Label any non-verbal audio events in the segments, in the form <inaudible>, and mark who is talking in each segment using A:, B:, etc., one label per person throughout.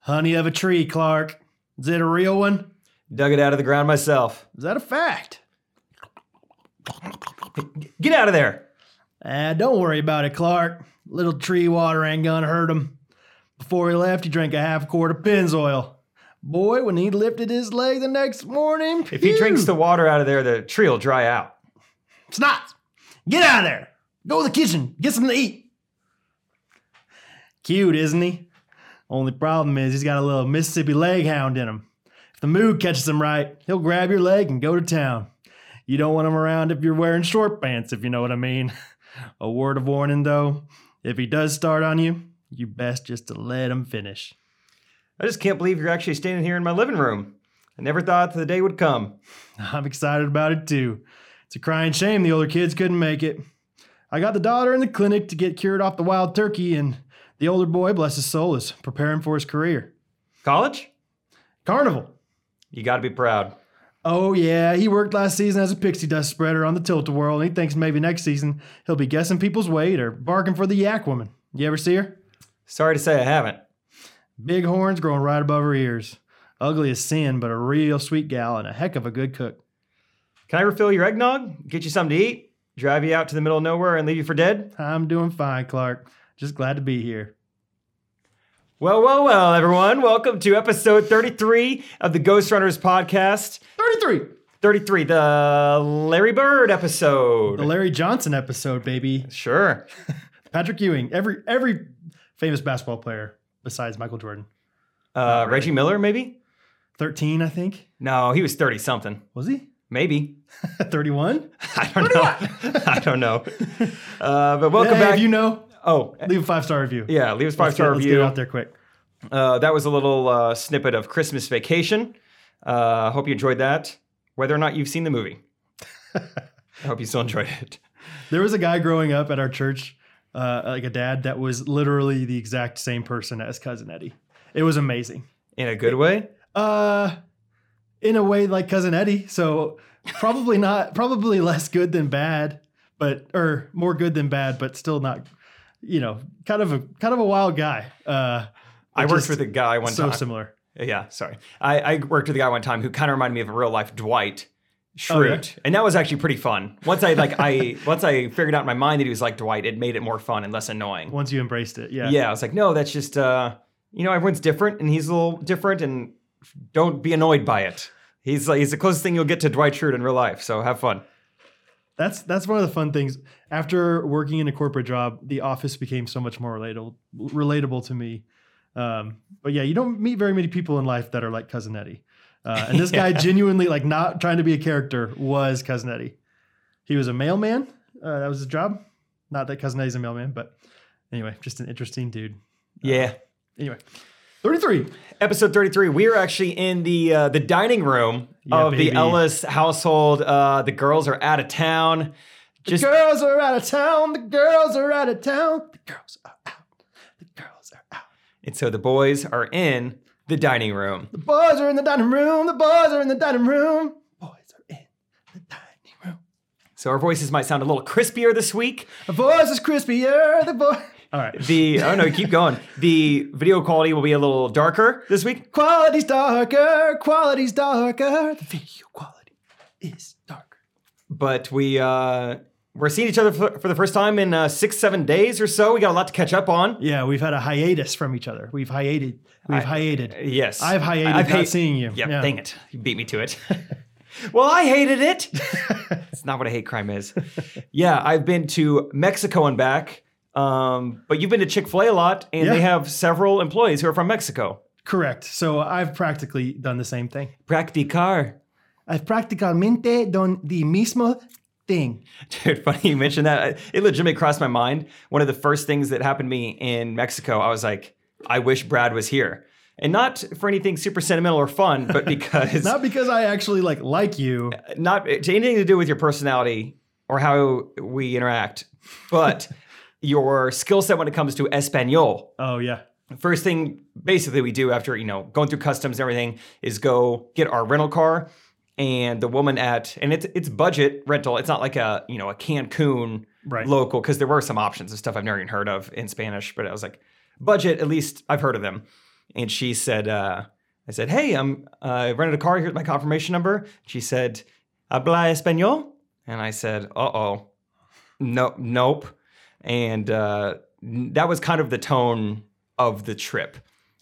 A: Honey of a tree, Clark. Is it a real one?
B: Dug it out of the ground myself.
A: Is that a fact?
B: Get out of there.
A: Ah, don't worry about it, Clark. Little tree water ain't gonna hurt him. Before he left, he drank a half quart of Pennzoil. Boy, when he lifted his leg the next morning,
B: If he
A: phew,
B: drinks the water out of there, the tree will dry out.
A: snot, get out of there. Go to the kitchen. Get something to eat. Cute, isn't he? Only problem is he's got a little Mississippi leg hound in him. If the mood catches him right, he'll grab your leg and go to town. You don't want him around if you're wearing short pants, if you know what I mean. <laughs> A word of warning, though, if he does start on you, you best just to let him finish.
B: I just can't believe you're actually standing here in my living room. I never thought the day would come.
A: I'm excited about it too. It's a crying shame the older kids couldn't make it. I got the daughter in the clinic to get cured off the wild turkey, and the older boy, bless his soul, is preparing for his career.
B: College?
A: Carnival.
B: You gotta be proud.
A: Oh, yeah, he worked last season as a pixie dust spreader on the Tilt a Whirl, and he thinks maybe next season he'll be guessing people's weight or barking for the yak woman. You ever see her?
B: Sorry to say I haven't.
A: Big horns growing right above her ears. Ugly as sin, but a real sweet gal and a heck of a good cook.
B: Can I refill your eggnog? Get you something to eat? Drive you out to the middle of nowhere and leave you for dead?
A: I'm doing fine, Clark. Just glad to be here.
B: Well, well, well, everyone. Welcome to episode 33 of the Ghost Runners podcast.
A: 33!
B: 33, the Larry Bird episode.
A: The Larry Johnson episode, baby.
B: sure.
A: Patrick Ewing, every every famous basketball player besides Michael Jordan.
B: Uh, Reggie Miller, maybe?
A: 13, I think.
B: No, he was 30 something.
A: Was he? <laughs>
B: Maybe.
A: 31?
B: <laughs> I don't know. <laughs> I don't know. Uh, but welcome
A: Hey,
B: back.
A: If you know,
B: oh,
A: leave a five star review.
B: yeah, leave us five
A: Let's get-
B: star
A: let's get it
B: review.
A: out there quick.
B: Uh, that was a little uh, snippet of Christmas Vacation. Uh, hope you enjoyed that, whether or not you've seen
A: <laughs>
B: the movie. I hope you still enjoyed it.
A: There was a guy growing up at our church, uh, like a dad, that was literally the exact same person as Cousin Eddie. It was amazing.
B: In a good way?
A: Uh, in a way, like Cousin Eddie. So probably not, probably less good than bad, but or more good than bad, but still not. You know, kind of a kind of a wild guy. Uh,
B: I worked
A: just
B: with a guy one
A: so
B: time.
A: similar.
B: yeah, sorry. I, I worked with a guy one time who kind of reminded me of a real life Dwight
A: Oh, yeah?
B: Schrute. And that was actually pretty fun. Once I like I once I figured out in my mind that he was like Dwight, it made it more fun and less annoying.
A: Once you embraced it, yeah.
B: yeah, I was like, no, that's just uh, you know, everyone's different, and he's a little different, and don't be annoyed by it. He's like, he's the closest thing you'll get to Dwight Schrute in real life. So have fun.
A: That's that's one of the fun things. After working in a corporate job, the office became so much more relatable relatable to me. Um, but yeah, you don't meet very many people in life that are like Cousin Eddie. Uh, and this guy genuinely, like, not trying to be a character, was Cousin Eddie. He was a mailman. Uh, that was his job. Not that Cousin Eddie's a mailman, but anyway, just an interesting dude.
B: Yeah.
A: Anyway, thirty-three.
B: Episode thirty-three. We are actually in the uh, the dining room
A: Yeah,
B: of
A: baby.
B: the Ellis household. Uh, the girls are out of town. Just
A: girls are out of town. The girls are out of town. The girls are out. The girls are out.
B: and so the boys are in the dining room.
A: The boys are in the dining room. The boys are in the dining room. Boys are in the dining room.
B: So our voices might sound a little crispier this week.
A: The voice is crispier. The boy. All right.
B: The oh no, keep
A: <laughs>
B: going. The video quality will be a little darker this week.
A: Quality's darker. Quality's darker. The video quality is darker.
B: but we uh, we're seeing each other for, for the first time in uh, six seven days or so. We got a lot to catch up on.
A: Yeah, we've had a hiatus from each other. We've hiated. We've hiated.
B: Yes,
A: I've hiated
B: I've
A: not
B: hi-
A: seeing you.
B: Yeah, dang it, you beat me to it. <laughs> well, I hated it. it's not what a hate crime is. yeah, I've been to Mexico and back. Um, but you've been to Chick Fil A a lot, and
A: Yeah.
B: they have several employees who are from Mexico.
A: Correct. So I've practically done the same thing.
B: Practicar.
A: I've practicalmente done the mismo thing.
B: Dude, funny you mentioned that. I- It legitimately crossed my mind. One of the first things that happened to me in Mexico, I was like, I wish Brad was here. And not for anything super sentimental or fun, but because
A: Not
B: not,
A: because I actually like like you.
B: to anything to do with your personality or how we interact, but your skill set when it comes to Espanol.
A: Oh yeah.
B: First thing basically we do after, you know, going through customs and everything is go get our rental car and the woman at and it's it's budget rental. It's not like a, you know, a Cancun
A: Right.
B: local because there were some options of stuff I've never even heard of in Spanish, but I was like, budget, at least I've heard of them. and she said, uh, I said, hey, I'm uh, I rented a car. Here's my confirmation number. She said, habla español? And I said, uh oh, no, nope. And uh, n- that was kind of the tone of the trip.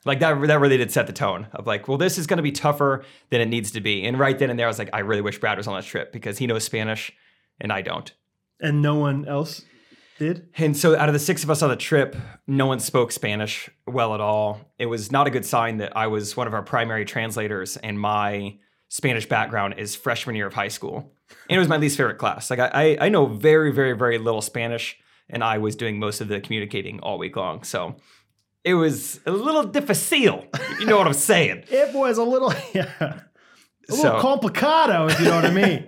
B: Like that, that really did set the tone of like, well, this is going to be tougher than it needs to be. And right then and there, I was like, I really wish Brad was on this trip because he knows Spanish and I don't.
A: and no one else did.
B: And so, out of the six of us on the trip, no one spoke Spanish well at all. It was not a good sign that I was one of our primary translators, and my Spanish background is freshman year of high school. And it was my least favorite class. Like, I, I I know very, very, very little Spanish, and I was doing most of the communicating all week long. So, it was a little difficile, <laughs> if you know what I'm saying.
A: It was a little, <laughs> yeah, a little
B: So-
A: complicado, if you know what I
B: <laughs>
A: mean.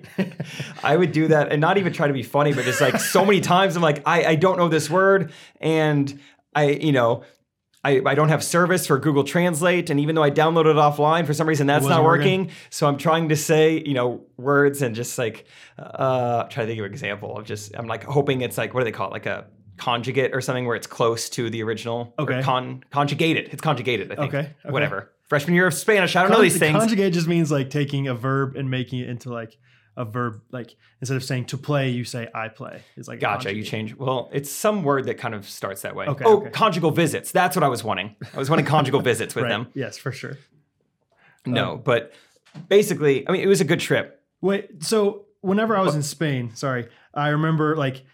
B: I would do that and not even try to be funny, but just like so many times I'm like, I, I don't know this word. And I, you know, I, I don't have service for Google Translate. And even though I downloaded it offline, for some reason that's
A: wasn't
B: not
A: working.
B: working. So I'm trying to say, you know, words and just like, uh, try to think of an example of just, I'm like hoping it's like, what do they call it? Like a conjugate or something where it's close to the original. or
A: Okay.
B: Con, conjugated. It's conjugated, I think.
A: Okay, okay.
B: Whatever. Freshman year of Spanish. I don't know
A: Conj-
B: these things.
A: Conjugate just means like taking a verb and making it into like a verb. Like instead of saying to play, you say I play. It's like
B: Gotcha. You
A: conjugate.
B: change. Well, it's some word that kind of starts that way.
A: Okay,
B: oh,
A: okay.
B: conjugal visits. That's what I was wanting. I was wanting conjugal visits with
A: <laughs> right. Uh-huh.
B: them.
A: Yes, for sure.
B: No, but basically, I mean, it was a good trip.
A: Wait, so whenever I was in Spain, sorry, I remember like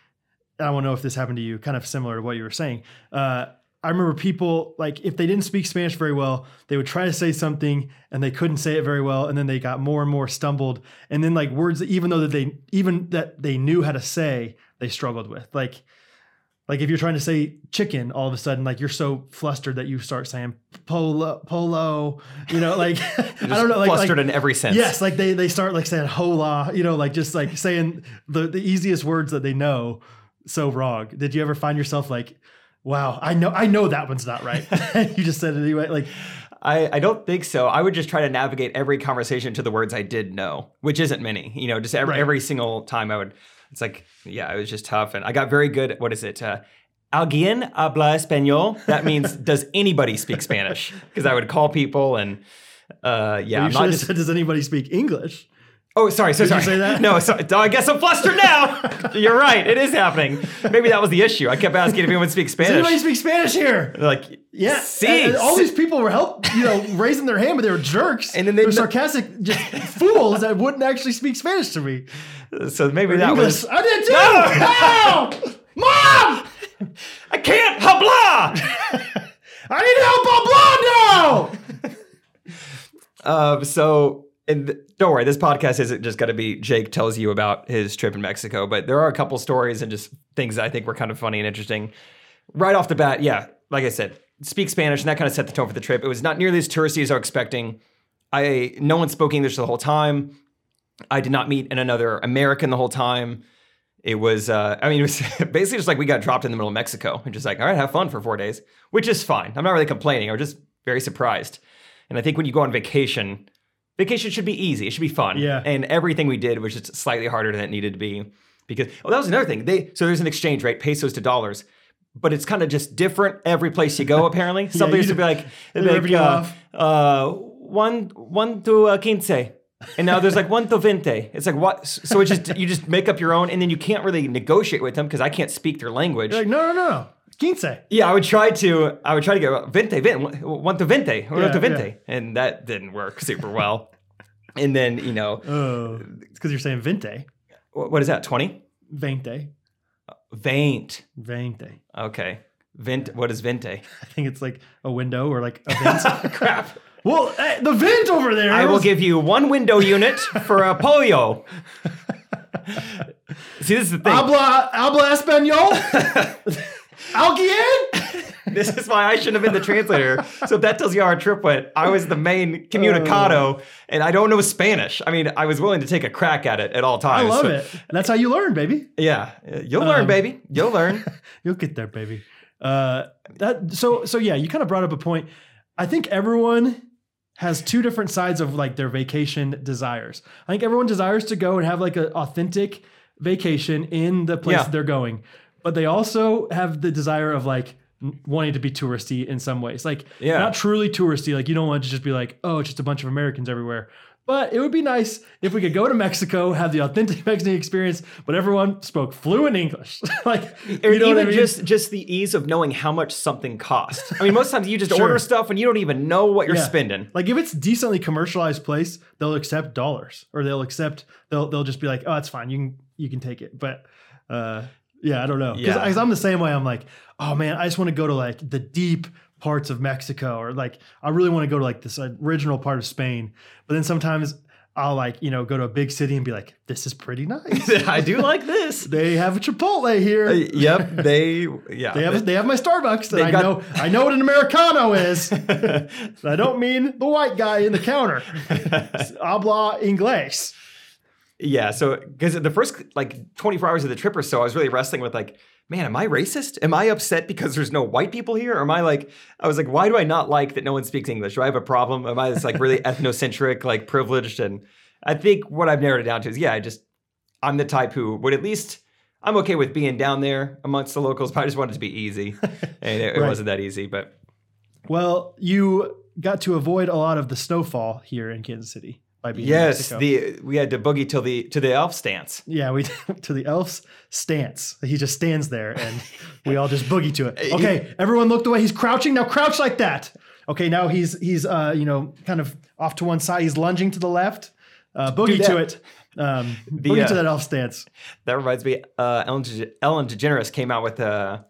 A: I don't know if this happened to you, kind of similar to what you were saying. Uh, I remember people like if they didn't speak Spanish very well, they would try to say something and they couldn't say it very well, and then they got more and more stumbled, and then like words that even though that they even that they knew how to say, they struggled with like. Like if you're trying to say chicken, all of a sudden, like you're so flustered that you start saying polo, polo, you know, like <laughs> I
B: Just
A: don't know, like, like
B: flustered in every sense.
A: Yes, like they they start like saying hola, you know, like just like saying the the easiest words that they know so wrong. Did you ever find yourself like, wow, I know I know that one's not
B: <laughs>
A: right. <laughs> you just said it anyway. Like
B: I, I don't think so. I would just try to navigate every conversation to the words I did know, which isn't many. You know, just every,
A: Right.
B: every single time I would. It's like, yeah, it was just tough, and I got very good. At, what is it? Uh, Alguien habla español?
A: <laughs>
B: That means, does anybody speak Spanish? Because I would call people and. Uh, yeah,
A: you
B: I'm
A: should
B: not
A: have
B: just
A: said, does anybody speak English?
B: Oh, sorry, so
A: Did you
B: sorry.
A: say that?
B: <laughs> No, so, oh, I guess I'm
A: <laughs>
B: flustered now. You're right. It is happening. Maybe that was the issue. I kept asking if anyone speaks
A: Does anybody
B: Spanish.
A: speak Spanish here?
B: Like,
A: Yeah.
B: see,
A: And- and all these people were help, you
B: <laughs>
A: know, raising their hand, but they were jerks.
B: And then they
A: were
B: kn-
A: sarcastic
B: <laughs>
A: just fools that wouldn't actually speak Spanish to me.
B: so maybe that
A: English.
B: was. Oh,
A: I did too. Help!
B: Mom, I can't habla.
A: I need help on
B: <laughs>
A: now!
B: Um, so, and th- don't worry, this podcast isn't just going to be Jake tells you about his trip in Mexico, but there are a couple stories and just things that I think were kind of funny and interesting. Right off the bat, yeah, like I said, speak Spanish, and that kind of set the tone for the trip. It was not nearly as touristy as I was expecting. I no one spoke English the whole time. I did not meet an- another American the whole time. It was, uh, I mean, it was <laughs> basically just like we got dropped in the middle of Mexico and just like, all right, have fun for four days, which is fine. I'm not really complaining. I was just very surprised. And I think when you go on vacation, vacation should be easy. It should be fun.
A: Yeah.
B: And everything we did was just slightly harder than it needed to be because, oh, that was another thing. They So there's an exchange rate, pesos to dollars, but it's kind of just different every place you go, <laughs> apparently. Something
A: you
B: used to
A: do-
B: be like,
A: They
B: like,
A: ripped you
B: uh,
A: off.
B: uh, one one to uh, quince, and now there's like one to veinte. It's like what? So it just you just make up your own, and then you can't really negotiate with them because I can't speak their language.
A: Like, no, no, no, no. Quince.
B: yeah, I would try to I would try to get well, veinte, veinte, one to veinte, one
A: Yeah,
B: to veinte, and that didn't work super well. and then you know
A: Oh, it's because you're saying vinte,
B: wh- what is that? Twenty,
A: veinte,
B: veinte.
A: veinte.
B: Okay, vent. What is veinte?
A: I think it's like a window or like a vent.
B: Crap.
A: <laughs> well, eh, the vent over there.
B: I will
A: was-
B: give you one window unit for
A: <laughs>
B: a pollo. See, this is the thing.
A: habla habla
B: <laughs>
A: español. Alguien.
B: this is why I shouldn't have been the translator. So if that tells you how our trip went, I was the main
A: Oh.
B: comunicado, and I don't know Spanish. I mean, I was willing to take a crack at it at all
A: I
B: times.
A: love
B: so-
A: it. That's how you learn, baby.
B: Yeah, you'll learn,
A: Um,
B: baby. You'll learn.
A: You'll get there, baby. Uh, that so so yeah. You kind of brought up a point. I think everyone has two different sides of like their vacation desires. I think everyone desires to go and have like an authentic vacation in the place
B: Yeah.
A: that they're going, but they also have the desire of like n- wanting to be touristy in some ways. Like
B: Yeah.
A: not truly touristy. Like you don't want to just be like, oh, it's just a bunch of Americans everywhere. But it would be nice if we could go to Mexico, have the authentic <laughs> Mexican experience, but everyone spoke fluent English. <laughs> like <laughs>
B: Or
A: you know
B: even
A: what I mean?
B: just just the ease of knowing how much something costs. I mean, most times you just
A: <laughs> Sure.
B: order stuff and you don't even know what you're
A: Yeah.
B: spending. <laughs>
A: Like if it's decently commercialized place, they'll accept dollars or they'll accept they'll they'll just be like, oh, it's fine, you can you can take it. But uh, yeah, I don't know
B: Yeah.
A: because I'm the same way. I'm like, oh man, I just want to go to like the deep parts of Mexico or like I really want to go to like this original part of Spain. But then sometimes I'll like you know go to a big city and be like, this is pretty nice.
B: <laughs> I do like
A: <laughs>
B: this.
A: they have a Chipotle here.
B: Uh, yep, they yeah.
A: they have they have my Starbucks. And
B: They've
A: I
B: got-
A: know I know what an Americano is. And I don't mean the white guy in the
B: <laughs>
A: counter. It's Habla inglés.
B: yeah, so because the first like 24 hours of the trip or so, I was really wrestling with like, man, am I racist? Am I upset because there's no white people here? Or am I like, I was like, why do I not like that no one speaks English? Do I have a problem? Am I this like really ethnocentric, like privileged? And I think what I've narrowed it down to is, yeah, I just I'm the type who would at least I'm okay with being down there amongst the locals, but I just wanted it to be easy, and it, it
A: Right.
B: wasn't that easy. But
A: Well, you got to avoid a lot of the snowfall here in Kansas City by being in
B: yes,
A: Mexico.
B: the we had to boogie till the to the elf stance.
A: yeah, we <laughs> to the elf's stance. He just stands there, and we all just boogie to
B: <laughs>
A: it. Okay, everyone looked away. He's crouching now. Crouch like that. Okay, now he's he's uh you know kind of off to one side. He's lunging to the left. Uh, boogie to
B: that.
A: it. Um, boogie
B: uh,
A: to that elf stance.
B: That reminds me, uh, Ellen, DeG- Ellen DeGeneres came out with a,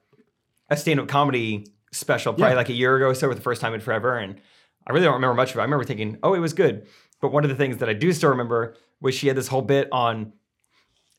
B: a stand-up comedy special probably
A: Yeah.
B: like a year ago or so, for the first time in forever, and I really don't remember much of it. I remember thinking, oh, it was good, but one of the things that I do still remember was she had this whole bit on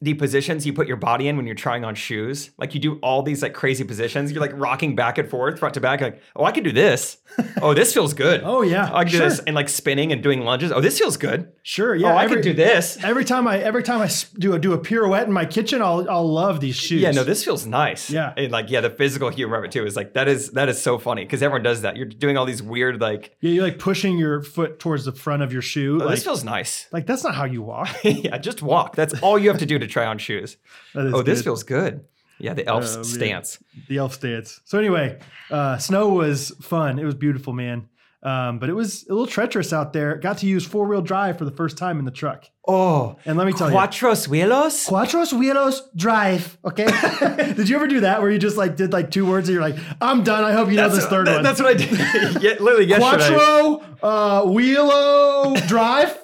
B: the positions you put your body in when you're trying on shoes. Like you do all these like crazy positions. You're like rocking back and forth, front to back. Like, oh, I can do this. Oh, this feels good.
A: <laughs> Oh, yeah.
B: I can do
A: Sure.
B: this, and like spinning and doing lunges. Oh, this feels good.
A: Sure. Yeah.
B: oh, I
A: every-
B: can do this.
A: Every time I every time I s- do a, do a pirouette in my kitchen, I'll I'll love these shoes.
B: Yeah, no, this feels nice.
A: Yeah.
B: and like yeah, the physical humor of it too is like that is that is so funny because everyone does that. You're doing all these weird like
A: yeah, you're like pushing your foot towards the front of your shoe.
B: oh,
A: like,
B: this feels nice.
A: like that's not how you
B: <laughs>
A: walk. <laughs>
B: yeah, just walk. That's all you have to do to try on shoes.
A: That is
B: oh, this
A: good.
B: feels good. Yeah, the elf's
A: Oh, man.
B: stance.
A: the elf stance. So anyway, uh, snow was fun. It was beautiful, man. Um, but it was a little treacherous out there. Got to use four wheel drive for the first time in the truck.
B: Oh,
A: And let me tell you,
B: cuatro suelos.
A: Cuatro wheelos drive.
B: <laughs>
A: Okay. <laughs> did you ever do that where you just like did like two words and you're like, I'm done. I hope you know this third
B: that-
A: one.
B: That's what I did. <laughs> yeah,
A: <laughs>
B: literally yesterday.
A: Quattro uh, wheelo <laughs> drive.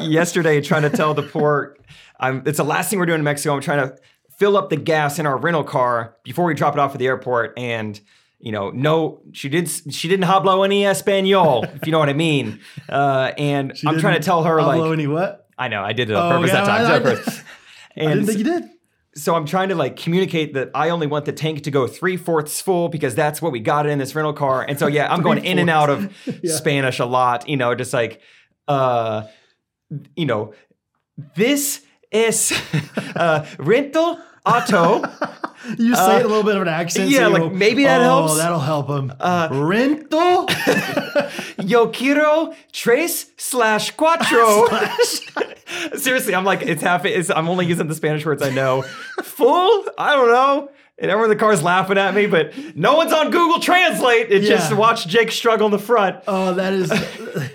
B: yesterday trying to tell the poor I'm, it's the last thing we're doing in Mexico. I'm trying to fill up the gas in our rental car before we drop it off at the airport. And you know, no, she did. She didn't hablo any español, if you know what I mean. Uh, and I'm trying to
A: didn't
B: tell her
A: Pablo
B: like,
A: any what?
B: I know I did it on
A: Oh,
B: purpose
A: yeah,
B: that time.
A: I-
B: I,
A: I-
B: and
A: I didn't think you did.
B: so I'm trying to like communicate that I only want the tank to go three fourths full because that's what we got in this rental car. And so yeah, I'm going in and out of
A: Yeah.
B: Spanish a lot, you know, just like uh you know, this is <laughs> uh rental auto.
A: You say it a little bit of an accent.
B: Uh, yeah,
A: so you
B: like,
A: go,
B: maybe that
A: oh,
B: helps." Uh,
A: That'll help him.
B: <laughs>
A: Rental.
B: Yo quiero tres slash
A: <laughs>
B: cuatro. <laughs> Seriously, I'm like, it's half. It's, I'm only using the Spanish words I know. Full? I don't know. And everyone in the car is laughing at me, but no one's on Google Translate. It just
A: Yeah.
B: watch Jake struggle in the front.
A: Oh, that
B: <laughs>
A: is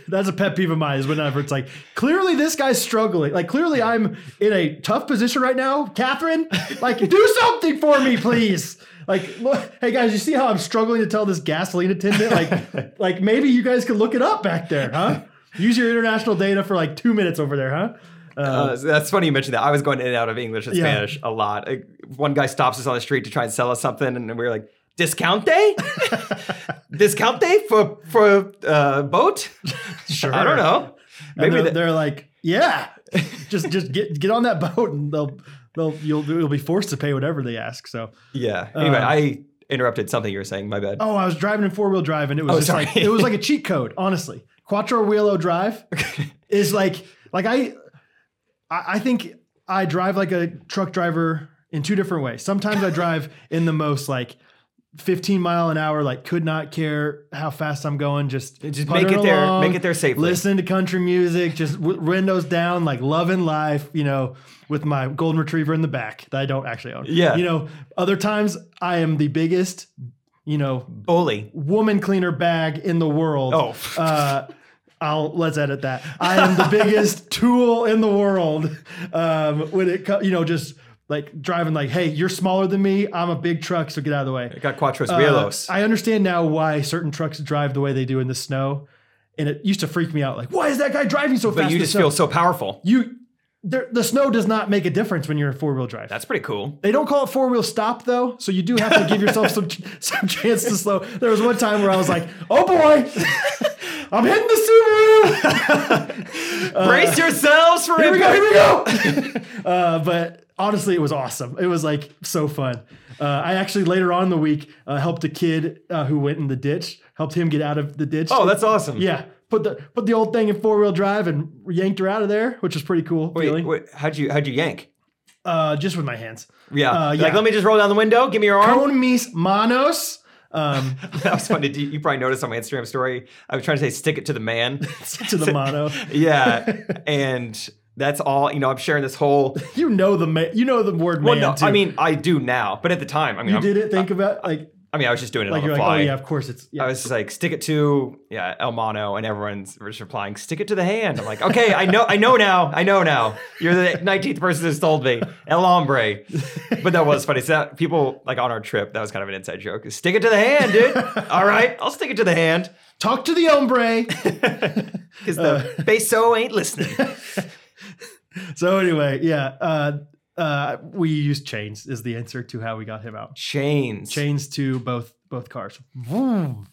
A: that's a pet peeve of mine is whenever it's like clearly this guy's struggling. Like clearly I'm in a tough position right now, Catherine. Like
B: <laughs>
A: do something for me, please. Like look, hey guys, you see how I'm struggling to tell this gasoline attendant?
B: <laughs>
A: Like like maybe you guys could look it up back there, huh? Use your international data for like two minutes over there, huh?
B: Uh, so that's funny you mentioned that. I was going in and out of English and
A: Yeah.
B: Spanish a lot. Like, one guy stops us on the street to try and sell us something, and we were like,
A: <laughs>
B: "Discount discount day for for uh, boat?
A: Sure.
B: <laughs> I don't know.
A: And
B: Maybe
A: they're,
B: that-
A: they're like, yeah, just just get get on that boat and they'll they'll you'll you'll be forced to pay whatever they ask. So
B: Yeah. Anyway,
A: Um,
B: I interrupted something you were saying. My bad.
A: oh, I was driving in four wheel drive and it was
B: Oh,
A: just
B: sorry.
A: like it was like a cheat code. Honestly, quattro wheelo
B: <laughs>
A: drive is like like I I I think I drive like a truck driver in two different ways. Sometimes I
B: <laughs>
A: drive in the most like. 15 mile an hour, like could not care how fast I'm going. Just
B: Just make it there.
A: along,
B: Make it there safely.
A: listening to country music, just w- windows down, like loving life, you know, with my golden retriever in the back that I don't actually own.
B: Yeah.
A: You know, other times I am the biggest you know,
B: Bully.
A: woman cleaner bag in the world.
B: Oh.
A: Uh, I'll let's edit that. I am the biggest tool in the world. Um, when it comes, you know, just like driving, like, hey, you're smaller than me. I'm a big truck, so get out of the way.
B: It got Cuatros
A: Uh,
B: Wielos.
A: I understand now why certain trucks drive the way they do in the snow, and it used to freak me out. Like, why is that guy driving so fast?
B: but you
A: in the
B: just
A: snow?
B: feel so powerful.
A: you. there- The snow does not make a difference when you're in four wheel drive.
B: That's pretty cool.
A: They don't call it four wheel stop though, so you do have to give yourself
B: <laughs>
A: some <laughs> some chance to slow. There was one time where I was like, "Oh boy, <laughs> I'm hitting the Subaru." <laughs>
B: Brace yourselves for
A: Uh, Here we go,
B: impact.
A: here we go. <laughs> uh, but honestly, it was awesome. It was like so fun. Uh, I actually later on in the week uh, helped a kid uh, who went in the ditch, helped him get out of the ditch.
B: Oh, that's awesome.
A: yeah. Put the put the old thing in four wheel drive and yanked her out of there, which was pretty cool.
B: Wait,
A: feeling.
B: wait, how'd you how'd you yank?
A: Uh, just with my hands.
B: Yeah.
A: Uh,
B: Like,
A: yeah.
B: let me just roll down the window. Give me your arm.
A: Con mis manos. Um,
B: <laughs>
A: <laughs>
B: that was funny. You, you probably noticed on my Instagram story. I was trying to say stick it to
A: <laughs>
B: the man.
A: to the mano. <laughs>
B: yeah. And that's all, you know, I'm sharing this whole
A: You know the ma- you know the word
B: Well,
A: man.
B: no,
A: too.
B: I mean, I do now, but at the time, I mean,
A: you
B: I'm-
A: did it. Think about like
B: I mean, I was just doing it
A: like
B: on
A: you're
B: the
A: like,
B: fly.
A: oh yeah, of course it's yeah.
B: I was just like, stick it to yeah, El Mono, and everyone's just replying, stick it to the hand. I'm like, okay, I know, I know now, I know now. You're the 19th person that's told me El Hombre, but that was funny. So that, people like on our trip, that was kind of an inside joke. is, Stick it to the hand, dude. All right, I'll stick it to the hand
A: Talk to the hombre.
B: <laughs> because the
A: Uh.
B: peso ain't listening.
A: <laughs> so anyway, yeah. Uh, uh, we used chains is the answer to how we got him out.
B: Chains.
A: Chains to both both cars. Vroom.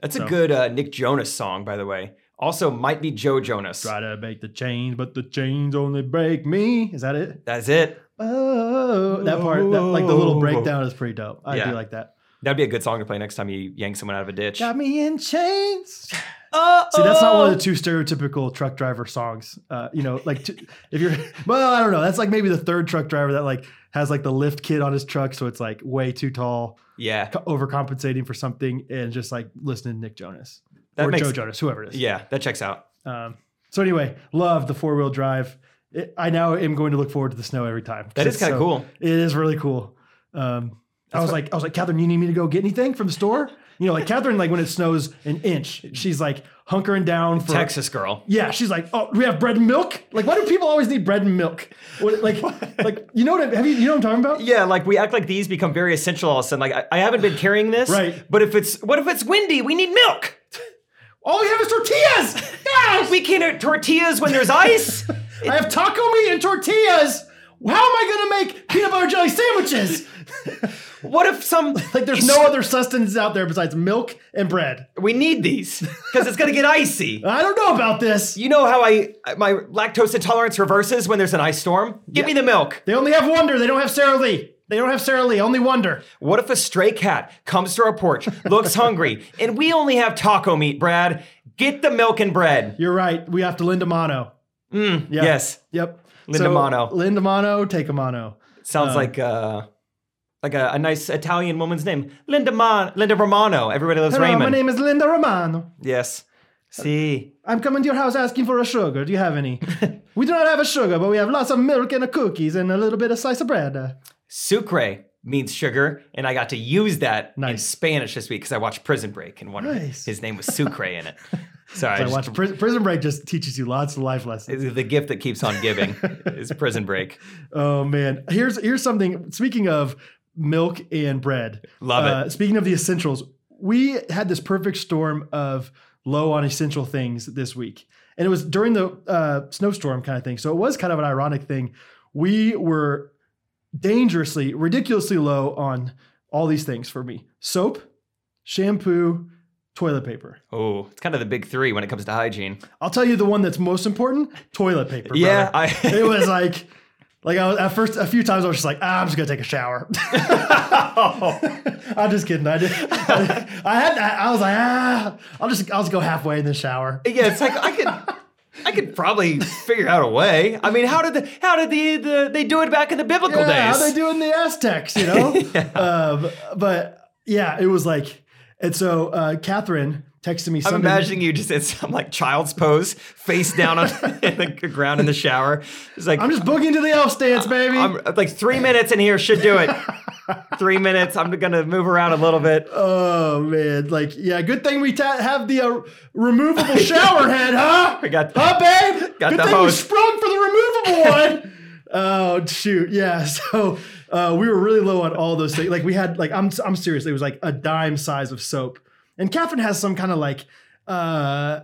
B: That's
A: So-
B: a good uh, Nick Jonas song, by the way. Also, might be Joe Jonas.
A: Try to break the chains, but the chains only break me. Is that it?
B: That's it.
A: Oh, that part, that, like the little
B: Whoa.
A: breakdown, is pretty dope. I
B: Yeah.
A: do like that.
B: That'd be a good song to play next time you yank someone out of a ditch.
A: Got me in chains.
B: Uh-oh.
A: See, that's not one of the two stereotypical truck driver songs. Uh, you know, like t- if you're, <laughs> well, I don't know. That's like maybe the third truck driver that like has like the lift kit on his truck, so it's like way too tall,
B: Yeah,
A: co- overcompensating for something, and just like listening to Nick Jonas
B: That
A: or
B: makes-
A: Joe Jonas, whoever it is.
B: yeah, that checks out.
A: Um, so anyway, love the four wheel drive. It, I now am going to look forward to the snow every time.
B: That is
A: It's
B: kind of
A: so-
B: cool.
A: It is really cool. Um, I
B: That's
A: was
B: what-
A: like, I was like, Catherine, you need me to go get anything from the store? You know, like Catherine, like when it snows an inch, she's like hunkering down for
B: Texas girl.
A: Yeah, she's like, oh, do we have bread and milk. Like, why do people always need bread and milk? What, like,
B: <laughs>
A: like you know what? I- Have you you know what I'm talking about?
B: Yeah, like we act like these become very essential all of a sudden. Like I, I haven't been carrying this,
A: Right.
B: But if it's what if it's windy? We need milk.
A: All we have is tortillas.
B: <laughs> Ah, we can't eat tortillas when there's <laughs> ice.
A: I have taco meat and tortillas. How am I gonna make peanut butter jelly sandwiches?
B: What if some
A: Like, there's no other sustenance out there besides milk and bread.
B: We need these because it's gonna get <laughs> icy.
A: I don't know about this.
B: You know how I my lactose intolerance reverses when there's an ice storm? Give me the milk.
A: They only have Wonder. They don't have Sara Lee. They don't have Sara Lee. Only Wonder.
B: What if a stray cat comes to our porch, <laughs> looks hungry, and we only have taco meat, Brad? Get the milk and bread.
A: You're right. We have to Linda Mono.
B: Mm, Yes.
A: Yep.
B: Linda Mono.
A: Linda Mono. Take a Mono.
B: Sounds like uh like a, a nice Italian woman's name. Linda Mon- Linda Romano. Everybody loves
A: Hello, my
B: Raymond.
A: name is Linda Romano.
B: yes. See.
A: I'm coming to your house asking for a sugar. Do you have
B: <laughs>
A: any? we do not have a sugar, but we have lots of milk and a cookies and a little bit of slice of bread. Uh,
B: Sucre means sugar, and I got to use that in
A: Nice.
B: Spanish this week because I watched Prison Break and one of
A: Nice.
B: his name was Sucre
A: <laughs>
B: in it. Sorry. I
A: I
B: just-
A: watch Pri- Prison Break just teaches you lots of life lessons.
B: it's the gift that keeps on
A: <laughs>
B: giving is Prison Break.
A: Oh man, here's here's something. Speaking of milk and bread,
B: Love
A: Uh, speaking of the essentials, we had this perfect storm of low on essential things this week, and it was during the uh, snowstorm kind of thing. So it was kind of an ironic thing. We were dangerously, ridiculously low on all these things for me: soap, shampoo, toilet paper.
B: Oh, it's kind of the big three when it comes to hygiene.
A: I'll tell you the one that's most important: toilet paper. brother.
B: Yeah, I, <laughs>
A: it <laughs> was like. Like I was, at first, a few times I was just like, ah, I'm just gonna take a shower. <laughs> I'm just kidding. I did. I had. I, I was like, ah, I'll just. I'll just go halfway in the shower.
B: yeah, it's like I could, I could probably figure out a way. I mean, how did the how did the, the they do it back in the biblical
A: Yeah, how
B: days?
A: they do in the Aztecs, you
B: <laughs>
A: know? um, but yeah, it was like, and so uh, Catherine texted me.
B: I'm
A: Sunday,
B: imagining you just in some like child's pose, face down on <laughs> in the ground in the shower. It's like
A: I'm just boogieing to the elf stance, baby.
B: I'm- like three minutes in here should do it. three minutes. I'm gonna move around a little bit.
A: Oh man, like yeah, good thing we ta- have the uh, removable shower head, huh?
B: I got
A: Huh, babe?
B: <laughs> Got
A: good
B: the
A: thing we
B: hose.
A: sprung for the
B: <laughs>
A: removable one. Oh shoot, yeah. <laughs> So uh, we were really low on all those things. Like we had like I'm I'm serious. It was like a dime size of soap, and Catherine has some kind of like uh,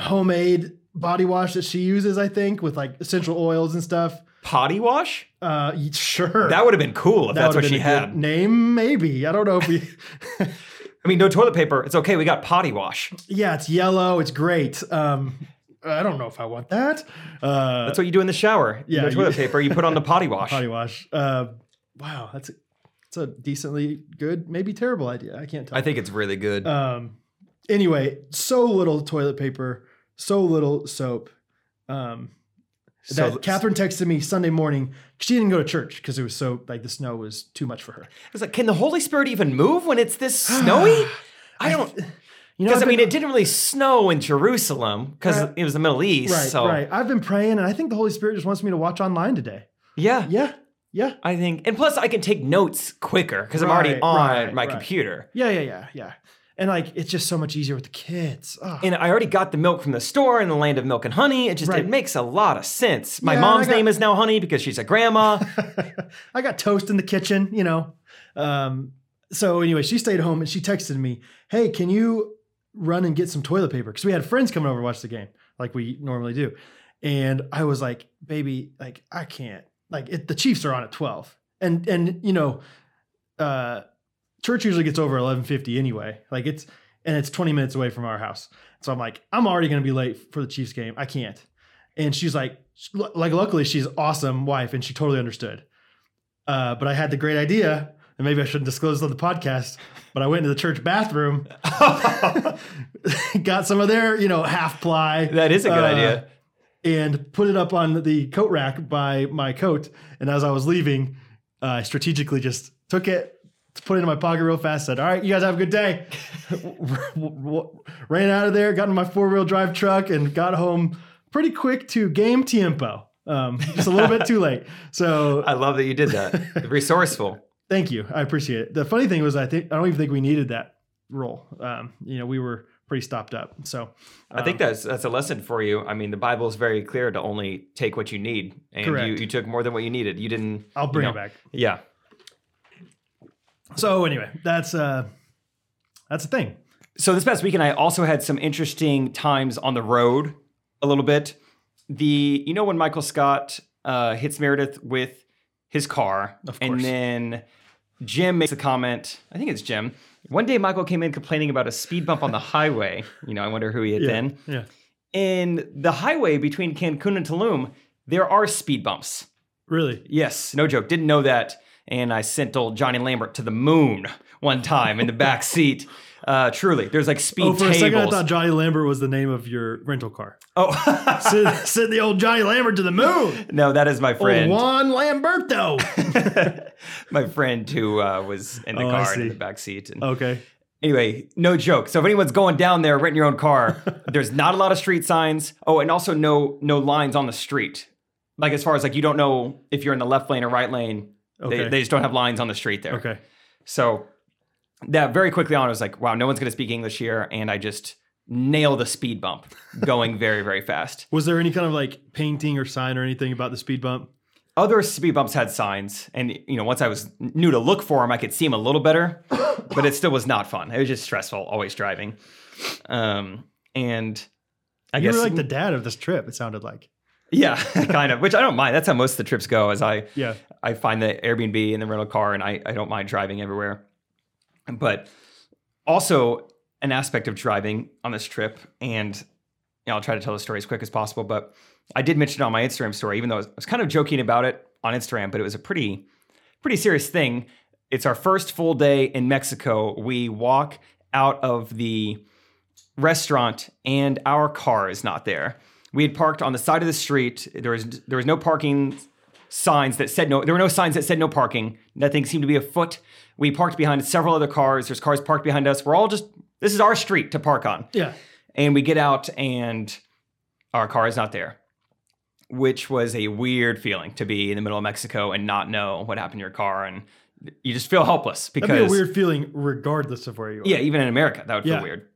A: homemade body wash that she uses, I think, with like essential oils and stuff.
B: potty wash.
A: Uh, y- sure.
B: That would have been cool if
A: That
B: that's what
A: would've
B: she
A: been a
B: had.
A: good Name maybe. I don't know if we. <laughs>
B: I mean, no toilet paper. It's okay. We got potty wash.
A: yeah, it's yellow. It's great. Um, I don't know if I want that. Uh,
B: That's what you do in the shower.
A: Yeah,
B: no
A: you-
B: toilet paper. You put on the potty
A: <laughs>
B: wash.
A: potty wash. Uh, wow, that's a, that's a decently good, maybe terrible idea. I can't tell.
B: I think it's really good.
A: um, anyway, so little toilet paper, so little soap. Um,
B: So-
A: that Catherine texted me Sunday morning. She didn't go to church because it was so like the snow was too much for her.
B: It's like, can the Holy Spirit even move when it's this
A: <sighs>
B: snowy? I don't.
A: You
B: Because
A: I've
B: I mean,
A: been-
B: it didn't really snow in Jerusalem because
A: Right.
B: it was the Middle East.
A: Uh, right,
B: so
A: right. I've been praying, and I think the Holy Spirit just wants me to watch online today.
B: yeah,
A: Yeah, yeah,
B: I think, and plus I can take notes quicker because I'm already
A: Right,
B: on
A: right,
B: my
A: right.
B: computer,
A: yeah, yeah, yeah, yeah. And like, it's just so much easier with the kids. Ah. Ugh.
B: and I already got the milk from the store in the land of milk and honey. It just
A: Right.
B: it makes a lot of sense. My
A: Yeah,
B: mom's
A: I got-
B: name is now Honey because she's a grandma.
A: <laughs> I got toast in the kitchen, you know. Um, so anyway, she stayed home and she texted me, "Hey, can you run and get some toilet paper?" Because we had friends coming over to watch the game, like we normally do. And I was like, "Baby, like I can't. Like it, the Chiefs are on at twelve, and and you know, uh, church usually gets over eleven fifty anyway. Like it's and it's twenty minutes away from our house. So I'm like, I'm already gonna be late for the Chiefs game. I can't." And she's like, like luckily she's awesome wife, and she totally understood uh, but I had the great idea, and maybe I shouldn't disclose this on the podcast, but I went into the church bathroom, <laughs> got some of their, you know, half ply.
B: that is a good
A: uh,
B: idea.
A: And put it up on the coat rack by my coat. And as I was leaving, uh, I strategically just took it, put it in my pocket real fast, said, All right, you guys have a good day. <laughs> Ran out of there, got in my four wheel drive truck, and got home pretty quick to game tempo. Um, just a little bit too late. So
B: I love that you did
A: <laughs>
B: that. Resourceful.
A: Thank you. I appreciate it. The funny thing was, I think I don't even think we needed that role. Um, you know, we were pretty stopped up. So
B: I
A: Um.
B: think that's that's a lesson for you. I mean, the Bible is very clear to only take what you need, and you,
A: Correct.
B: you took more than what you needed. You didn't.
A: I'll
B: you
A: bring
B: know,
A: it back.
B: Yeah,
A: So anyway, that's uh, that's a thing.
B: So this past weekend, I also had some interesting times on the road a little bit. The you know when Michael Scott uh, hits Meredith with his car,
A: Of
B: and
A: course.
B: then Jim makes a comment. I think it's Jim. One day, Michael came in complaining about a speed bump on the highway. <laughs> You know, I wonder who he had been.
A: Yeah.
B: In the highway between Cancun and Tulum, there are speed bumps.
A: Really.
B: Yes, no joke. Didn't know that. And I sent old Johnny Lambert to the moon one time in the
A: <laughs>
B: back seat. Uh, truly, there's like speed
A: Oh, for
B: tables.
A: a second, I thought Johnny Lambert was the name of your rental car.
B: <laughs> oh,
A: Send,
B: <laughs>
A: send the old Johnny Lambert to the moon.
B: no, that is my
A: Old
B: friend.
A: Juan
B: <laughs>
A: Lamberto.
B: my friend who uh, was in the
A: Oh, I
B: car and in
A: see. Oh.
B: the back seat. And
A: okay.
B: Anyway, no joke. So if anyone's going down there renting your own
A: <laughs>
B: car, there's not a lot of street signs. Oh, and also no no lines on the street. Like as far as like you don't know if you're in the left lane or right lane. They,
A: Okay.
B: they just don't have lines on the street there.
A: Okay.
B: So that very quickly on, I was like, wow, no one's going to speak English here. And I just nailed a speed bump going very, very fast.
A: Was there any kind of like painting or sign or anything about the speed bump?
B: Other speed bumps had signs. And, you know, once I was new to look for them, I could see them a little better, <coughs> but it still was not fun. It was just stressful, always driving. Um, and I
A: you
B: guess,
A: were like the dad of this trip. It sounded like.
B: <laughs> yeah, <laughs> kind of, which I don't mind. That's how most of the trips go is I,
A: Yeah.
B: I find the Airbnb and the rental car, and I, I don't mind driving everywhere. But also, an aspect of driving on this trip, and you know, I'll try to tell the story as quick as possible, but I did mention it on my Instagram story, even though I was, I was kind of joking about it on Instagram, but it was a pretty, pretty serious thing. It's our first full day in Mexico. We walk out of the restaurant and our car is not there. We had parked on the side of the street. There was there was no parking signs that said no. There were no signs that said no parking. Nothing seemed to be afoot. We parked behind several other cars. There's cars parked behind us. We're all just this is our street to park on.
A: Yeah.
B: And we get out and our car is not there. Which was a weird feeling to be in the middle of Mexico and not know what happened to your car and you just feel helpless because
A: That'd be a weird feeling, regardless of where you are.
B: yeah, even in America, that would
A: Yeah.
B: feel weird.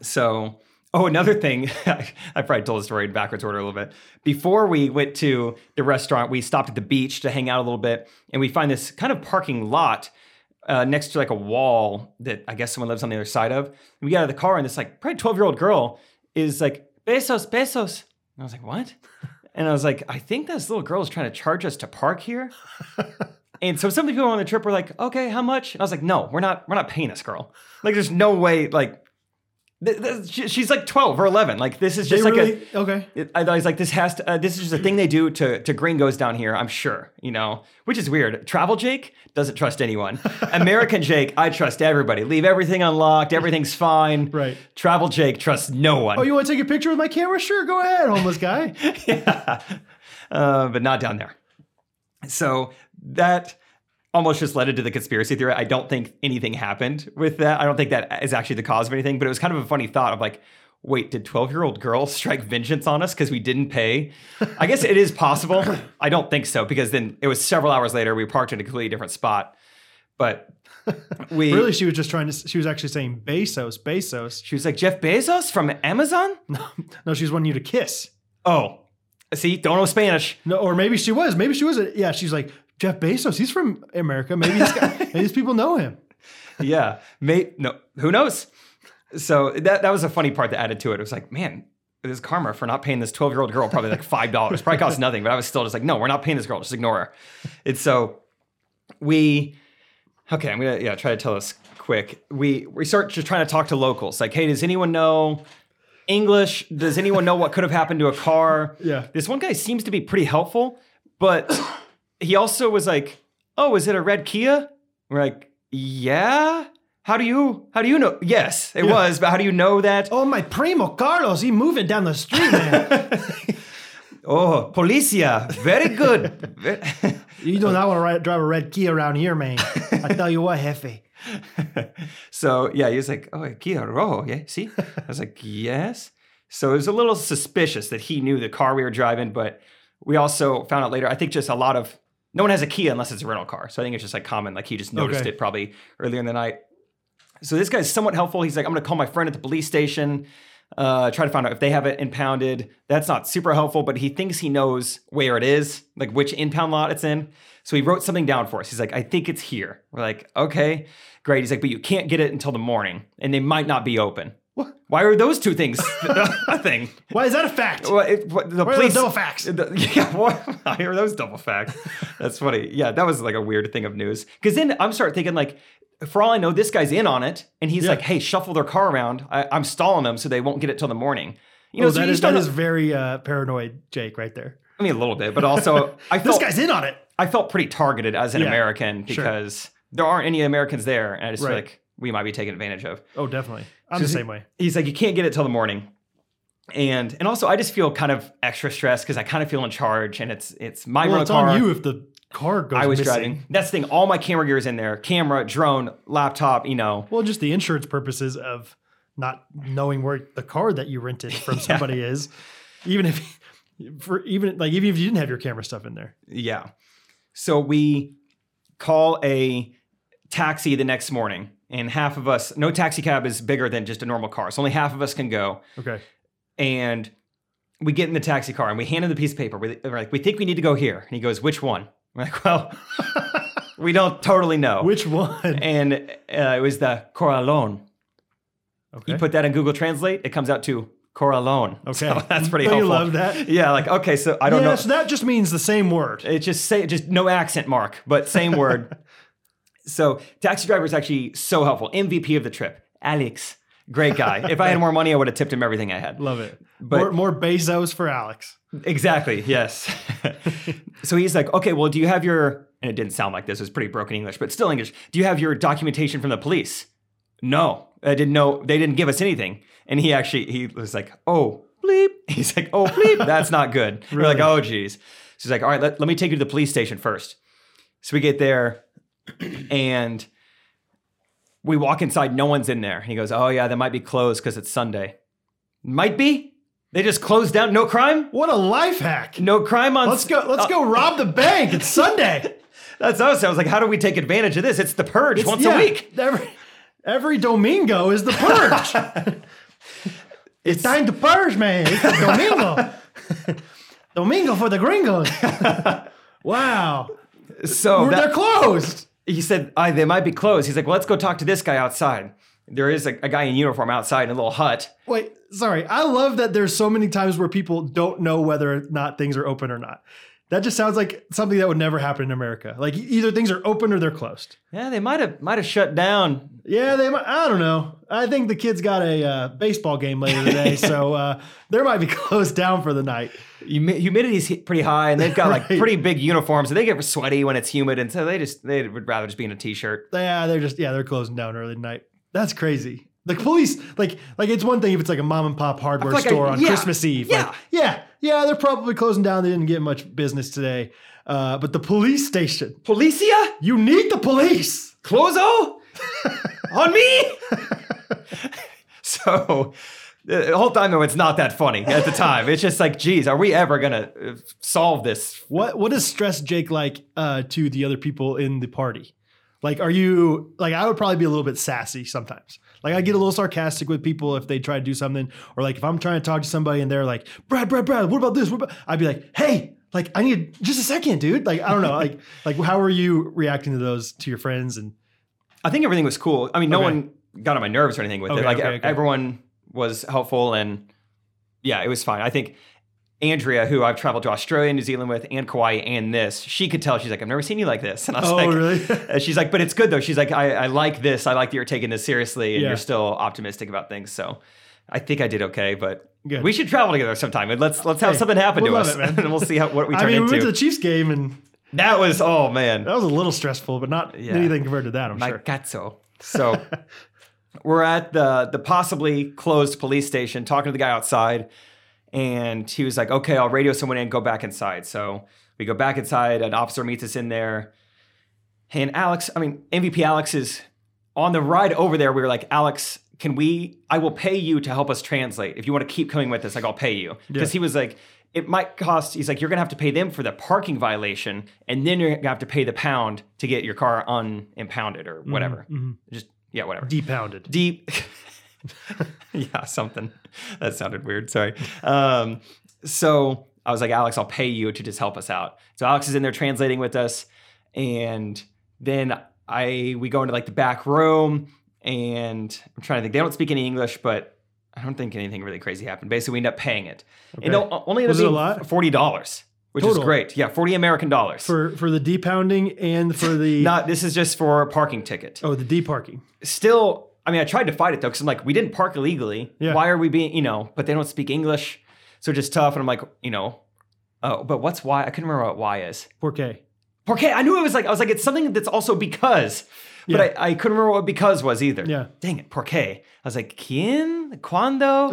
B: So, oh, another thing, <laughs> I probably told the story in backwards order a little bit. Before we went to the restaurant, we stopped at the beach to hang out a little bit, and we find this kind of parking lot uh, next to like a wall that I guess someone lives on the other side of. we got out of the car, and this like probably twelve year old girl is like pesos, pesos, and I was like, what? And I was like, I think this little girl is trying to charge us to
A: <laughs>
B: park here. And so some of the people on the trip were like, "Okay, how much?" And I was like, "No, we're not. We're not paying this girl. Like, there's no way. Like, th- th- she- she's like 12 or 11. Like, this is
A: They
B: just like a."
A: really, okay.
B: It, I was like, this has to, uh, this is just a thing they do to, to gringos down here, I'm sure, you know, which is weird. Travel Jake doesn't
A: <laughs>
B: trust anyone. American Jake, I trust everybody. Leave everything unlocked. Everything's fine.
A: Right.
B: Travel Jake trusts no one.
A: Oh, you want to take a picture with my camera? Sure, go ahead, homeless
B: <laughs>
A: guy.
B: yeah. Uh, but not down there. So that almost just led into the conspiracy theory. I don't think anything happened with that. I don't think that is actually the cause of anything, but it was kind of a funny thought of like, wait, did 12 year old girls <laughs> strike vengeance on us because we didn't pay? I guess it is
A: <laughs>
B: possible. I don't think so because then it was several hours later. We parked in a completely different spot. But
A: <laughs>
B: we
A: really, she was just trying to. She was actually saying Bezos, Bezos.
B: she was like, Jeff Bezos from Amazon?
A: No, she's wanting you to kiss.
B: Oh, see, don't know Spanish.
A: No, or maybe she was. Maybe she was. A, yeah, she's like Jeff Bezos. He's from America. Maybe, this <laughs> guy, maybe these people know him.
B: yeah, mate. No, who knows? So that that was a funny part that added to it. It was like, man, this karma for not paying this twelve year old girl probably like five dollars. probably cost nothing, but I was still just like, no, we're not paying this girl. Just ignore her. It's so we okay. I'm gonna yeah try to tell this quick. We we start just trying to talk to locals. Like, hey, does anyone know? English. Does anyone know what could have happened to a car?
A: Yeah.
B: This one guy seems to be pretty helpful, but he also was like, "Oh, is it a red Kia?" We're like, "Yeah." How do you how do you know? Yes, it was, but how do you know that?
A: Oh, my primo Carlos. He moving down the street, man.
B: Oh, policia, very good. <laughs> Ve-
A: you do not want to ride, drive a red key around here, man. I tell you what, Hefe.
B: so yeah, he was like, "Oh, Kia Rojo, yeah, see?" I was like, "Yes." So it was a little suspicious that he knew the car we were driving, but we also found out later. I think just a lot of no one has a Kia unless it's a rental car, so I think it's just like common. Like he just noticed
A: Okay.
B: it probably earlier in the night. So this guy's somewhat helpful. He's like, "I'm going to call my friend at the police station." Uh, try to find out if they have it impounded. That's not super helpful, but he thinks he knows where it is, like which impound lot it's in. So he wrote something down for us. He's like, I think it's here. We're like, okay, great. He's like, but you can't get it until the morning, and they might not be open.
A: What?
B: Why are those two things <laughs> a thing?
A: Why is that a fact?
B: Well, it, what, the
A: Why are
B: police
A: those double facts?
B: the- <laughs> yeah, what? <laughs> I hear those double facts. That's funny. Yeah, that was like a weird thing of news. Because then I'm start thinking like, for all I know, this guy's in on it, and he's
A: Yeah.
B: like, "Hey, shuffle their car around. I, I'm stalling them so they won't get it till the morning." You know,
A: Oh,
B: so
A: that
B: you
A: is
B: just don't
A: that
B: know-
A: is very uh, paranoid, Jake, right there.
B: I mean, a little bit,
A: <laughs>
B: but also I
A: This
B: felt
A: guy's in on it.
B: I felt pretty targeted as an
A: Yeah,
B: American
A: sure.
B: because there aren't any Americans there, and I just feel
A: Right.
B: like we might be taken advantage of.
A: Oh, definitely. I'm
B: So
A: the
B: is he-
A: same way.
B: he's like, you can't get it till the morning. And and also I just feel kind of extra stressed because I kind of feel in charge and it's it's my
A: Well,
B: rental
A: it's
B: car.
A: on you if the car goes
B: I was
A: missing.
B: driving. That's the thing. All my camera gear is in there: camera, drone, laptop. You know,
A: Well, just the insurance purposes of not knowing where the car that you rented
B: <laughs>
A: from somebody is, even if for even like even if you didn't have your camera stuff in there.
B: yeah. So we call a taxi the next morning, and half of us. No taxi cab is bigger than just a normal car, so only half of us can go.
A: Okay.
B: And we get in the taxi car and we hand him the piece of paper. We- We're like, we think we need to go here, and he goes, which one? We're like, well, <laughs> we don't totally know.
A: Which one?
B: and uh, it was the Corralón.
A: Okay.
B: You put that in Google Translate, it comes out to Corralón.
A: okay.
B: <laughs> So that's pretty
A: Don't
B: helpful.
A: You love that.
B: Yeah, like okay, so I don't
A: yeah,
B: know.
A: So that just means the same word.
B: It's just say just no accent mark, but
A: <laughs>
B: same word. So taxi driver is actually so helpful. MVP of the trip, Alex, great guy. if I had more money, I would have tipped him everything I had.
A: Love it.
B: But-
A: more, more Bezos for Alex.
B: Exactly. Yes. so he's like, okay, well, do you have your? And it didn't sound like this. It was pretty broken English, but still English. Do you have your documentation from the police? No, I didn't know. They didn't give us anything. And he actually he was like, oh bleep. <laughs> He's like, oh bleep. That's not good. We're like, oh geez. So he's like, all right, let, let me take you to the police station first. So we get there, <clears throat> and we walk inside. No one's in there. And he goes, oh yeah, that might be closed because it's Sunday. Might be. They just closed down. No crime.
A: What a life hack.
B: No crime on. <laughs>
A: Let's go. Let's go rob the bank. It's Sunday.
B: That's us. I was like, how do we take advantage of this? It's the purge
A: It's-
B: once
A: yeah,
B: a week.
A: Every, every Domingo is the purge.
B: <laughs>
A: it's time to purge, man. It's the Domingo.
B: <laughs>
A: Domingo for the gringos. wow.
B: So
A: We're-
B: Oh, that-
A: they're closed.
B: he said, I, they might be closed. He's like, well, let's go talk to this guy outside. There is a, a guy in uniform outside in a little hut.
A: Wait, sorry. I love that there's so many times where people don't know whether or not things are open or not. That just sounds like something that would never happen in America. Like e- either things are open or they're closed.
B: Yeah, they might have might have shut down.
A: Yeah, they might. I don't know. I think the kids got a uh, baseball game later
B: <laughs>
A: today, so uh, they might be <laughs> closed down for the night.
B: Humi- Humidity's hi- pretty high, and they've got like
A: Right.
B: pretty big uniforms, and they get sweaty when it's humid, and so they just they would rather just be in a t-shirt.
A: Yeah, they're just yeah, they're closing down early tonight. That's crazy. The police, like, like it's one thing if it's like a mom and pop hardware
B: like I-
A: store on
B: yeah,
A: Christmas Eve. Like,
B: yeah.
A: yeah, yeah, they're probably closing down. They didn't get much business today, uh, but the police station.
B: Policia,
A: You need the police.
B: closo, on me. so uh, the whole time though, it's not that funny at the time. It's just like, geez, are we ever gonna uh, solve this?
A: What what does stress Jake like uh, to the other people in the party? Like, are you like I would probably be a little bit sassy sometimes. Like I get a little sarcastic with people if they try to do something, or like if I'm trying to talk to somebody and they're like, Brad, Brad, Brad, what about this? What about? I'd be like, Hey, like I need just a second, dude. Like I don't know, like <laughs> like how are you reacting to those to your friends and
B: I think everything was cool. I mean, no
A: Okay.
B: one got on my nerves or anything with
A: Okay,
B: it. Like
A: okay,
B: e-
A: okay.
B: everyone was helpful, and yeah, it was fine. I think Andrea, who I've traveled to Australia, New Zealand with, and Kauai, and this, she could tell. She's like, I've never seen you like this, and I was
A: oh
B: like.
A: really?
B: <laughs> And she's like, but it's good though. She's like, I, I like this. I like that you're taking this seriously and
A: Yeah.
B: you're still optimistic about things. So I think I did okay, but
A: Good.
B: we should travel together sometime and let's let's have
A: Hey,
B: something happen
A: we'll
B: to
A: love
B: us
A: it, man.
B: <laughs> and we'll see how what we turn
A: <laughs> I mean, we
B: into.
A: went to the Chiefs game and
B: that was oh man.
A: that was a little stressful, but not
B: Yeah.
A: anything compared to that. I'm
B: My
A: sure.
B: cazzo.
A: <laughs>
B: So we're at the the possibly closed police station, talking to the guy outside, and he was like, "Okay, I'll radio someone in, go back inside." So we go back inside. An officer meets us in there, and Alex, I mean MVP Alex is on the ride over there. We were like, "Alex, can we? I will pay you to help us translate. If you want to keep coming with us, like I'll pay you." Because he was like. It might cost. He's like, you're gonna have to pay them for the parking violation, and then you're gonna have to pay the pound to get your car unimpounded or
A: Mm-hmm.
B: whatever. Just yeah, whatever
A: Depounded. <laughs>
B: deep yeah something that sounded weird sorry um, so i was like alex i'll pay you to just help us out so alex is in there translating with us and then i we go into like the back room and i'm trying to think they don't speak any english but i don't think anything really crazy happened basically we end up paying it and
A: Okay.
B: it'll- only ended
A: Was
B: up
A: it a
B: being
A: lot?
B: $40 which
A: Total.
B: is great yeah 40 american dollars
A: for for the depounding and
B: <laughs>
A: for the
B: not this is just for a parking ticket
A: oh the deparking.
B: still I mean, I tried to fight it though, because I'm like, we didn't park illegally.
A: Yeah.
B: Why are we being, you know, but they don't speak English. So just tough. And I'm like, you know, oh, but what's why? I couldn't remember what why is.
A: 4K.
B: Porque I knew it was like, I was like, it's something that's also because, but
A: Yeah.
B: I, I couldn't remember what because was either.
A: Yeah.
B: Dang it, porque. I was like, quien?
A: <laughs>
B: Cuando?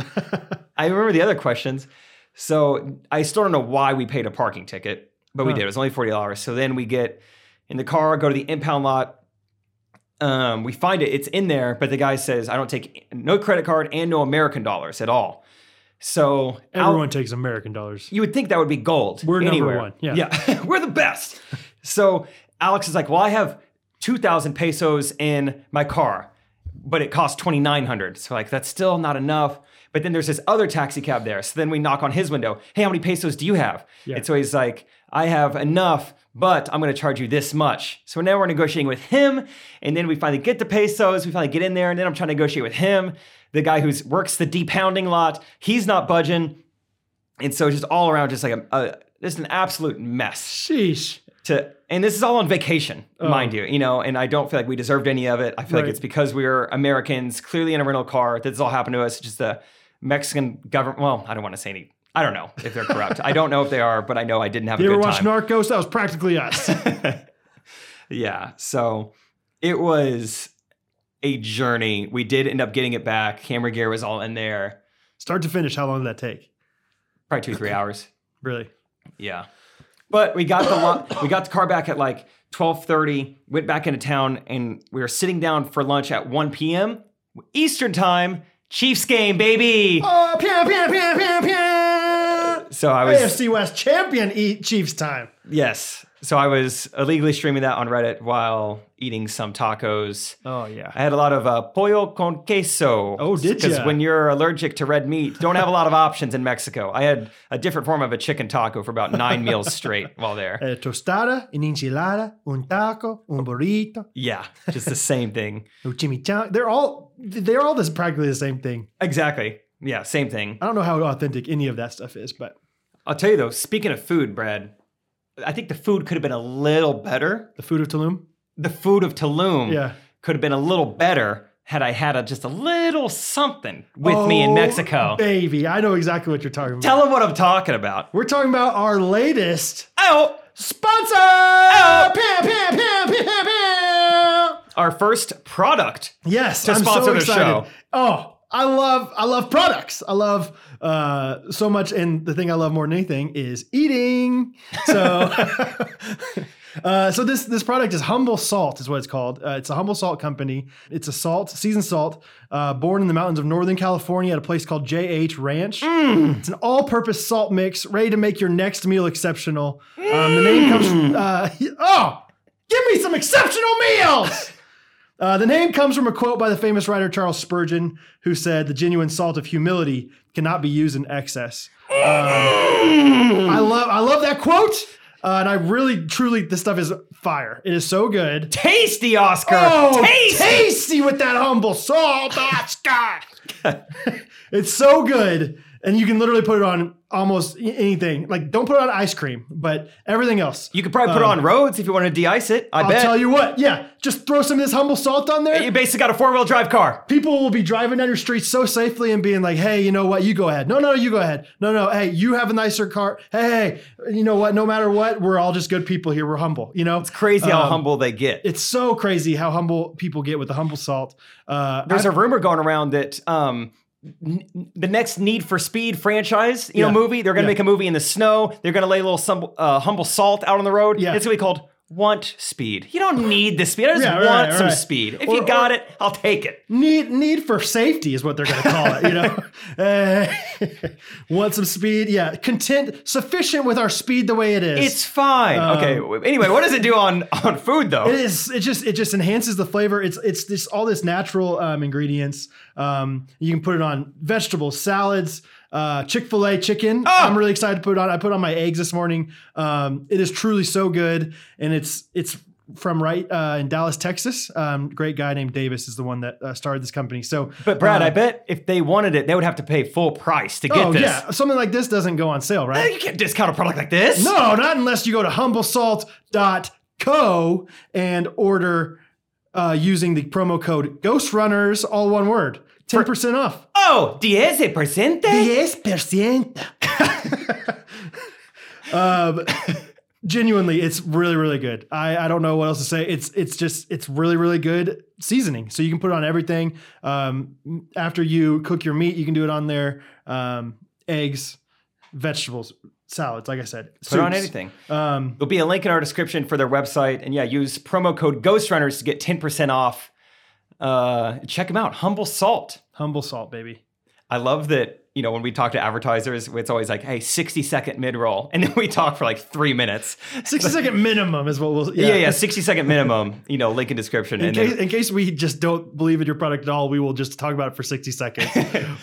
B: I remember the other questions. So I still don't know why we paid a parking ticket, but we
A: Huh.
B: did. It was only forty dollars. So then we get in the car, go to the impound lot. Um, we find it. It's in there, but the guy says, "I don't take no credit card and no American dollars at all." So I'll-
A: Everyone takes American dollars.
B: you would think that would be gold.
A: We're number
B: anywhere.
A: one, yeah.
B: <laughs> we're the best. So Alex is like, well, I have two thousand pesos in my car, but it cost twenty nine hundred. So like, that's still not enough. But then there's this other taxi cab there. So then we knock on his window. Hey, how many pesos do you have? And so he's like, I have enough, but I'm going to charge you this much. So now we're negotiating with him, and then we finally get the pesos. We finally get in there, and then I'm trying to negotiate with him, the guy who's works the depounding lot. He's not budging. And so just all around, just like a, a just an absolute mess.
A: Sheesh.
B: To and this is all on vacation, mind you, you know. And I don't feel like we deserved any of it. I feel
A: Oh. Right.
B: like it's because we were Americans, clearly in a rental car. This all happened to us. Just the Mexican government. Well, I don't want to say any. I don't know if they're corrupt. I don't know if they are, but I know I didn't have
A: You
B: a
A: ever
B: good
A: watch
B: time.
A: Narcos? That was practically us.
B: yeah. So it was a journey. We did end up getting it back. Camera gear was all in there.
A: Start to finish, how long did that take?
B: Probably two, three hours.
A: Really?
B: Yeah. But we got the lo- we got the car back at like 12:30, went back into town and we were sitting down for lunch at 1 p.m. Eastern time, Chiefs game, baby.
A: Oh, pew, pew, pew, pew, pew.
B: So I was
A: AFC West champion eat E Chiefs time.
B: yes. So I was illegally streaming that on Reddit while eating some tacos.
C: Oh yeah.
B: I had a lot of uh, pollo con queso.
A: Oh, did
B: Because
A: ya?
B: when you're allergic to red meat, don't have a lot of options in Mexico. I had a different form of a chicken taco for about nine meals straight while
A: <laughs>
B: there.
A: A Eh, tostada, an enchilada, un taco, un burrito,
B: Yeah, just the same thing.
A: a chimichanga. They're all they're all this practically the same thing.
B: Exactly. Yeah, same thing.
A: I don't know how authentic any of that stuff is, but
B: I'll tell you though, speaking of food, Brad, I think the food could have been a little better.
A: the food of Tulum.
B: The food of Tulum
A: Yeah.
B: could have been a little better had I had a, just a little something with me in
A: Oh,
B: Mexico.
A: Baby, I know exactly what you're talking about.
B: Tell them what I'm talking about.
A: We're talking about our latest
B: Oh,
A: sponsor. Pew, pew, pew, pew, pew.
B: our first product.
A: Yes,
B: To
A: I'm
B: sponsor
A: so
B: the
A: excited.
B: show.
A: Oh, I love I love products. I love uh, so much, and the thing I love more than anything is eating. So, <laughs> uh, so this this product is Humble Salt, is what it's called. Uh, it's a Humble Salt company. It's a salt, seasoned salt, uh, born in the mountains of Northern California at a place called JH Ranch.
B: Mm.
A: It's an all-purpose salt mix ready to make your next meal exceptional. Um, the name comes.
B: Mm.
A: From, uh, <laughs> oh, give me some exceptional meals. Uh, the name comes from a quote by the famous writer Charles Spurgeon, who said, "The genuine salt of humility cannot be used in excess." Um, I love, I love that quote, uh, and I really, truly, this stuff is fire. It is so good.
B: Tasty, Oscar.
A: Oh,
B: tasty.
A: tasty with that humble salt, Oscar. <laughs> it's so good. And you can literally put it on almost a- anything. Like, don't put it on ice cream, but everything else.
B: You could probably put it on roads if you want to de-ice it. I
A: um, I'll
B: bet.
A: tell
B: You,
A: you what. Yeah, just throw some of this humble salt on there.
B: basically got a four-wheel drive car.
A: people will be driving down your street so safely and being like, hey, you know what? You go ahead. No, no, you go ahead. No, no. Hey, you have a nicer car. Hey, hey, you know what? No matter what, we're all just good people here. We're humble, you know? It's
B: Crazy
A: Um,
B: how humble they get.
A: It's so crazy how humble people get with the humble salt. Uh,
B: There's a rumor going around that um, n- the next Need for Speed franchise, you know,
A: Yeah.
B: movie. They're going to
A: Yeah.
B: make a movie in the snow. They're going to lay a little some, uh, humble salt out on the road.
A: Yeah.
B: It's going to be called Want Speed. You don't need the speed. I just
A: Yeah, right,
B: want some
A: right.
B: speed. If
A: Or-
B: you got it, I'll take it.
A: need need for safety is what they're going to call it. You know,
B: <laughs>
A: Eh, <laughs> want some speed? Yeah, content sufficient with our speed the way it is.
B: It's fine. okay. w- Anyway, what does it do on on food though?
A: Um, it is it just it just enhances the flavor it's it's this all this natural um, ingredients um, you can put it on vegetables salads uh, chick-fil-a chicken
B: Ah!
A: i'm really excited to put it on i put on my eggs this morning um, it is truly so good and it's it's from right uh, in dallas texas um, great guy named davis is the one that uh, started this company so
B: But Brad,
A: uh,
B: I bet if they wanted it, they would have to pay full price to get
A: oh
B: this.
A: yeah something like this doesn't go on sale right
B: You can't discount a product like this.
A: No, not unless you go to humblesalt.co and order uh, using the promo code Ghost Runners, all one word. 10% off.
B: Oh, diez presente.
A: 10%. <laughs> um, genuinely, it's really, really good. I, I don't know what else to say. It's it's just it's really, really good seasoning. So you can put it on everything. Um, after you cook your meat, you can do it on there. Um, eggs, vegetables, salads, like I said.
B: Put it on
A: soups.
B: anything.
A: Um,
B: There'll be a link in our description for their website, and yeah, use promo code Ghostrunners to get ten percent off. Uh, check them out. Humble Salt.
A: Humble salt, <laughs> baby.
B: I love that. You know, when we talk to advertisers, it's always like, "Hey, sixty second mid roll," and then we talk for like three minutes.
A: 60 second minimum is what we'll.
B: Yeah, yeah, sixty second minimum. You know, link in description.
A: In
B: and then-
A: case, in case we just don't believe in your product at all, we will just talk about it for 60 seconds.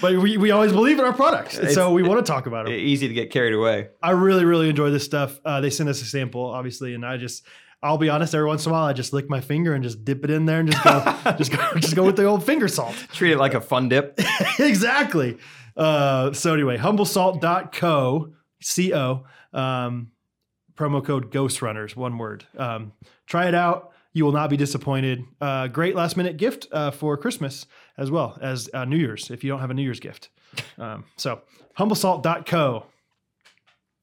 A: but we, we always believe in our products. And so we want to talk about them.
B: e-, easy to get carried away.
A: I really, really enjoy this stuff. Uh, they sent us a sample, obviously. And I just, I'll be honest, every once in a while, I just lick my finger and just dip it in there and just go, just go, just go with the old finger salt.
B: Treat it like a fun dip. <laughs>
A: <laughs> exactly. Uh, so anyway, humblesalt.co, C-O, um, promo code Ghost Runners, one word. Um, try it out. You will not be disappointed. Uh, great last minute gift uh, for Christmas as well as uh, New Year's if you don't have a New Year's gift. Um, so humblesalt.co.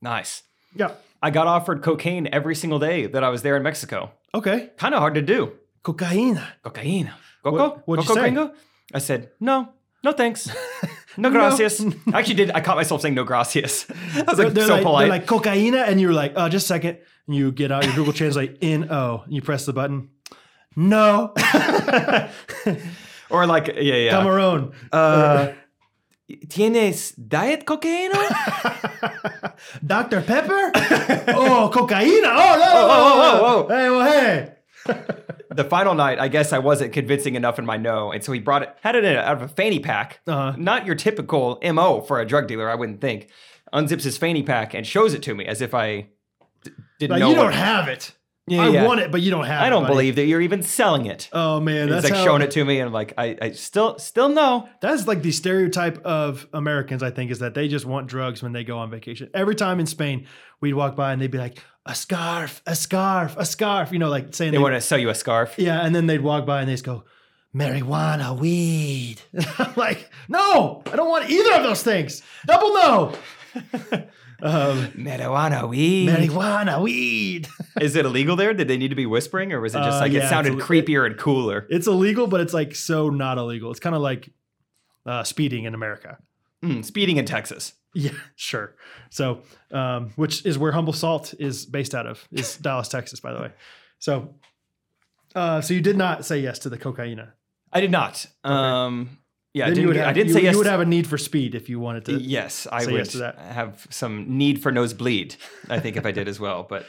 B: Nice.
A: Yeah.
B: I got offered cocaine every single day that I was there in Mexico.
A: Okay.
B: Kind of hard to do.
A: Cocaine.
B: Cocaine. Coco?
A: What- what'd you
B: Coco
A: say?
B: gringo? I said, no,
A: <laughs>
B: no thanks. No gracias. I actually did. I caught myself saying no gracias. <laughs> I was like,
A: they're,
B: so
A: like,
B: polite.
A: they're like cocaine, and you're like, oh, just a second. And you get out your Google Translate <laughs> N O, and you press the button. No,
B: or like, yeah, yeah.
A: Cameroon. <laughs>
B: Uh, ¿Tienes diet cocaine?
A: Dr.
B: <laughs>
A: Pepper? oh, cocaine. Oh, no.
B: Oh, oh, oh, oh.
A: Hey, well, hey.
B: the final night, I guess I wasn't convincing enough in my no, and so he brought it, had it in, out of a fanny pack.
A: Uh-huh.
B: Not your typical mo for a drug dealer, I wouldn't think. Unzips his fanny pack and shows it to me as if I d- didn't
A: Like,
B: know.
A: you
B: what-
A: don't have it.
B: Yeah,
A: I
B: yeah.
A: want it, but you don't have it.
B: I don't
A: buddy.
B: believe that you're even selling it.
A: Oh, man.
B: He's
A: That's
B: like
A: how,
B: showing it to me, and I'm like, I, I still, still no.
A: That's like the stereotype of Americans, I think, is that they just want drugs when they go on vacation. Every time in Spain, we'd walk by and they'd be like, a scarf, a scarf, a scarf, you know, like saying
B: They
A: they-
B: want to sell you a scarf.
A: Yeah, and then they'd walk by and they'd just go, marijuana, weed. <laughs> I'm like, no, I don't want either of those things. Double no. <laughs> um,
B: Marijuana weed.
A: marijuana, weed. <laughs>
B: Is it illegal there? Did they need to be whispering, or was it just
A: Uh,
B: like
A: yeah,
B: it
A: it's
B: sounded
A: ill-
B: creepier and cooler?
A: It's illegal, but it's like so not illegal. It's kind of like uh, speeding in America.
B: Mm, speeding in Texas.
A: Yeah, sure. So, um, which is where Humble Salt is based out of,
B: <laughs>
A: is Dallas, Texas, by the way. So, uh, so you did not say yes to the cocaina.
B: I did not. Um, yeah, I
A: Then you
B: didn't.
A: would
B: get-
A: have,
B: I didn't
A: you,
B: say yes.
A: You would have a need for speed if you wanted to.
B: yes, I
A: say
B: would
A: yes to that.
B: have some need for nosebleed. I think if I did as well, but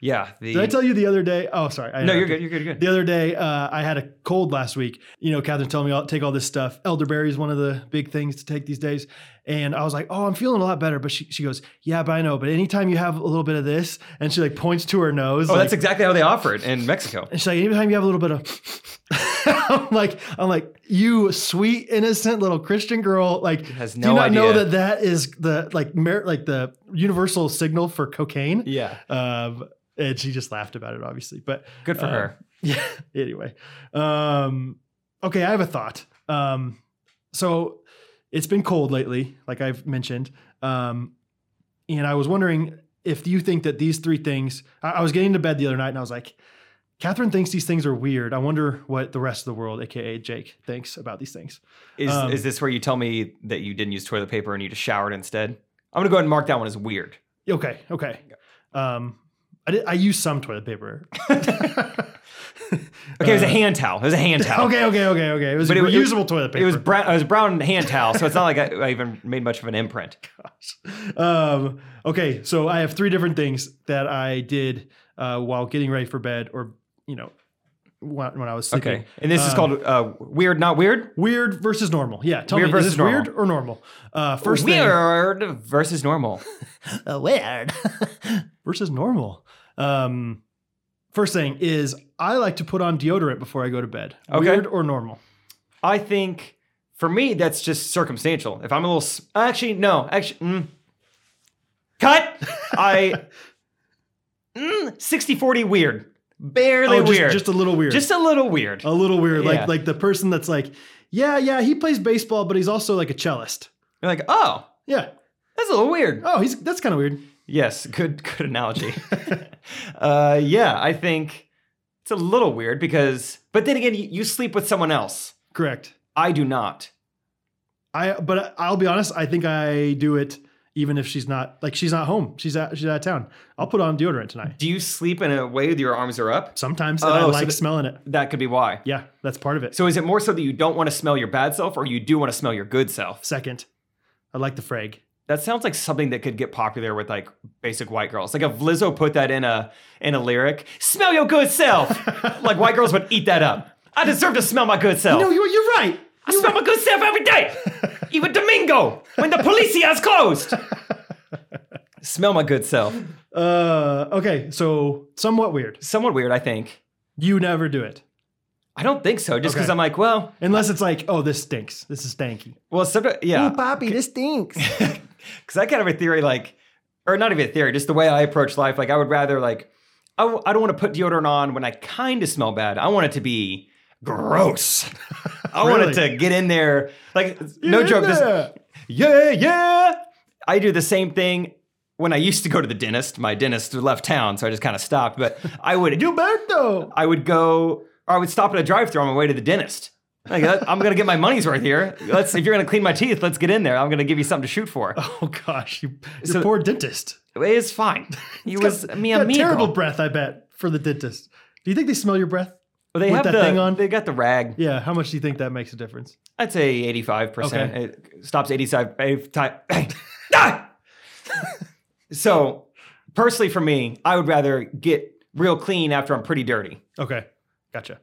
B: yeah. The,
A: Did I tell you the other day? Oh, sorry. I
B: no, you're
A: interrupted.
B: good. You're good. You're good.
A: The other day, uh, I had a cold last week. You know, Catherine told me I'll take all this stuff. Elderberry is one of the big things to take these days. And I was like, oh, I'm feeling a lot better. But she, she goes, yeah, but I know. But anytime you have a little bit of this, and she like points to her nose.
B: Oh,
A: like,
B: that's exactly how they offer it in Mexico.
A: and she's like, anytime you have a little bit of, <laughs> I'm like, I'm like, you sweet innocent little Christian girl, like,
B: Has
A: do
B: no
A: you not know
B: idea.
A: that that is the like mer- like the universal signal for cocaine?
B: Yeah,
A: Um, and she just laughed about it, obviously. But
B: good for
A: Uh,
B: her.
A: <laughs> yeah. Anyway, um, okay, I have a thought. Um, so it's been cold lately, like I've mentioned, um, and I was wondering if you think that these three things. I, I was getting to bed the other night, and I was like, Catherine thinks these things are weird. I wonder what the rest of the world, aka Jake, thinks about these things.
B: Is
A: um,
B: is this where you tell me that you didn't use toilet paper and you just showered instead? I'm gonna go ahead and mark that one as weird.
A: Okay, okay. Um, I did, I use some toilet
B: <laughs>
A: paper. <laughs>
B: Okay, it was a hand towel. It was a hand towel.
A: Uh, Okay, okay, okay, okay. It was
B: But
A: a
B: it was-
A: reusable toilet paper.
B: It was brown. It was brown hand towel, so it's not like I, I even made much of an imprint.
A: <laughs> um, okay, so I have three different things that I did uh, while getting ready for bed, or you know, when, when I was sleeping.
B: Okay, and this is
A: Um,
B: called uh, weird, not weird.
A: weird versus normal. Yeah, tell
B: Weird
A: me, is
B: versus
A: this
B: normal.
A: weird or normal? Uh, first
B: weird versus normal.
A: thing, weird versus normal. Um, first thing is I like to put on deodorant before I go to bed.
B: Okay.
A: Weird or normal?
B: <laughs> I think for me that's just circumstantial. If I'm a little, s- actually no, actually, mm, cut. I <laughs> mm, 60-40 weird, barely
A: Oh, just,
B: weird,
A: just a little weird. Oh.
B: Just a little weird.
A: a little weird.
B: Yeah.
A: Like like the person that's like, yeah, yeah, he plays baseball, but he's also like a cellist.
B: You're like, oh,
A: Yeah.
B: that's a little weird.
A: Oh, he's that's kind of weird.
B: Yes, good <laughs> good analogy. uh, yeah, I think it's a little weird because, but then again, you, you sleep with someone else.
A: Correct.
B: I do not.
A: I but I'll be honest. I think I do it even if she's not like she's not home. She's out. She's out of town. I'll put on deodorant tonight.
B: Do you sleep in a way that your arms are up?
A: Sometimes and I
B: Oh, so
A: like
B: that-
A: smelling it.
B: That could be why.
A: Yeah, that's part of it.
B: So is it more so that you don't want to smell your bad self, or you do want to smell your good self?
A: Second, I like the frag.
B: That sounds like something that could get popular with like basic white girls. Like if Lizzo put that in a in a lyric, "Smell your good self," like white girls would eat that up. I deserve to smell my good self.
A: No, you're, you're right.
B: I smell my good self every
A: <laughs>
B: day. Even Domingo, when the policia closed. smell my good self.
A: Uh, okay, so somewhat weird.
B: Somewhat weird, I think.
A: You never do it
B: I don't think so, just because
A: Okay.
B: I'm like, well,
A: unless it's like, oh, this stinks. This is stanky.
B: well, sometimes, yeah.
A: Poppy, Oh, this stinks.
B: Because I kind of have a theory, like, or not even a theory, just the way I approach life. Like, I would rather, like, I w- I don't want to put deodorant on when I kind of smell bad. I want it to be
A: <laughs>
B: gross. I want it
A: Really?
B: to get in there. Like, <laughs> no joke. This,
A: Yeah.
B: Yeah, yeah. I do the same thing when I used to go to the dentist. My dentist left town, so I just kind of stopped. <laughs> But I would,
A: Gilberto.
B: I would go, or I would stop at a drive-thru on my way to the dentist. Like, I- I'm gonna get my money's worth here. Let's, if you're gonna clean my teeth, let's get in there. I'm gonna give you something to shoot for.
A: Oh gosh, you, your
B: So-
A: poor dentist.
B: <laughs> It's fine. You was me
A: Got
B: amigo.
A: terrible breath. I bet for the dentist. Do you think they smell your breath?
B: Well, they
A: with
B: have
A: that
B: the,
A: thing on?
B: They got the rag.
A: Yeah, how much do you think that makes a difference?
B: I'd say 85%.
A: Okay.
B: <coughs> It stops 85. 85 Ah! So, personally, for me, I would rather get real clean after I'm pretty dirty.
A: Okay, gotcha.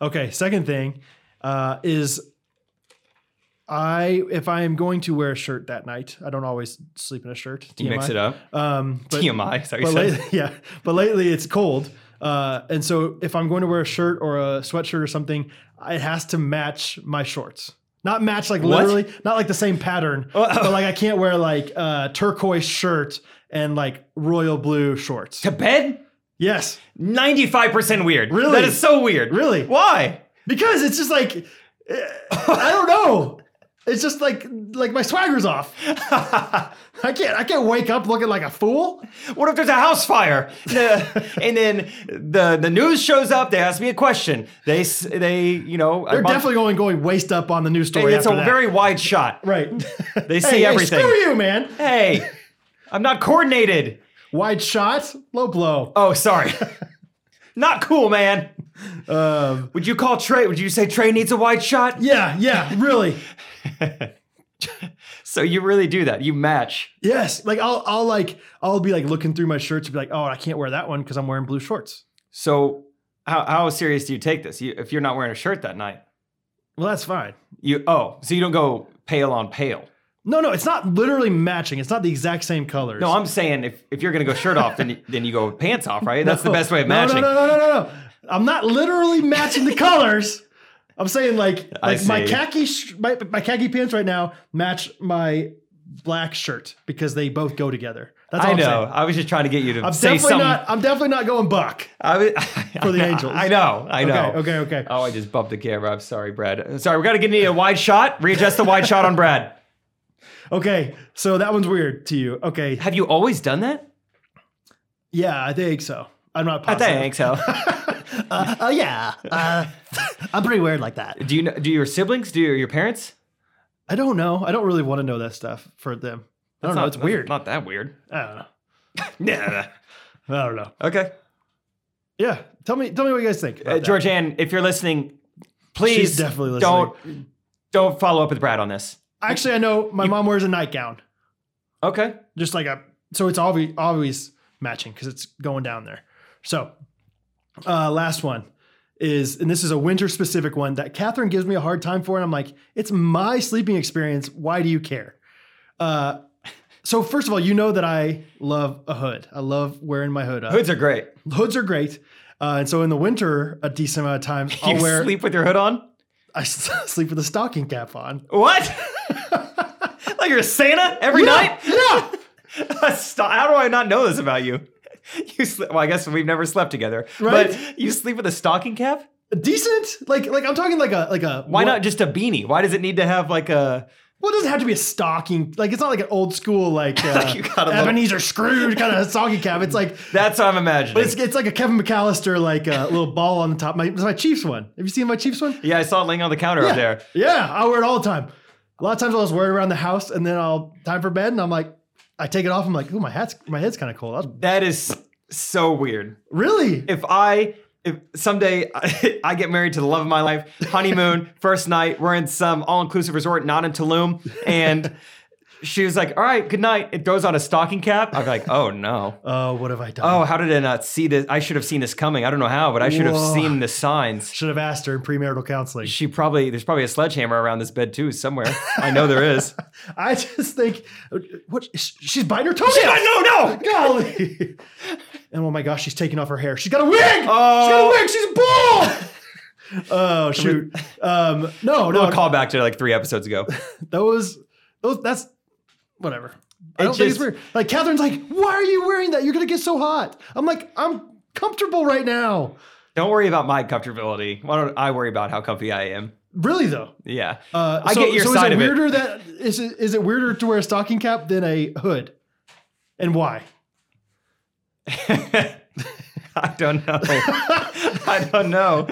A: Okay, second thing uh, is I if I am going to wear a shirt that night, I don't always sleep in a shirt.
B: Do you mix it up?
A: Um, but,
B: TMI. Sorry,
A: but lately, <laughs> yeah, but lately it's cold. Uh, and so if I'm going to wear a shirt or a sweatshirt or something, it has to match my shorts. Not match like
B: What?
A: literally, not like the same pattern,
B: Oh, oh.
A: but like I can't wear like uh, turquoise shirt and like royal blue shorts.
B: to bed.
A: Yes,
B: Ninety-five percent weird.
A: Really?
B: That is so weird.
A: Really?
B: Why?
A: because it's just like eh, I don't know. It's just like like my swagger's
B: <laughs>
A: off. I can't I can't wake up looking like a fool.
B: What if there's a house fire? The- <laughs> and then the the news shows up. They ask me a question. They s- they you know
A: They're definitely going going waist up on the news story.
B: It's a
A: after that.
B: very wide shot.
A: right.
B: <laughs> They see
A: hey, hey,
B: everything.
A: screw you, man.
B: Hey, I'm not coordinated.
A: Wide shot, low blow.
B: Oh, <laughs> sorry. not cool, man.
A: Um,
B: Would you call Trey? Would you say Trey needs a wide shot?
A: Yeah, yeah, really.
B: So you really do that. You match.
A: yes. Like I'll I'll like I'll be like looking through my shirts and be like, oh, I can't wear that one because I'm wearing blue shorts.
B: So how, how serious do you take this? You, if you're not wearing a shirt that night,
A: Well, that's fine.
B: you oh, so you don't go pale on pale.
A: No, no, it's not literally matching. It's not the exact same colors.
B: No, I'm saying if, if you're gonna go shirt off, then you, then you go pants off, right? That's the best way of
A: No,
B: matching.
A: No, no, no, no, no, no. I'm not literally matching the colors. I'm saying like
B: I
A: like my
B: see.
A: khaki sh- my, my khaki pants right now match my black shirt because they both go together. That's all
B: I
A: I'm
B: know.
A: saying.
B: I was just trying to get you to
A: I'm
B: say
A: definitely
B: something.
A: not. I'm definitely not going buck.
B: I was, <laughs> for
A: the Angels.
B: I know. I know.
A: Okay, okay, okay.
B: Oh, I just bumped the camera. I'm sorry, Brad. Sorry, we gotta get you a wide shot. Readjust the wide shot on Brad. Oh.
A: Okay, so that one's weird to you. Okay,
B: <laughs> Have you always done that?
A: yeah, I think so. I'm not
B: I
A: positive.
B: think so.
A: uh, uh, yeah, uh, <laughs> I'm pretty weird like that.
B: <laughs> Do you know, do your siblings? Do your, your parents?
A: I don't know. I don't really want to know that stuff for them. I don't know. it's
B: that's
A: weird.
B: Not
A: <laughs>
B: that weird.
A: I don't know.
B: Yeah.
A: I don't know.
B: <laughs> Okay.
A: Yeah, tell me, tell me what you guys think. about
B: Uh,
A: that.
B: Georgianne, if you're listening, please
A: definitely
B: don't don't follow up with Brad on this.
A: Actually, I know my mom wears a nightgown,
B: Okay.
A: just like a. So it's always always matching because it's going down there. So, uh, last one is, and this is a winter specific one that Catherine gives me a hard time for, and I'm like, it's my sleeping experience. Why do you care? Uh, so first of all, you know that I love a hood. I love wearing my hood up.
B: Hoods are great.
A: hoods are great. Uh, and so in the winter, a decent amount of times,
B: <laughs> You
A: I'll wear
B: sleep with your hood on?
A: <laughs> I <laughs> sleep with a stocking cap on
B: What? <laughs> like you're a Santa every night? <laughs>
A: Yeah,
B: Stop. How do I not know this about you? <laughs> You sleep. Well, I guess we've never slept together.
A: Right.
B: But you sleep with a stocking cap?
A: decent. Like like I'm talking like a like a
B: Why not just a beanie? Why does it need to have like a?
A: Well, it doesn't have to be a stocking. Like it's not like an old school like, uh,
B: <laughs> Like you got a little-
A: Ebenezer Scrooge kind of stocking cap. It's like
B: That's what I'm imagining.
A: it's, it's like a Kevin McAllister like a little ball on the top. My it's my Chiefs one. Have you seen my Chiefs one?
B: yeah, I saw it laying on the counter up there.
A: Yeah, I wear it all the time. A lot of times I'll just wear it around the house, and then I'll time for bed, and I'm like, I take it off. I'm like, ooh, my hat's my head's kind of cold. That's-
B: That is so weird.
A: really?
B: If I if someday <laughs> I, get married to the love of my life, honeymoon, first night, we're in some all-inclusive resort, not in Tulum, and she was like, "All right, good night." It throws on a stocking cap. I'm like, "Oh no."
A: Oh, what have I done?
B: Oh, how did I not see this? I should have seen this coming. I don't know how, but I should have
A: Whoa.
B: seen the signs.
A: Should have asked her in premarital counseling.
B: She probably there's probably a sledgehammer around this bed too somewhere. I know there is.
A: I just think, what? She's biting her toenails.
B: no, no.
A: Golly. and oh my gosh, she's taking off her hair. She's got a wig.
B: Oh.
A: She's got a wig.
B: <laughs>
A: She's bald. oh shoot. Um, no,
B: Little
A: no.
B: call back to like three episodes ago.
A: Those, those. That's whatever. I
B: It
A: don't think it's
B: just-
A: weird. Like Catherine's like, why are you wearing that? You're gonna get so hot. I'm like, I'm comfortable right now.
B: Don't worry about my comfortability. Why don't I worry about how comfy I am?
A: Really though.
B: Yeah.
A: Uh,
B: I
A: so,
B: get your
A: so
B: side
A: is
B: of
A: it
B: it.
A: weirder that is it is it weirder to wear a stocking cap than a hood, and why?
B: <laughs> I don't know. <laughs> I don't know.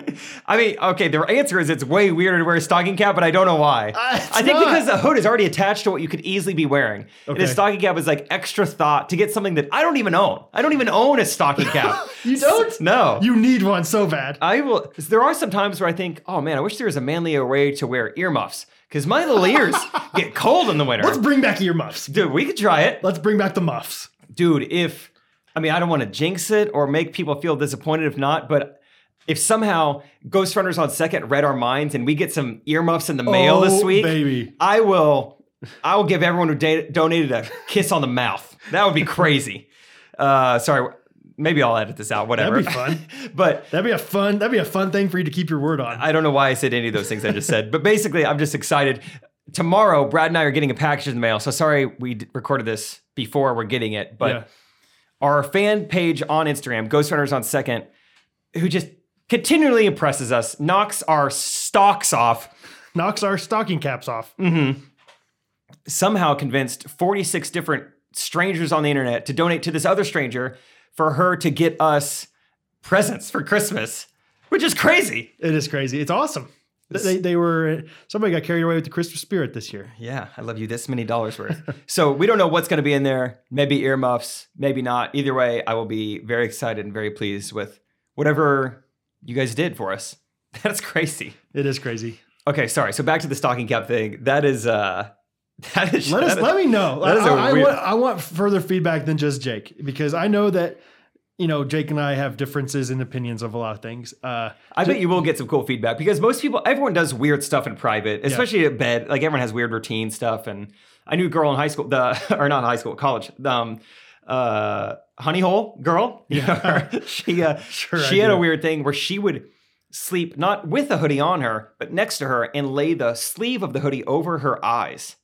B: I mean, okay, the answer is it's way weirder to wear a stocking cap, but I don't know why.
A: Uh, it's
B: I think
A: not.
B: because the hood is already attached to what you could easily be wearing. And a
A: Okay.
B: stocking cap is like extra thought to get something that I don't even own. I don't even own a stocking cap.
A: <laughs> You don't?
B: No.
A: You need one so bad.
B: I will. There are some times where I think, oh man, I wish there was a manlier way to wear earmuffs
A: <laughs>
B: because my little ears get cold in the winter.
A: Let's bring back earmuffs.
B: Dude, we could try it.
A: Let's bring back the muffs.
B: dude, if I mean, I don't want to jinx it or make people feel disappointed if not, but if somehow Ghost Runners on Second read our minds and we get some earmuffs in the mail this
A: Oh,
B: week,
A: baby.
B: I will. I will give everyone who da- donated a kiss on the mouth.
A: <laughs>
B: That would be crazy. Uh, sorry, maybe I'll edit this out. Whatever.
A: That'd be fun.
B: but
A: That'd be a fun. That'd be a fun thing for you to keep your word on.
B: I don't know why I said any of those things I just said, but basically, I'm just excited. Tomorrow, Brad and I are getting a package in the mail. So sorry we d- recorded this before we're getting it, but
A: Yeah.
B: our fan page on Instagram, Ghost Runners on Second, who just continually impresses us, knocks our stocks off,
A: Knocks our stocking caps off.
B: Mm. somehow convinced 46 different strangers on the internet to donate to this other stranger for her to get us presents for Christmas, which is crazy.
A: It is crazy. It's awesome. Th- They, they were somebody got carried away with the Christmas spirit this year.
B: Yeah, I love you this many dollars worth. <laughs> so we don't know what's going to be in there. Maybe earmuffs, maybe not. Either way, I will be very excited and very pleased with whatever you guys did for us. <laughs> That's crazy.
A: It is crazy.
B: Okay, sorry. So back to the stocking cap thing. That is uh <laughs> that is
A: Let us
B: that-
A: let me know.
B: that is a
A: I- I,
B: weird-
A: want, I want further feedback than just Jake because I know that you know Jake and I have differences in opinions of a lot of things. Uh,
B: I bet you will get some cool feedback because most people everyone does weird stuff in private, especially at bed. Like everyone has weird routine stuff and I knew a girl in high school, the <laughs> or not in high school, college. Um uh honey hole girl. <laughs>
A: Yeah.
B: she uh
A: <laughs> Sure
B: she
A: I
B: had a
A: do.
B: weird thing where she would sleep not with a hoodie on her, but next to her and lay the sleeve of the hoodie over her eyes.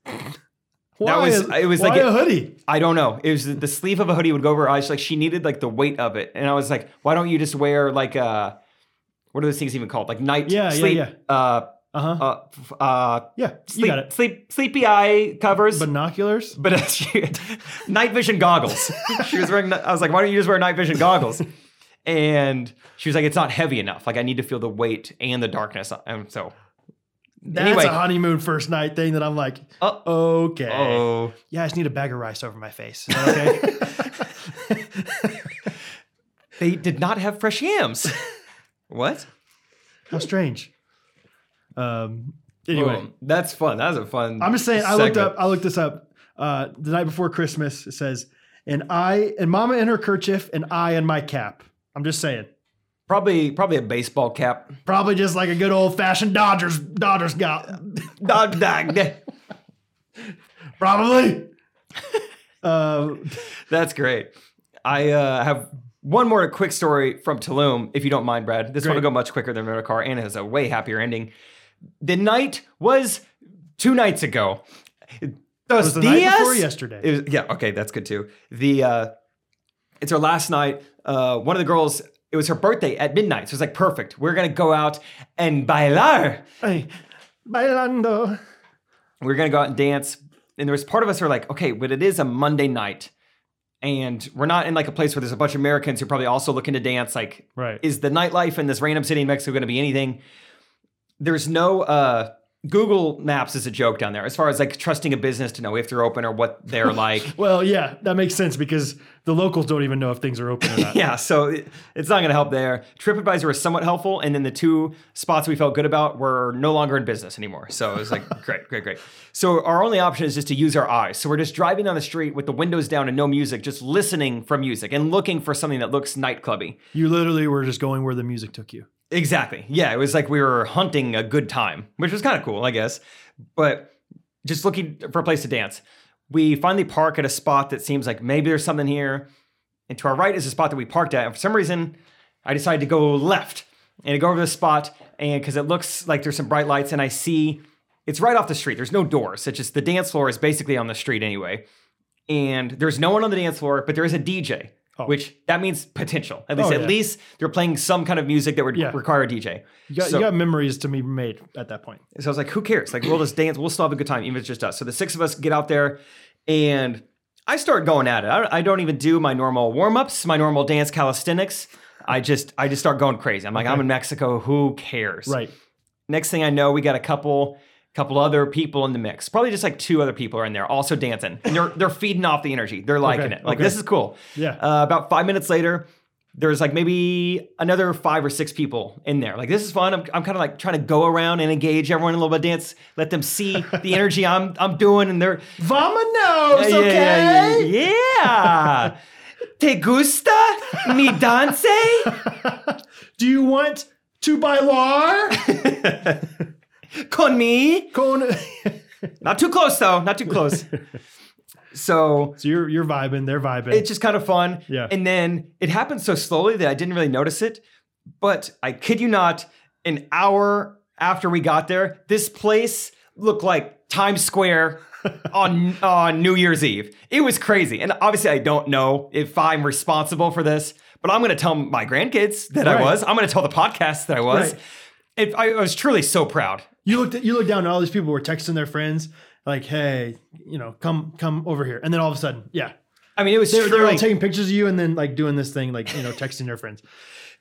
A: why
B: was-
A: is-
B: it was
A: why
B: like
A: a
B: it-
A: hoodie.
B: I don't know. It was the sleeve of a hoodie would go over her eyes. Like she needed like the weight of it, and I was like, why don't you just wear like uh, what are those things even called? Like night
A: Yeah, yeah,
B: sleep,
A: yeah.
B: Uh,
A: Uh huh.
B: uh, f- uh,
A: Yeah, you
B: sleep,
A: got it.
B: sleep, sleepy eye covers. But-
A: Binoculars.
B: uh, she, <laughs> night vision goggles. she was wearing. I was like, why don't you just wear night vision goggles? And she was like, it's not heavy enough. Like I need to feel the weight and the darkness. And so,
A: That's
B: anyway,
A: a honeymoon first night thing that I'm like,
B: Uh,
A: okay,
B: oh,
A: yeah, I just need a bag of rice over my face.
B: <laughs>
A: Okay,
B: they did not have fresh yams. what?
A: how strange. Um. Anyway,
B: Boom. that's fun. That was a fun.
A: I'm just saying. I looked
B: segment.
A: up. I looked this up. Uh, the night before Christmas, it says, "And I and Mama in her kerchief, and I in my cap." I'm just saying.
B: Probably, probably a baseball cap.
A: Probably just like a good old fashioned Dodgers Dodgers got
B: Dog,
A: <laughs>
B: dog, dog. <laughs>
A: probably. uh,
B: That's great. I uh, have one more quick story from Tulum, if you don't mind, Brad. This one will
A: Great.
B: go much quicker than Motor Car and has a way happier ending. The night was two nights ago. Dos
A: was the night before
B: días?
A: yesterday.
B: It was, yeah, okay, that's good too. The uh, it's our last night. Uh, one of the girls, it was her birthday at midnight, so it's like perfect. We're gonna go out and bailar.
A: Hey, bailando.
B: we were gonna go out and dance. And there was part of us who were like, okay, but it is a Monday night, and we're not in like a place where there's a bunch of Americans who are probably also looking to dance. Like,
A: Right.
B: is the nightlife in this random city in Mexico gonna be anything? There's no uh Google Maps is a joke down there as far as like trusting a business to know if they're open or what they're like.
A: well, yeah, that makes sense because the locals don't even know if things are open or not.
B: yeah, so it- it's not going to help there. TripAdvisor was somewhat helpful, and then the two spots we felt good about were no longer in business anymore. So it was like, great, great, great. So our only option is just to use our eyes. So we're just driving down the street with the windows down and no music, just listening for music and looking for something that looks nightclubby.
A: <laughs> You literally were just going where the music took you.
B: Exactly. Yeah, it was like we were hunting a good time, which was kind of cool, I guess. But just looking for a place to dance. We finally park at a spot that seems like maybe there's something here. And to our right is a spot that we parked at. And for some reason, I decided to go left and to go over this spot. And because it looks like there's some bright lights, and I see it's right off the street. There's no doors. It's just the dance floor is basically on the street anyway. And there's no one on the dance floor, but there is a DJ,
A: Oh.
B: which that means potential. At least,
A: Oh,
B: at
A: yeah.
B: least they're playing some kind of music that would
A: Yeah.
B: require a DJ.
A: You got,
B: So-
A: you got memories to be made at that point.
B: so I was like, who cares? Like, we'll just dance. We'll still have a good time, even if it's just us. So the six of us get out there and I start going at it. I don't, I don't even do my normal warm ups, my normal dance calisthenics. I just, I just start going crazy. I'm like, I'm in Mexico. Who cares?
A: Right.
B: Next thing I know, we got a couple, couple other people in the mix. Probably just like two other people are in there, also dancing. And they're, they're feeding off the energy. They're liking
A: Okay,
B: it. Like,
A: okay.
B: this is cool.
A: Yeah.
B: Uh, about five Uh, minutes later, there's like maybe another five or six people in there. Like this is fun. I'm, I'm kind of like trying to go around and engage everyone in a little bit of dance, let them see the energy I'm I'm doing, and they're
A: Vamanos,
B: yeah,
A: okay?
B: yeah, yeah, yeah. Te gusta mi dance?
A: Do you want to
B: <laughs>
A: bailar?
B: Con me?
A: Con-
B: Not too close though. Not too close. So
A: <laughs> so you're you're vibing, they're vibing.
B: it's just kind of fun.
A: Yeah.
B: And then it happened so slowly that I didn't really notice it. But I kid you not, an hour after we got there, this place looked like Times Square
A: <laughs>
B: on on New Year's Eve. It was crazy. And obviously I don't know if I'm responsible for this, but I'm gonna tell my grandkids that I
A: Right.
B: was. I'm gonna tell the podcast that I was.
A: Right.
B: If I, I was truly so proud.
A: you looked at, you looked down and all these people were texting their friends like, "Hey, you know, come come over here." And then all of a sudden, yeah.
B: I mean, it was
A: They were, they were all
B: truly
A: taking pictures of you and then like doing this thing like, you know, texting their
B: <laughs>
A: friends.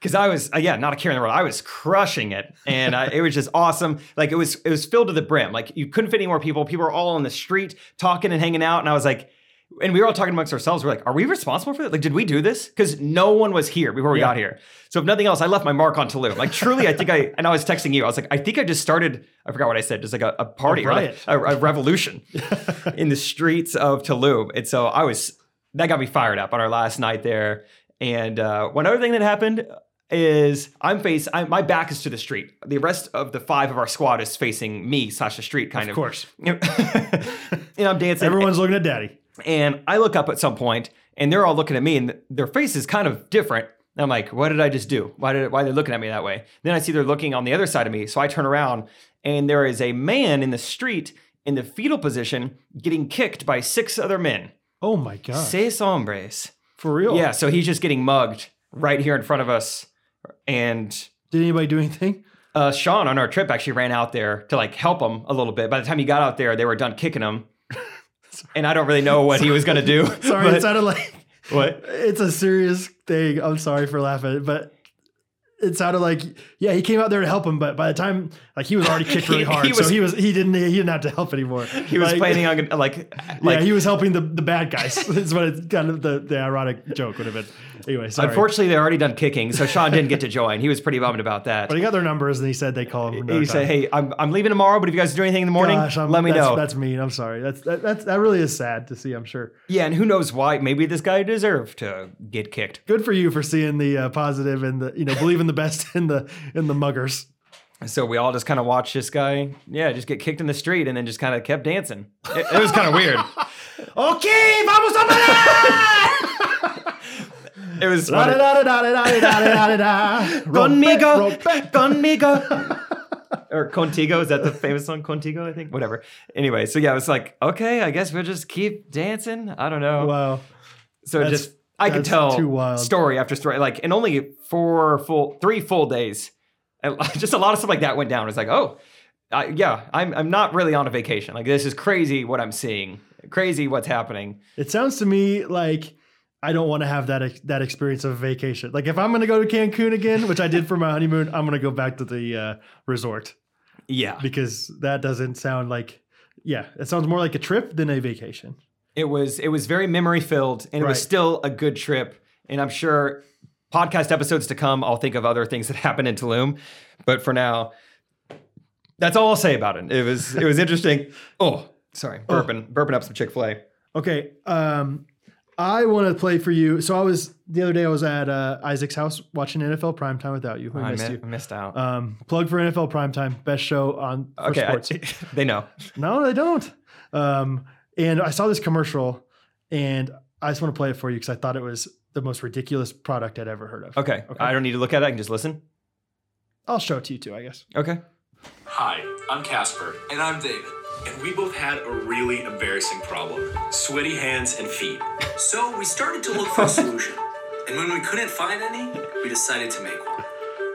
B: because I was uh, yeah not a care in the world. I was crushing it, and I, it was just awesome. Like it was it was filled to the brim. Like you couldn't fit any more people. People were all on the street talking and hanging out, and I was like. And we were all talking amongst ourselves. We're like, "Are we responsible for that? Like, did we do this? Because no one was here before we
A: Yeah.
B: got here. So if nothing else, I left my mark on Tulum. Like, truly, I think I. And I was texting you. I was like, I think I just started. I forgot what I said. Just like a, a party, or like
A: riot.
B: a, a revolution in the streets of Tulum. And so I was. That got me fired up on our last night there. And uh, one other thing that happened is I'm face. I, my back is to the street. The rest of the five of our squad is facing me slash the street, kind of.
A: Of
B: <laughs>
A: course.
B: and I'm dancing.
A: Everyone's looking at daddy.
B: And I look up at some point, and they're all looking at me, and their face is kind of different. And I'm like, what did I just do? Why did why are they looking at me that way? Then I see they're looking on the other side of me, so I turn around, and there is a man in the street in the fetal position getting kicked by six other men.
A: Oh my god.
B: Seis hombres.
A: For real?
B: Yeah, so he's just getting mugged right here in front of us, and
A: Did anybody do anything?
B: uh, Sean on our trip actually ran out there to like help him a little bit. By the time he got out there, they were done kicking him. And I don't really know what he was gonna do.
A: Sorry,
B: but-
A: it sounded like <laughs>
B: what?
A: it's a serious thing. I'm sorry for laughing, but it sounded like yeah, he came out there to help him, but by the time like he was already kicked really
B: <laughs> He-
A: hard,
B: he
A: so
B: was-
A: he was he didn't he didn't have to help anymore.
B: <laughs> He was
A: like, <laughs>
B: planning on gonna- like like.
A: yeah, he was helping the, the bad guys. <laughs> That's what it's kind of the, the ironic joke would have been. Anyway, sorry.
B: Unfortunately, they're already done kicking, so Sean didn't get to join. He was pretty bummed about that.
A: but he got their numbers and he said they call him. another
B: he said,
A: time.
B: "Hey, I'm, I'm leaving tomorrow, but if you guys do anything in the morning,
A: Gosh, I'm-
B: let me
A: that's,
B: know."
A: That's mean. I'm sorry. That's that, that's that really is sad to see. I'm sure.
B: yeah, and who knows why? Maybe this guy deserved to get kicked.
A: Good for you for seeing the uh, positive and the you know believing the best in the in the muggers.
B: So we all just kind of watched this guy, yeah, just get kicked in the street, and then just kind of kept dancing. It, it was kind of weird.
A: <laughs> Okay, vamos a bailar.
B: <laughs> It was
A: Da
B: funny.
A: da da da da da da da da.
B: <laughs> Conmigo, conmigo. <laughs> or Contigo, is that the famous song Contigo? I think. Whatever. Anyway, so yeah, I was like, okay, I guess we'll just keep dancing. I don't know.
A: Wow.
B: So
A: That's-
B: just I can
A: that's
B: tell
A: too wild.
B: story after story, like in only four full, three full days, and <laughs> just a lot of stuff like that went down. It's like, oh, I, yeah, I'm I'm not really on a vacation. Like this is crazy what I'm seeing, crazy what's happening.
A: It sounds to me like I don't want to have that ex- that experience of vacation. Like if I'm going to go to Cancun again, which I did for my honeymoon, I'm going to go back to the uh, resort
B: Yeah,
A: because that doesn't sound like yeah, it sounds more like a trip than a vacation.
B: it was it was very memory filled, and it
A: Right.
B: was still a good trip. And I'm sure podcast episodes to come, I'll think of other things that <laughs> happened in Tulum, but for now, that's all I'll say about it. It was it was
A: <laughs>
B: interesting. Oh, sorry, burping burping up some Chick Fil A.
A: Okay, um I want to play for you. So I was the other day I was at uh, Isaac's house watching NFL primetime without you. We
B: I
A: missed
B: mi-
A: you.
B: missed out.
A: Um, plug for NFL primetime, best show on for
B: okay, I-
A: sports.
B: <laughs> they know.
A: No, they don't. Um, and I saw this commercial, and I just want to play it for you because I thought it was the most ridiculous product I'd ever heard of.
B: Okay.
A: Okay.
B: I don't need to look at it. I can just listen.
A: I'll show it to you too, I guess.
B: Okay.
C: Hi, I'm Casper. And I'm David. And we both had a really embarrassing problem sweaty hands and feet. So we started to look for a solution. And when we couldn't find any, we decided to make one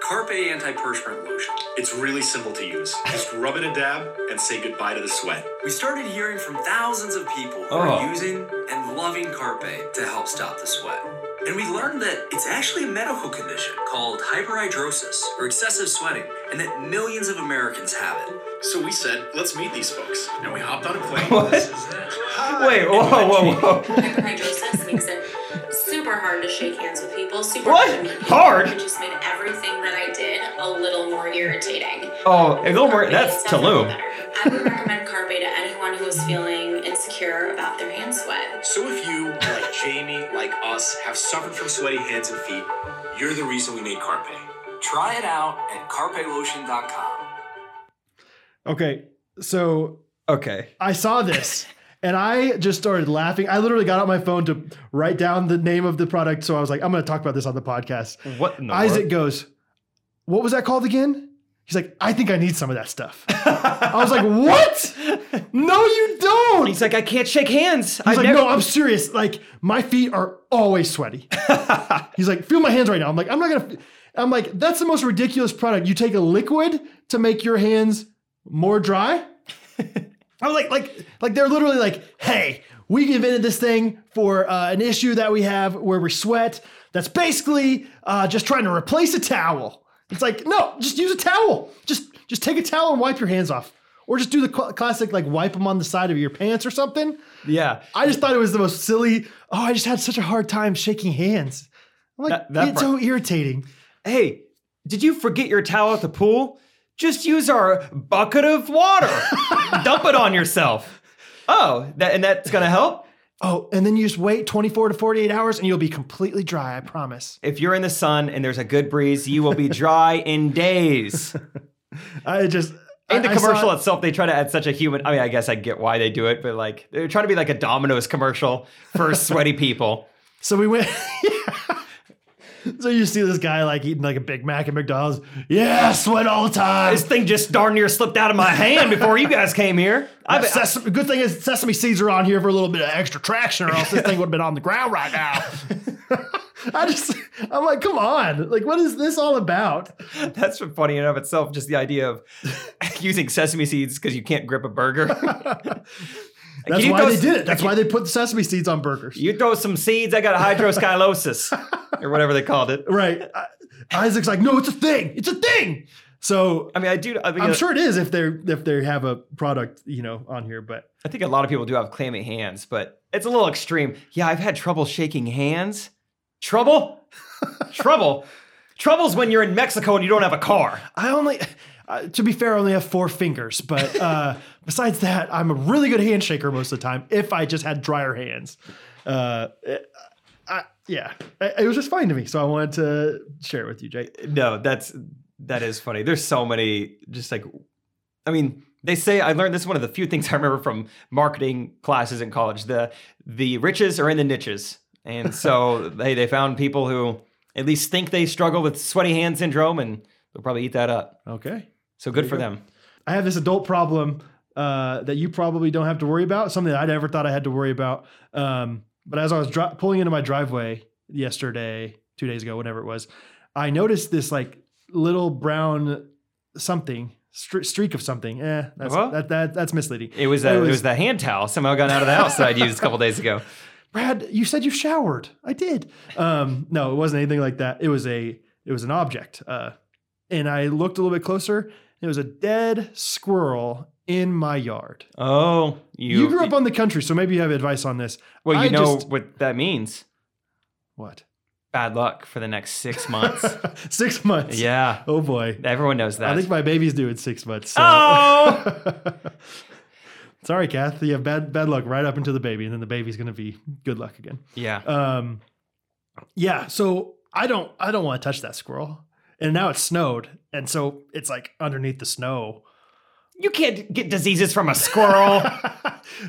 C: Carpe Antiperspirant Lotion. It's really simple to use. Just rub it a dab and say goodbye to the sweat. We started hearing from thousands of people who
B: Oh.
C: are using and loving Carpe to help stop the sweat. And we learned that it's actually a medical condition called hyperhidrosis or excessive sweating, and that millions of Americans have it. So we said, let's meet these folks. And we hopped on a plane.
B: Wait. Whoa. Whoa.
A: <laughs>
B: Whoa.
D: Hyperhidrosis makes it super hard hard to shake hands with people. Super
B: What?
D: hard to meet people.
B: Hard?
D: It just made everything that I did a little more irritating.
B: Oh, a little more.
D: Carpe
B: That's
D: is definitely
B: Tulum.
D: better. I would recommend Carpe to anyone who is feeling insecure about their hand sweat.
C: So if you, like Jamie, like us, have suffered from sweaty hands and feet, you're the reason we made Carpe. Try it out at carpelotion.com.
A: Okay, so
B: Okay.
A: I saw <laughs> this and I just started laughing. I literally got out my phone to write down the name of the product. So I was like, I'm going to talk about this on the podcast.
B: What in the
A: Isaac
B: world?
A: goes, What was that called again? He's like, I think I need some of that <laughs> stuff. I was like, What? No, you don't.
B: He's like, I can't shake hands.
A: He's
B: I
A: like,
B: never-
A: no, I'm serious. Like, my feet are always sweaty. He's like, feel my hands right now. I'm like, I'm not gonna. f-" I'm like, that's the most ridiculous product. You take a liquid to make your hands more dry. I'm like, like, like they're literally like, hey, we invented this thing for uh, an issue that we have where we sweat. That's basically uh, just trying to replace a towel. It's like, no, just use a towel. Just, just take a towel and wipe your hands off, or just do the cl- classic like wipe them on the side of your pants or something.
B: yeah.
A: I just thought it was the most silly. Oh, I just had such a hard time shaking hands. I'm like,
B: That- that
A: it's so irritating.
B: Hey, did you forget your towel at the pool? Just use our bucket
A: <laughs>
B: of water. Dump it on yourself. Oh, that and that's gonna help.
A: Oh, and then you just wait 24 to 48 hours and you'll be completely dry, I promise.
B: If you're in the sun and there's a good breeze, you will be dry in days.
A: I just.
B: In the
A: I- I saw
B: commercial
A: it-
B: itself, they try to add such a human. I mean, I guess I get why they do it, but like they're trying to be like a Domino's commercial for sweaty people.
A: so we went. <laughs> So you see this guy like eating like a Big Mac at McDonald's. Yeah, I sweat all the time.
B: This thing just darn near slipped out of my hand before you guys came here. I, bet-
A: Sesame, good thing is sesame seeds are on here for a little bit of extra traction, or else this thing would have been on the ground right
B: <laughs>
A: now. <laughs> I just, I'm like, come on, like, what is this all about?
B: that's funny in and of itself. Just the idea of <laughs> using sesame seeds because you can't grip a burger.
A: <laughs>
B: <laughs>
A: That's
B: you
A: why
B: throw
A: they
B: s-
A: did it. That's why they put sesame seeds on burgers.
B: You throw some seeds, I got a hydroskylosis or whatever they
A: <laughs>
B: called it.
A: Right. I- Isaac's like, no, it's a thing. It's a thing. So
B: I mean, I do. I, mean,
A: I'm sure it is if they are if they have a product, you know, on here. But
B: I think a lot of people do have clammy hands, but it's a little extreme. Yeah, I've had trouble shaking hands.
A: <laughs>
B: Trouble? trouble? Trouble's when you're in Mexico and you don't have a car.
A: I only, uh, to be fair, I only have four fingers.
B: <laughs>
A: But uh, besides that, I'm a really good handshaker most of the time. If I just had drier hands, uh, it- I, yeah, it, it was just fine to me. So I wanted to share it with you, Jake.
B: No, that's that is funny. There's so many just like I mean, they say I learned this is one of the few things I remember from marketing classes in college. The the riches are in the niches. And
A: <laughs>
B: so they they found people who at least think they struggle with sweaty hand syndrome and they'll probably eat that up.
A: Okay.
B: So good for them.
A: I have this adult problem uh, that you probably don't have to worry about. Something that I never thought I had to worry about. Um, but as I was dri- pulling into my driveway yesterday, two days ago, whatever it was, I noticed this like little brown something stre- streak of something. Eh, that's
B: What?
A: that, that that's misleading.
B: Uh-huh. It was that it
A: was-
B: was, the hand towel somehow got out of the house that I'd used a couple
A: <laughs>
B: days ago.
A: Brad, you said you showered. I did. Um, no, it wasn't anything like that. It was a it was an object. Uh, and I looked a little bit closer. and It was a dead squirrel in my yard.
B: Oh, you,
A: You, grew up on the country, so maybe you have advice on this.
B: Well,
A: I
B: you know
A: just-
B: what that means.
A: What? <laughs>
B: Bad luck for the next six months.
A: six months.
B: yeah,
A: Oh boy.
B: everyone knows that.
A: I think my baby's due in six months. so-
B: oh.
A: <laughs> Sorry, Kath. You have bad bad luck right up until the baby, and then the baby's gonna be good luck again.
B: Yeah.
A: Um, yeah. So I don't I don't want to touch that squirrel. And now it's snowed, and so it's like underneath the snow. <laughs>
B: You can't get diseases from a squirrel.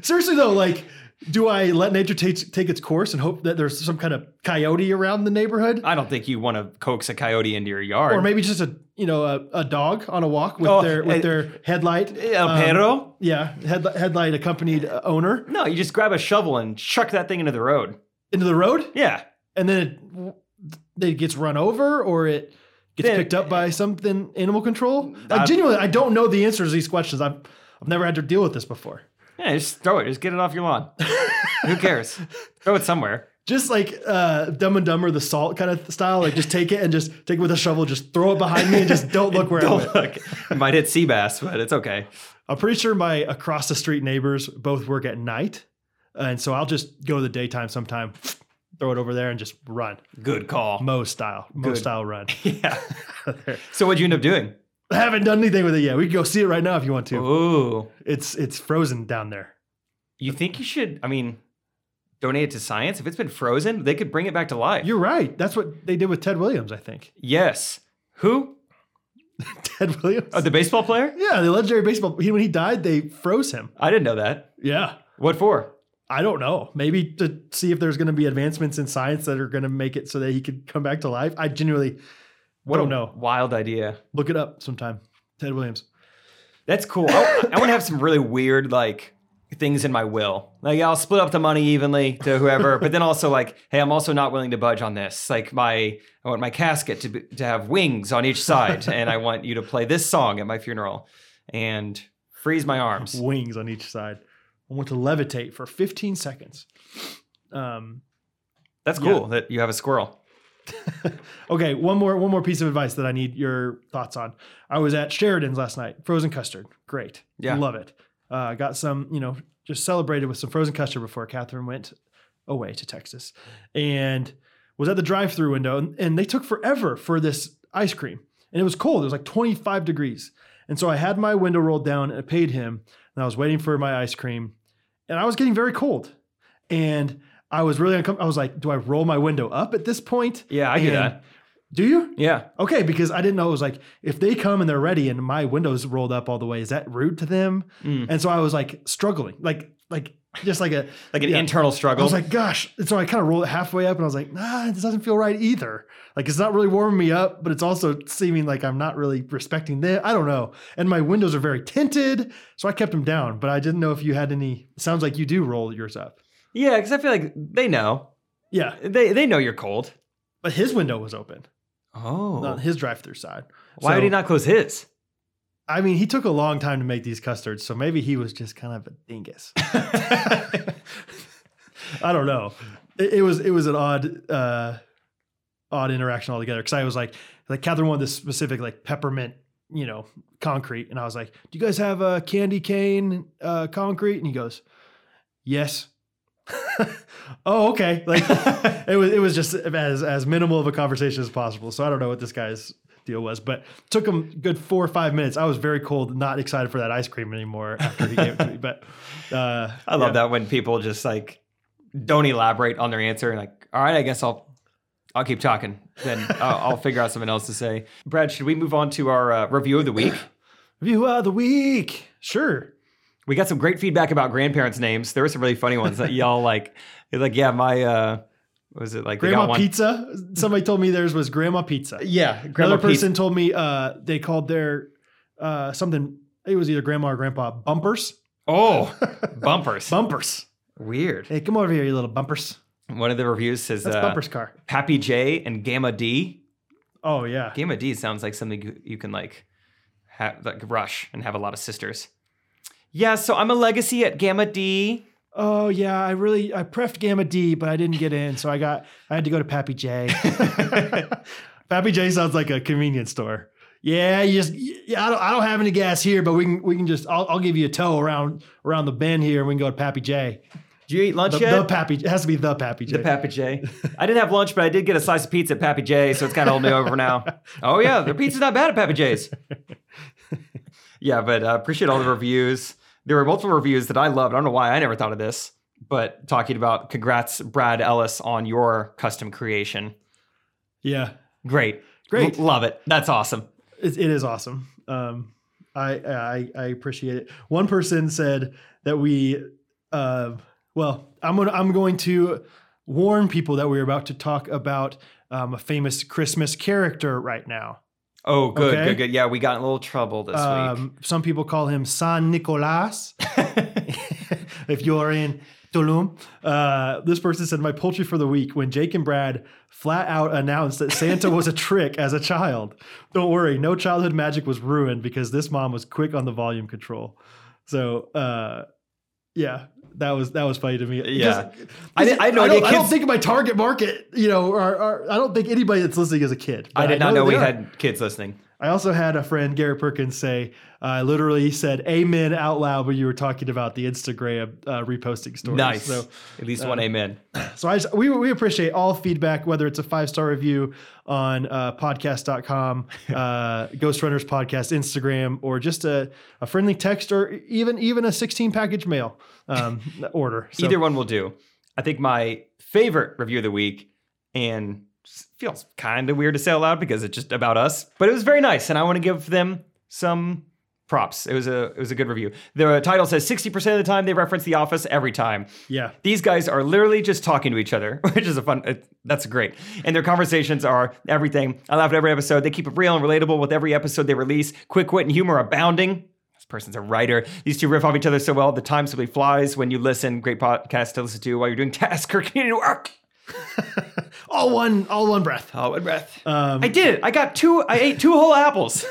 A: Seriously though, like, do I let nature take take its course and hope that there's some kind of coyote around the neighborhood?
B: I don't think you want to coax a coyote into your yard.
A: or maybe just a you know a, a dog on a walk with
B: Oh,
A: their with
B: eh,
A: their headlight.
B: El
A: Um,
B: perro?
A: yeah, head, headlight accompanied uh, owner
B: No, you just grab a shovel and chuck that thing into the road.
A: into the road,
B: Yeah.
A: and then it, then it gets run over or it gets
B: Then-
A: picked up by something animal control. Like
B: I-
A: genuinely, I don't know the answers to these questions. I've I've never had to deal with this before.
B: Yeah, just throw it. Just get it off your
A: <laughs>
B: lawn. Who cares? Throw it somewhere.
A: Just like uh, Dumb and Dumber, the salt kind of style, like just take it and just take it with a shovel, just throw it behind me, and just don't look where I went.
B: Don't look. <laughs> You might hit sea bass, but it's okay.
A: I'm pretty sure my across the street neighbors both work at night. And so I'll just go to the daytime sometime, <sniffs> throw it over there and just run.
B: Good call.
A: Mo style. Mo
B: Good.
A: style run.
B: <laughs>
A: <laughs>
B: Yeah. so what'd you end up doing?
A: I haven't done anything with it yet. We can go see it right now if you want to.
B: Oh. Ooh.
A: It's it's frozen down there.
B: You think you should? I mean, donate it to science. If it's been frozen, they could bring it back to life.
A: You're right. That's what they did with Ted Williams, I think. <laughs>
B: yes. Who?
A: Ted Williams.
B: Oh, the baseball player?
A: yeah, the legendary baseball. He, when he died, they froze him.
B: I didn't know that.
A: Yeah.
B: What for?
A: I don't know. Maybe to see if there's going to be advancements in science that are going to make it so that he could come back to life. I genuinely
B: What
A: Don't
B: a
A: know.
B: wild idea.
A: look it up sometime. Ted Williams.
B: That's cool. I, I want to have some really weird like things in my will. Like I'll split up the money evenly to whoever, but then also like, hey, I'm also not willing to budge on this. Like my, I want my casket to be, to have wings on
A: <laughs>
B: each side, and I want you to play this song at my funeral, and freeze my arms.
A: Wings on each side. I want to levitate for 15 seconds. Um,
B: That's
A: Yeah.
B: cool that you have a squirrel.
A: okay, one more one more piece of advice that I need your thoughts on. I was at Sheridan's last night. Frozen custard, great,
B: Yeah.
A: love it. Uh, got some, you know, just celebrated with some frozen custard before Catherine went away to Texas, and was at the drive-through window, and, and they took forever for this ice cream, and it was cold. It was like 25 degrees, and so I had my window rolled down and I paid him, and I was waiting for my ice cream, and I was getting very cold, and. I was really uncomfortable. I was like, do I roll my window up at this point?
B: Yeah, I do
A: And-
B: that.
A: Do you?
B: Yeah,
A: Okay, because I didn't know it was like if they come and they're ready and my windows rolled up all the way, is that rude to them?
B: Mm.
A: And so I was like struggling, like like just like a
B: like an
A: Yeah.
B: internal
A: I
B: struggle.
A: was like, gosh. And so I kind of rolled it halfway up and I was like, nah, this doesn't feel right either. Like it's not really warming me up, but it's also seeming like I'm not really respecting them. I don't know. And my windows are very tinted. So I kept them down, but I didn't know if you had any sounds like you do roll yours up.
B: yeah, because I feel like they know.
A: Yeah.
B: They they know you're cold.
A: But his window was open
B: Oh,
A: on his drive through side.
B: why would
A: So-
B: he not close his?
A: I mean, he took a long time to make these custards, so maybe he was just kind of a dingus. <laughs> I don't know. It, it was it was an odd uh, odd interaction altogether because I was like, like Catherine wanted this specific like peppermint, you know, concrete, and I was like, "Do you guys have a candy cane uh, concrete?" And he goes, "Yes." <laughs> oh, okay.
B: <laughs>
A: Like it was it was just as as minimal of a conversation as possible. So I don't know what this guy's deal was, but took him good four or five minutes. I was very cold, not excited for that ice cream anymore after he gave it to me. But uh,
B: <laughs> I love that when people just like don't elaborate on their answer and like, all right, I guess I'll I'll keep talking.
A: <laughs>
B: Then I'll, I'll figure out something else to say. Brad, should we move on to our uh, review of the week?
A: Review of uh, the week. Sure.
B: We got some great feedback about grandparents' names. There were some really funny
A: <laughs>
B: ones that y'all like. You're like, yeah, my uh, what was it like? they got
A: Grandma
B: one-
A: Pizza. Somebody told me theirs was Grandma Pizza.
B: Yeah, grandma
A: Another
B: pizza.
A: person told me uh, they called their uh, something. It was either Grandma or Grandpa. Bumpers.
B: <laughs>
A: <laughs>
B: Oh, bumpers.
A: Bumpers.
B: Weird.
A: Hey, come over here, you little bumpers.
B: One of the reviews says
A: That's
B: uh,
A: Bumpers' car.
B: Pappy J and Gamma D.
A: Oh yeah.
B: Gamma D sounds like something you- you can like have like rush and have a lot of sisters. Yeah, so I'm a legacy at Gamma D.
A: Oh yeah. I really I preffed Gamma D, but I didn't get in, so I got I had to go to Pappy
B: <laughs>
A: J. Pappy J sounds like a convenience store. Yeah, you just yeah, I don't I don't have any gas here, but we can we can just I'll, I'll give you a tow around around the bend here, and we can go to Pappy J.
B: Do you eat lunch
A: The,
B: yet?
A: the Pappy it has to be the Pappy J.
B: The Pappy J. I didn't have lunch, but I did get a slice of pizza at Pappy J, so it's kind of holding me over now. <laughs> Oh yeah, their pizza's not bad at Pappy J's. <laughs> Yeah, but uh, appreciate all the reviews. There were multiple reviews that I loved. I don't know why I never thought of this, but talking about congrats, Brad Ellis, on your custom creation.
A: yeah,
B: Great,
A: Great.
B: L- love it. That's awesome.
A: it, it is awesome. Um, I, I I appreciate it. One person said that we, uh, well, I'm gonna I'm going to warn people that we're about to talk about um, a famous Christmas character right now.
B: Oh, good,
A: Okay.
B: good, good. Yeah, we got in a little trouble this week.
A: Um, some people call him San
B: <laughs>
A: Nicolas. if you're in Tulum, uh, this person said, My poultry for the week when Jake and Brad flat out announced that Santa was a trick as a child. Don't worry, no childhood magic was ruined because this mom was quick on the volume control. So, uh, yeah. That was that was funny to me.
B: Yeah.
A: Because-
B: I didn't- I had no
A: don't,
B: idea
A: I don't
B: kids-
A: think my target market, you know, are, are I don't think anybody that's listening is a kid.
B: I
A: but
B: did not know,
A: that
B: we
A: they are.
B: had kids listening.
A: I also had a friend, Garrett Perkins, say, uh, literally said amen out loud when you were talking about the Instagram uh, reposting stories.
B: Nice.
A: So, uh,
B: At least one amen.
A: so I just, we, we appreciate all feedback, whether it's a five star review on uh, podcast.com,
B: <laughs>
A: uh, Ghost Runners Podcast, Instagram, or just a, a friendly text or even even a 16 package mail
B: <laughs>
A: um, order. So,
B: Either one will do. I think my favorite review of the week, and s- feels kind of weird to say out loud because it's just about us, but it was very nice, and I want to give them some props. It was a it was a good review. The title says 60% of the time they reference The Office every time.
A: Yeah.
B: These guys are literally just talking to each other, <laughs> which is a fun. It, that's great. And their conversations are everything. I laugh at every episode. They keep it real and relatable with every episode they release. Quick wit and humor abounding. This person's a writer. These two riff off each other so well. The time simply flies when you listen. Great podcast to listen to while you're doing <laughs> task or community work.
A: All one, all one breath.
B: Oh, one breath.
A: Um,
B: I did it. I got two. I ate two
A: <laughs>
B: whole apples.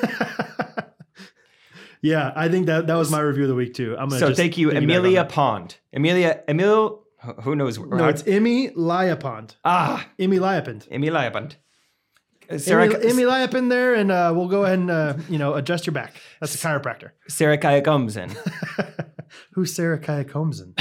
A: yeah, I think that that was my review of the week too. I'm gonna
B: so
A: just
B: thank you,
A: piggyback on
B: Amelia
A: that.
B: Pond. Amelia, Emil. Who knows?
A: No, it's Emmy Liapond.
B: ah,
A: Emmy Liapond.
B: Amelia Pond. Uh,
A: Emmy,
B: Sarah,
A: Emmy Liapond there, and uh, we'll go ahead and uh, you know adjust your back. That's a chiropractor.
B: Sarah Kaya comes in.
A: Who's Sarah Kaya Combsen?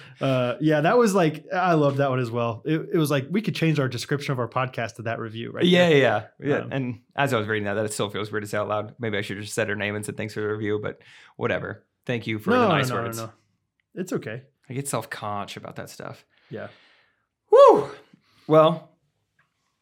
A: <laughs> uh, yeah, that was like I love that one as well. It, it was like we could change our description of our podcast to that review, right?
B: Yeah,
A: there.
B: yeah, yeah.
A: Um,
B: and as I was reading that, that still feels weird to say out loud. Maybe I should have just said her name and said thanks for the review, but whatever. Thank you for
A: No,
B: the
A: no,
B: nice
A: no,
B: words.
A: no, no. It's okay.
B: I get self conscious about that stuff.
A: Yeah.
B: Woo! Well,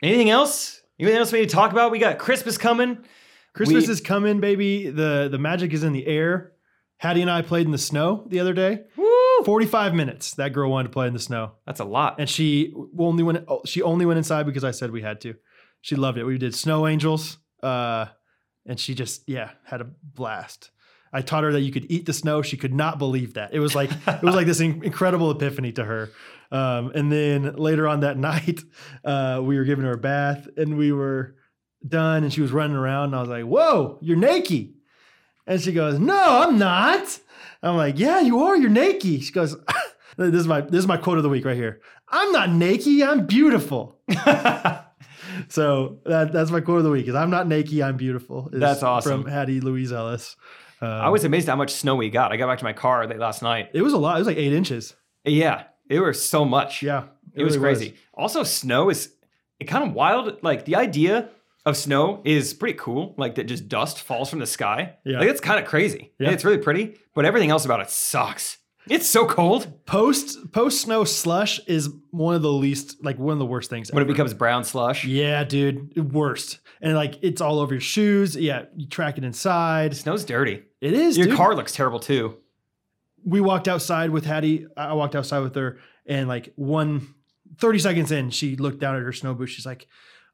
B: anything else? Anything else we need to talk about? We got Christmas coming.
A: Christmas
B: We-
A: is coming, baby. The the magic is in the air. Hattie and I played in the snow the other day.
B: Woo!
A: 45 minutes that girl wanted to play in the snow.
B: That's a lot.
A: And she only went oh, she only went inside because I said we had to. She loved it. We did snow angels. Uh and she just yeah, had a blast. I taught her that you could eat the snow. She could not believe that. It was like it was like this in- incredible epiphany to her. Um, and then later on that <laughs> night, uh, we were giving her a bath and we were done and she was running around and I was like, "Whoa, you're naked." And she goes, "No, I'm not." I'm like, "Yeah, you are. You're naked." She goes, <laughs> "This is my this is my quote of the week right here. I'm not naked. I'm
B: <laughs>
A: beautiful." so that that's my quote of the week is "I'm not naked. I'm beautiful." is
B: That's awesome.
A: from Hattie Louise Ellis. Um,
B: I was amazed at how much snow we got. I got back to my car late last night.
A: It was a lot. It was like eight inches.
B: Yeah, it was so much.
A: Yeah,
B: it, was
A: really
B: crazy. Also, snow is it kind of wild. Like the idea of snow is pretty cool. Like that, just dust falls from the sky.
A: Yeah.
B: like it's kind of crazy.
A: Yeah.
B: it's really pretty, but everything else about it sucks. It's so cold
A: Post post snow slush is one of the least like one of the worst things.
B: when it
A: ever.
B: becomes brown slush.
A: yeah, dude, worst. And like it's all over your shoes. Yeah, you track it inside.
B: Snow's dirty.
A: It is
B: Your
A: dude.
B: car looks terrible too.
A: we walked outside with Hattie. I I walked outside with her, and like one 30 seconds in, she looked down at her snow boots. She's like,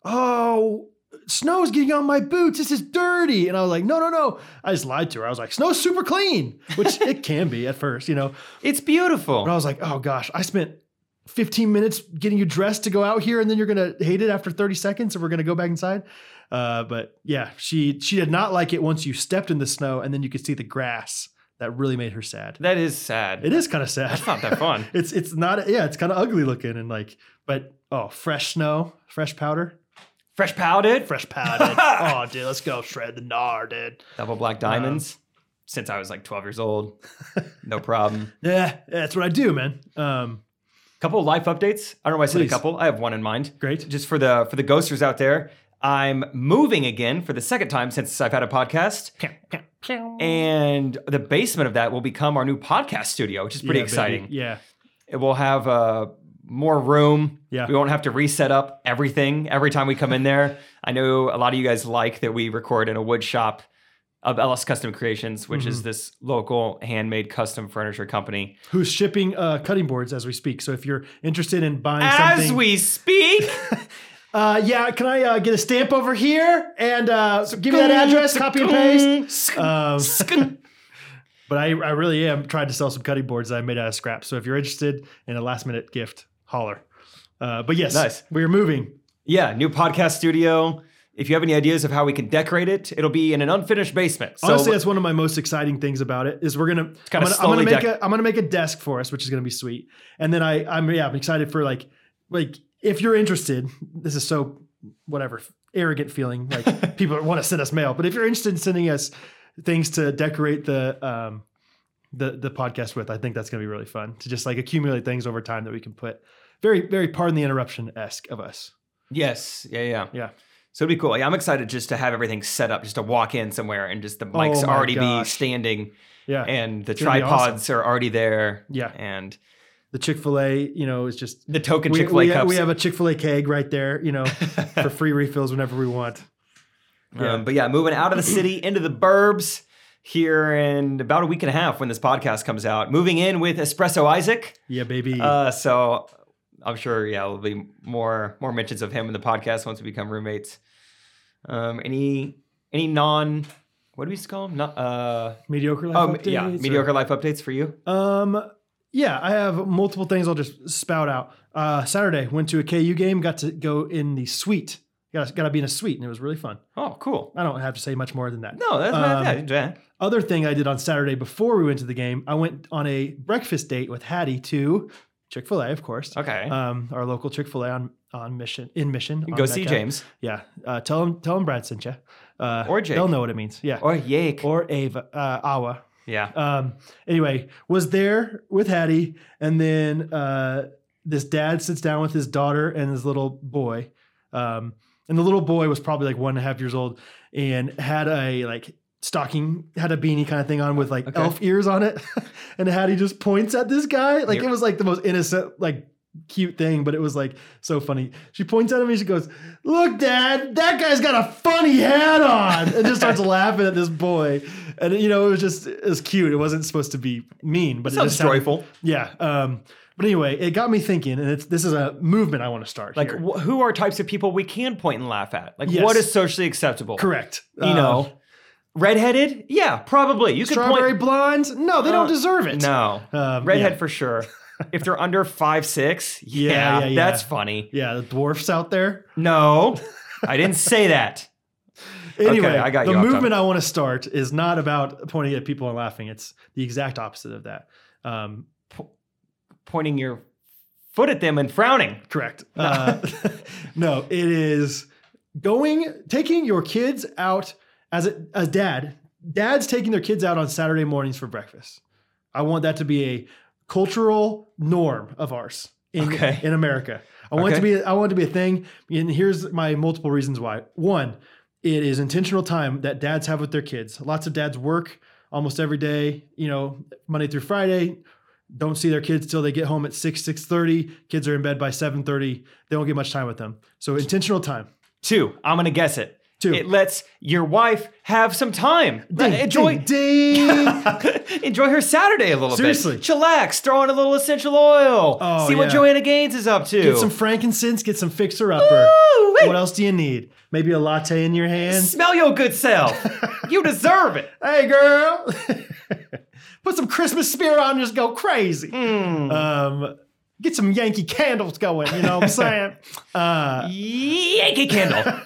A: Oh, snow's getting on my boots. This is dirty. And I was like, No, no, no. I just lied to her. I was like, Snow's super clean, which it can be at first, you know.
B: It's beautiful.
A: But I was like, Oh gosh, I spent 15 minutes getting you dressed to go out here, and then you're gonna hate it after 30 seconds, and we're gonna go back inside. Uh, but yeah, she she did not like it once you stepped in the snow, and then you could see the grass. That really made her sad.
B: that is sad.
A: It is kind of sad.
B: <laughs> It's not
A: <laughs>
B: that fun.
A: it's it's not yeah, it's kind of ugly looking and like but oh, fresh snow, fresh powder,
B: Fresh powdered,
A: fresh powder. oh, dude, let's go shred the gnar, dude.
B: double black diamonds. Since I was like 12
A: <laughs>
B: years old, no problem.
A: Yeah, that's what I do, man. Um,
B: Couple of life updates. I don't know why I said
A: Please.
B: a couple. I have one in mind.
A: Great.
B: Just for the for the ghosters out there, I'm moving again for the second time since I've had a podcast. And the basement of that will become our new podcast studio, which is pretty
A: yeah, baby.
B: exciting.
A: Yeah.
B: It will have uh, more room.
A: Yeah.
B: We won't have to reset up everything every time we come in there. I know a lot of you guys like that we record in a wood shop of LS Custom Creations, which
A: Mm-hmm.
B: is this local handmade custom furniture company.
A: Who's shipping uh, cutting boards as we speak? So if you're interested in buying
B: As
A: something,
B: we speak.
A: uh, yeah, can I uh, get a stamp over here and uh, give me that address, copy and paste?
B: <laughs>
A: Um, but I, I really am trying to sell some cutting boards that I made out of scrap. So if you're interested in a last minute gift, holler. Uh, but yes,
B: Nice.
A: we're moving.
B: yeah, new podcast studio. If you have any ideas of how we can decorate it, it'll be in an unfinished basement. So
A: Honestly, that's one of my most exciting things about it is we're gonna. I'm
B: kinda
A: gonna, I'm gonna
B: slowly
A: make
B: dec-
A: a I'm gonna make a desk for us, which is gonna be sweet. And then I I'm yeah I'm excited for like like if you're interested, this is so whatever arrogant feeling
B: <laughs>
A: like people want to send us mail but if you're interested in sending us things to decorate the um the the podcast with i think that's going to be really fun to just like accumulate things over time that we can put very very pardon the interruption esque of us
B: Yes. Yeah. Yeah.
A: Yeah.
B: So it'd be cool. Like, I'm excited just to have everything set up, just to walk in somewhere and just the mics
A: Oh my
B: already
A: gosh.
B: be standing
A: yeah
B: and the
A: It's gonna be awesome.
B: tripods are already there.
A: Yeah.
B: And
A: the chick-fil-a you know is just
B: the token
A: we,
B: Chick fil A
A: we-
B: cups.
A: we have a chick-fil-a keg right there you
B: <laughs>
A: know for free refills whenever we want yeah.
B: Um, but yeah, moving out of the city into the burbs here in about a week and a half when this podcast comes out. Moving in with Espresso Isaac.
A: yeah baby
B: <laughs> Uh, so I'm sure, yeah, there'll be more more mentions of him in the podcast once we become roommates. Um, any any non what do we call him? Not, uh,
A: mediocre life
B: um, yeah,
A: updates or-
B: mediocre life updates for you.
A: Um, yeah, I have multiple things I'll just spout out. Uh, Saturday went to a KU game, got to go in the suite. Got got to be in a suite, and it was really fun.
B: Oh, cool.
A: I don't have to say much more than that.
B: No, that's not
A: Um,
B: bad. Yeah.
A: Other thing I did on Saturday before we went to the game, I went on a breakfast date with Hattie to Chick Fil A, of course.
B: Okay.
A: Um, our local Chick Fil A on on Mission in Mission. on
B: Go see
A: Metcalf.
B: James.
A: Yeah. Uh, tell him tell him Brad sent you. Uh,
B: Or Jake.
A: They'll know what it means. Yeah. Or,
B: Or Oh, Yake.
A: Ava uh, Awa.
B: yeah.
A: Um, anyway, was there with Hattie, and then uh, this dad sits down with his daughter and his little boy. Um, and the little boy was probably like one and a half years old and had a like stocking, had a beanie kind of thing on with like
B: Okay.
A: elf ears on it. <laughs> and Hattie just points at this guy. Like
B: Yep.
A: it was like the most innocent, like cute thing, but it was like so funny. She points at him and she goes, Look, Dad, that guy's got a funny hat on. And just
B: <laughs>
A: starts laughing at this boy. And you know, it was just it was cute. It wasn't supposed to be mean, but it
B: Sounds
A: just sounded-
B: joyful.
A: yeah. Um, but anyway, it got me thinking, and it's this is a movement I want to start.
B: Like,
A: here.
B: wh- who are types of people we can point and laugh at? Like,
A: Yes.
B: what is socially acceptable?
A: correct. Uh,
B: You know, redheaded? Yeah, probably. You could
A: strawberry
B: point.
A: blondes? No, they
B: Uh,
A: don't deserve it.
B: No,
A: Um,
B: redhead
A: yeah.
B: for
A: <laughs>
B: sure. If they're under five six, yeah,
A: Yeah, yeah, yeah.
B: that's funny.
A: Yeah, the dwarfs out there.
B: No, I
A: <laughs>
B: didn't say that.
A: Anyway,
B: I got
A: the
B: you off
A: movement I want to start is not about pointing at people and laughing. It's the exact opposite of that. Um,
B: Pointing your foot at them and frowning.
A: Correct. <laughs> Uh, no, it is going taking your kids out as a as dad. Dad's taking their kids out on Saturday mornings for breakfast. I want that to be a cultural norm of ours in
B: Okay.
A: in America. I want it to
B: Okay.
A: be I want it to be a thing. And here's my multiple reasons why. One, it is intentional time that dads have with their kids. Lots of dads work almost every day, you know, Monday through Friday, don't see their kids till they get home at 6 6.30 kids are in bed by 7.30 they don't get much time with them so intentional time
B: Two, I'm gonna guess it.
A: Two.
B: It lets your wife have some time.
A: Ding,
B: enjoy, <laughs>
A: ding, ding.
B: enjoy her Saturday a little
A: Seriously.
B: bit. Chillax, throw in a little essential oil.
A: Oh,
B: See what
A: yeah.
B: Joanna Gaines is up to.
A: get
B: <laughs>
A: some frankincense get some fixer upper <laughs>
B: Ooh, wait.
A: what else do you need maybe a latte in your hand
B: Smell your
A: <laughs>
B: good self. you deserve it.
A: hey girl <laughs> put some christmas spirit on just go crazy um, get some yankee candles going you know what i'm saying <laughs> uh,
B: Yankee
A: <laughs>
B: Candle.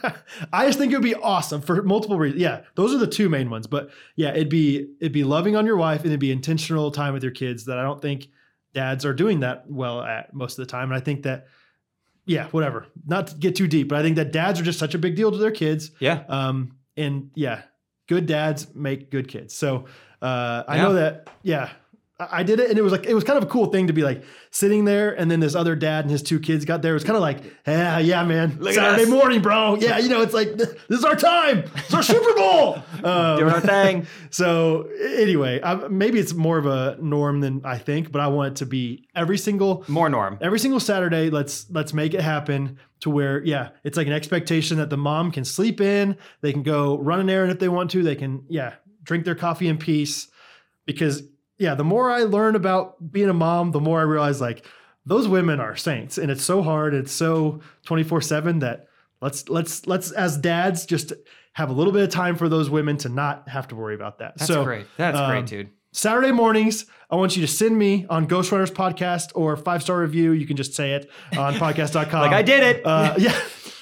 A: I just think it would be awesome for multiple reasons. Yeah, those are the two main ones. But yeah, it'd be it'd be loving on your wife and it'd be intentional time with your kids that I don't think dads are doing that well at most of the time. And I think that yeah, whatever. Not to get too deep, but I think that dads are just such a big deal to their kids.
B: yeah.
A: Um, and yeah, good dads make good kids. So uh, I
B: Yeah.
A: know that. Yeah, I I did it, and it was like it was kind of a cool thing to be like sitting there, and then this other dad and his two kids got there. It was kind of like, yeah, yeah, man,
B: Look at
A: Saturday
B: us."
A: morning, bro. Yeah, you know, it's like <laughs> this is our time. It's our Super
B: <laughs>
A: Bowl. Um,
B: Doing our thing.
A: so anyway, I, maybe it's more of a norm than I think, but I want it to be every single
B: More norm.
A: every single saturday let's let's make it happen to where yeah it's like an expectation that the mom can sleep in they can go run an errand if they want to they can yeah drink their coffee in peace because yeah the more i learn about being a mom the more i realize like those women are saints and it's so hard it's so 24/7 that let's let's let's as dads just have a little bit of time for those women to not have to worry about that
B: That's
A: so
B: great. That's
A: um,
B: great, dude.
A: Saturday mornings, I want you to send me on Ghost Runners podcast or five star review. You can just say it on
B: <laughs>
A: podcast.com.
B: Like I did it.
A: Uh, <laughs> yeah,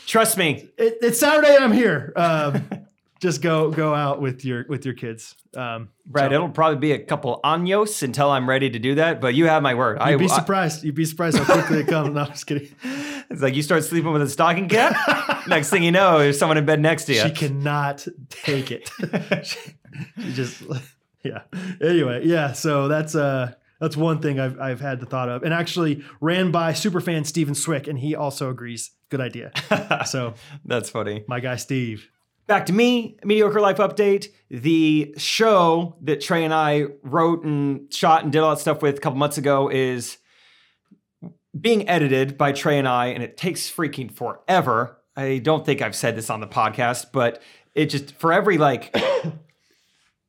B: Trust me.
A: it, it's Saturday and I'm here. Um, <laughs> just go go out with your with your kids. Um,
B: Right,
A: so
B: it'll probably be a couple años until I'm ready to do that, but you have my word. I,
A: you'd be
B: I-
A: surprised. You'd be surprised how quickly it comes. <laughs> No, I'm just kidding.
B: <laughs> it's like you start sleeping with a stocking cap.
A: <laughs>
B: next thing you know, there's someone in bed next to you.
A: She cannot take
B: <laughs>
A: it. <laughs> she, she just yeah. Anyway, yeah. So that's uh that's one thing I've I've had the thought of, and actually ran by superfan Steven Swick, and he also agrees. Good
B: <laughs>
A: idea. so
B: That's funny.
A: my guy Steve.
B: Back to me, mediocre life update. The show that Trey and I wrote and shot and did all that stuff with a couple months ago is being edited by Trey and I, and it takes freaking forever. I don't think I've said this on the podcast, but it just for every like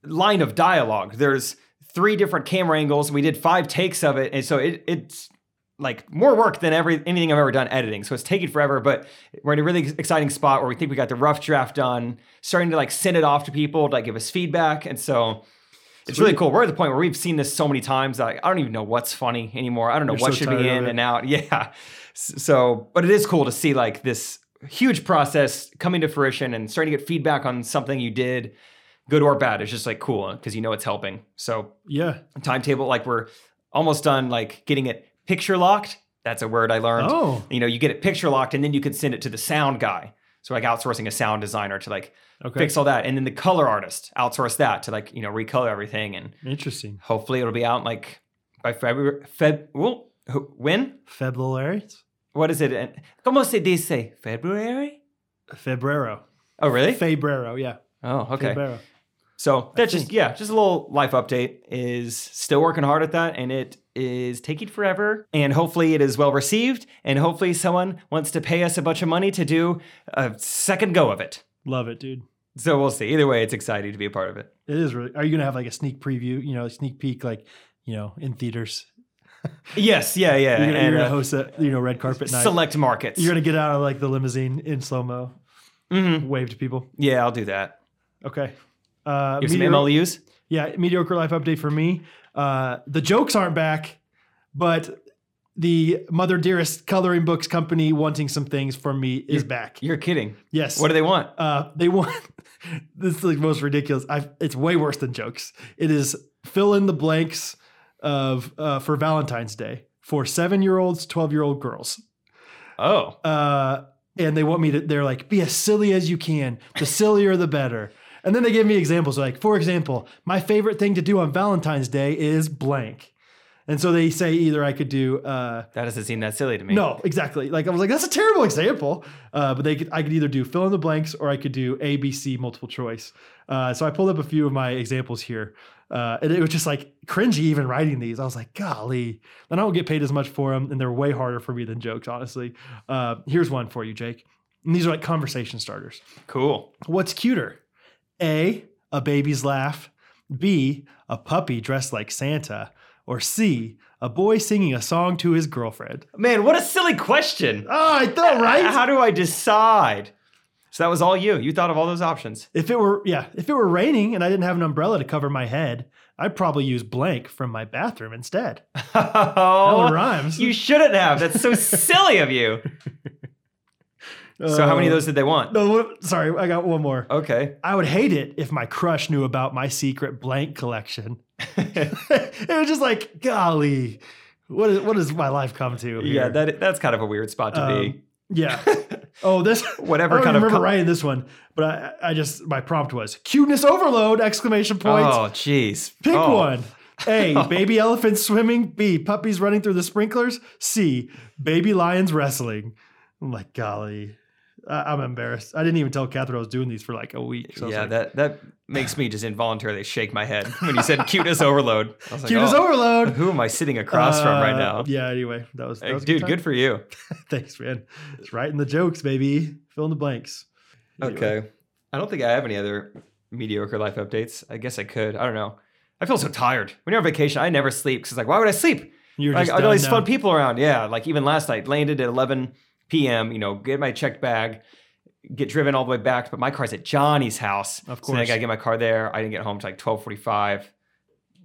B: line of dialogue, there's three different camera angles. We did five takes of it, and so it, it's like more work than every anything I've ever done editing. So it's taking forever, but we're in a really exciting spot where we think we got the rough draft done, starting to like send it off to people to like give us feedback, and so. It's really cool. We're at the point where we've seen this so many times. Like, I don't even know what's funny anymore. I don't know
A: You're
B: what
A: so
B: should
A: tired
B: be
A: of
B: in
A: it.
B: and out. <laughs> Yeah. S- So, but it is cool to see like this huge process coming to fruition and starting to get feedback on something you did, good or bad. It's just like cool because you know it's helping. So
A: Yeah.
B: timetable, like we're almost done, like getting it picture locked. That's a word I learned.
A: Oh.
B: You know, you get it picture locked and then you can send it to the sound guy. So like outsourcing a sound designer to like
A: Okay.
B: fix all that. And then the color artist outsource that to like, you know, recolor everything. And
A: Interesting.
B: hopefully it'll be out like by February, Feb, well, who- when?
A: February.
B: What is it? And- Como se dice? February?
A: Febrero.
B: Oh, really?
A: Febrero. Yeah.
B: oh, okay.
A: Febrero.
B: So that's just
A: think.
B: yeah, just a little life update. Is still working hard at that, and it is taking forever. And hopefully, it is well received. And hopefully, someone wants to pay us a bunch of money to do a second go of it.
A: Love it, dude.
B: So we'll see. Either way, it's exciting to be a part of it.
A: It is really. Are you gonna have like a sneak preview? You know, a sneak peek, like you know, in theaters.
B: Yes, yeah, yeah.
A: You're gonna, you're
B: and,
A: gonna
B: uh,
A: host a you know red carpet night.
B: select markets.
A: You're gonna get out of like the limousine in slow mo,
B: Mhm.
A: wave to people.
B: Yeah, I'll do that.
A: Okay. Uh,
B: Give some E.
A: meteor-
B: MLUs.
A: yeah, mediocre life update for me. Uh, the jokes aren't back, but the Mother Dearest Coloring Books Company wanting some things from me is back.
B: You're kidding.
A: Yes.
B: What do they want?
A: uh, they want <laughs> this is the most ridiculous. I've, it's way worse than jokes. It is fill in the blanks of uh, for Valentine's Day for seven year olds, twelve year old girls.
B: Oh,
A: uh, and they want me to. They're like, be as silly as you can. The sillier, the better. And then they give me examples. Like, for example, my favorite thing to do on Valentine's Day is blank. And so they say either I could do uh,
B: that doesn't seem that silly to me.
A: no, exactly. Like I was like, that's a terrible example. Uh, but they could, I could either do fill in the blanks or I could do A, B, C multiple choice. Uh, so I pulled up a few of my examples here. Uh, and it was just like cringy even writing these. I was like, golly, then I don't get paid as much for them. And they're way harder for me than jokes, honestly. Uh, here's one for you, Jake. And these are like conversation starters.
B: Cool.
A: What's cuter? A, a baby's laugh. B, a puppy dressed like Santa. Or C, a boy singing a song to his girlfriend.
B: Man, what a silly question.
A: Oh, I know, right?
B: How do I decide? So that was all you. You thought of all those options.
A: <laughs> If it were, yeah, if it were raining and I didn't have an umbrella to cover my head, I'd probably use blank from my bathroom instead.
B: oh,
A: it rhymes.
B: You shouldn't have. That's so silly of you. so how many of those did they want?
A: Uh, No, what- sorry, I got one more.
B: Okay.
A: I would hate it if my crush knew about my secret blank collection. <laughs> it was just like, golly, what is what does my life come to?
B: Yeah,
A: here?
B: that that's kind of a weird spot to be.
A: Um,
B: <laughs>
A: yeah. Oh, this
B: Whatever
A: I don't
B: kind of
A: remember
B: co-
A: writing this one, but I, I just my prompt was cuteness overload exclamation point.
B: Oh, jeez.
A: Pick
B: Oh.
A: one.
B: <laughs>
A: A. Baby elephants swimming. B. Puppies running through the sprinklers. C. Baby lions wrestling. I'm like, golly, I- I'm embarrassed. I didn't even tell Catherine I was doing these for like a week. So I was
B: Yeah,
A: like,
B: that that makes me just involuntarily shake my head when you said
A: <laughs>
B: cuteness overload. I was like,
A: cute as
B: oh,
A: overload.
B: Who am I sitting <laughs> across from right
A: Uh,
B: now?
A: Yeah. Anyway, that was, that
B: Hey,
A: was a
B: dude, good
A: time.
B: for you.
A: Thanks, man. It's writing the jokes, baby. Fill in the blanks. <laughs> Anyway.
B: Okay. I don't think I have any other mediocre life updates. I guess I could. I don't know. I feel so tired. When you're on vacation, I never sleep because, like, why would I sleep?
A: You're
B: like,
A: just
B: I got
A: done
B: all these
A: now.
B: fun people around. Yeah. Like, even last night, landed at 11 p.m., you know, get my checked bag, get driven all the way back. But my car's at Johnny's house.
A: Of
B: So then I
A: course.
B: got to get my car there. I didn't get home till like 1245,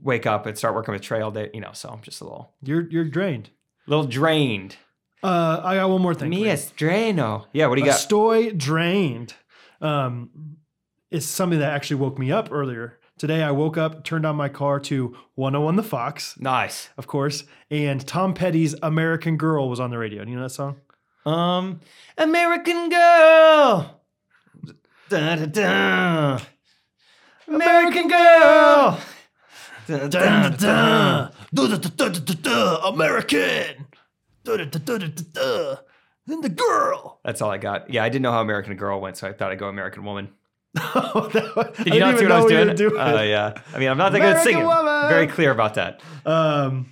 B: wake up and start working with Trey all day, you know. So I'm just a little,
A: You're you're drained.
B: little drained.
A: Uh, I got one more thing. for
B: Me
A: you.
B: es dreno. Yeah. What do you got?
A: Estoy drained. Um, is something that actually woke me up earlier. Today I woke up, turned on my car to 101 The Fox,
B: Nice.
A: of course, and Tom Petty's American Girl was on the radio. Do you know that song?
B: Um, American Girl. Da, da, da. American Girl. Da, da, da.
A: American. Then the girl. <laughs>
B: That's all I got. Yeah, I didn't know how American Girl went, so I thought I'd go American Woman.
A: Did
B: Did you not see what I was doing?
A: doing?
B: Oh, yeah. I mean, I'm not that good at
A: American
B: singing.
A: Woman.
B: Very clear about that.
A: Um,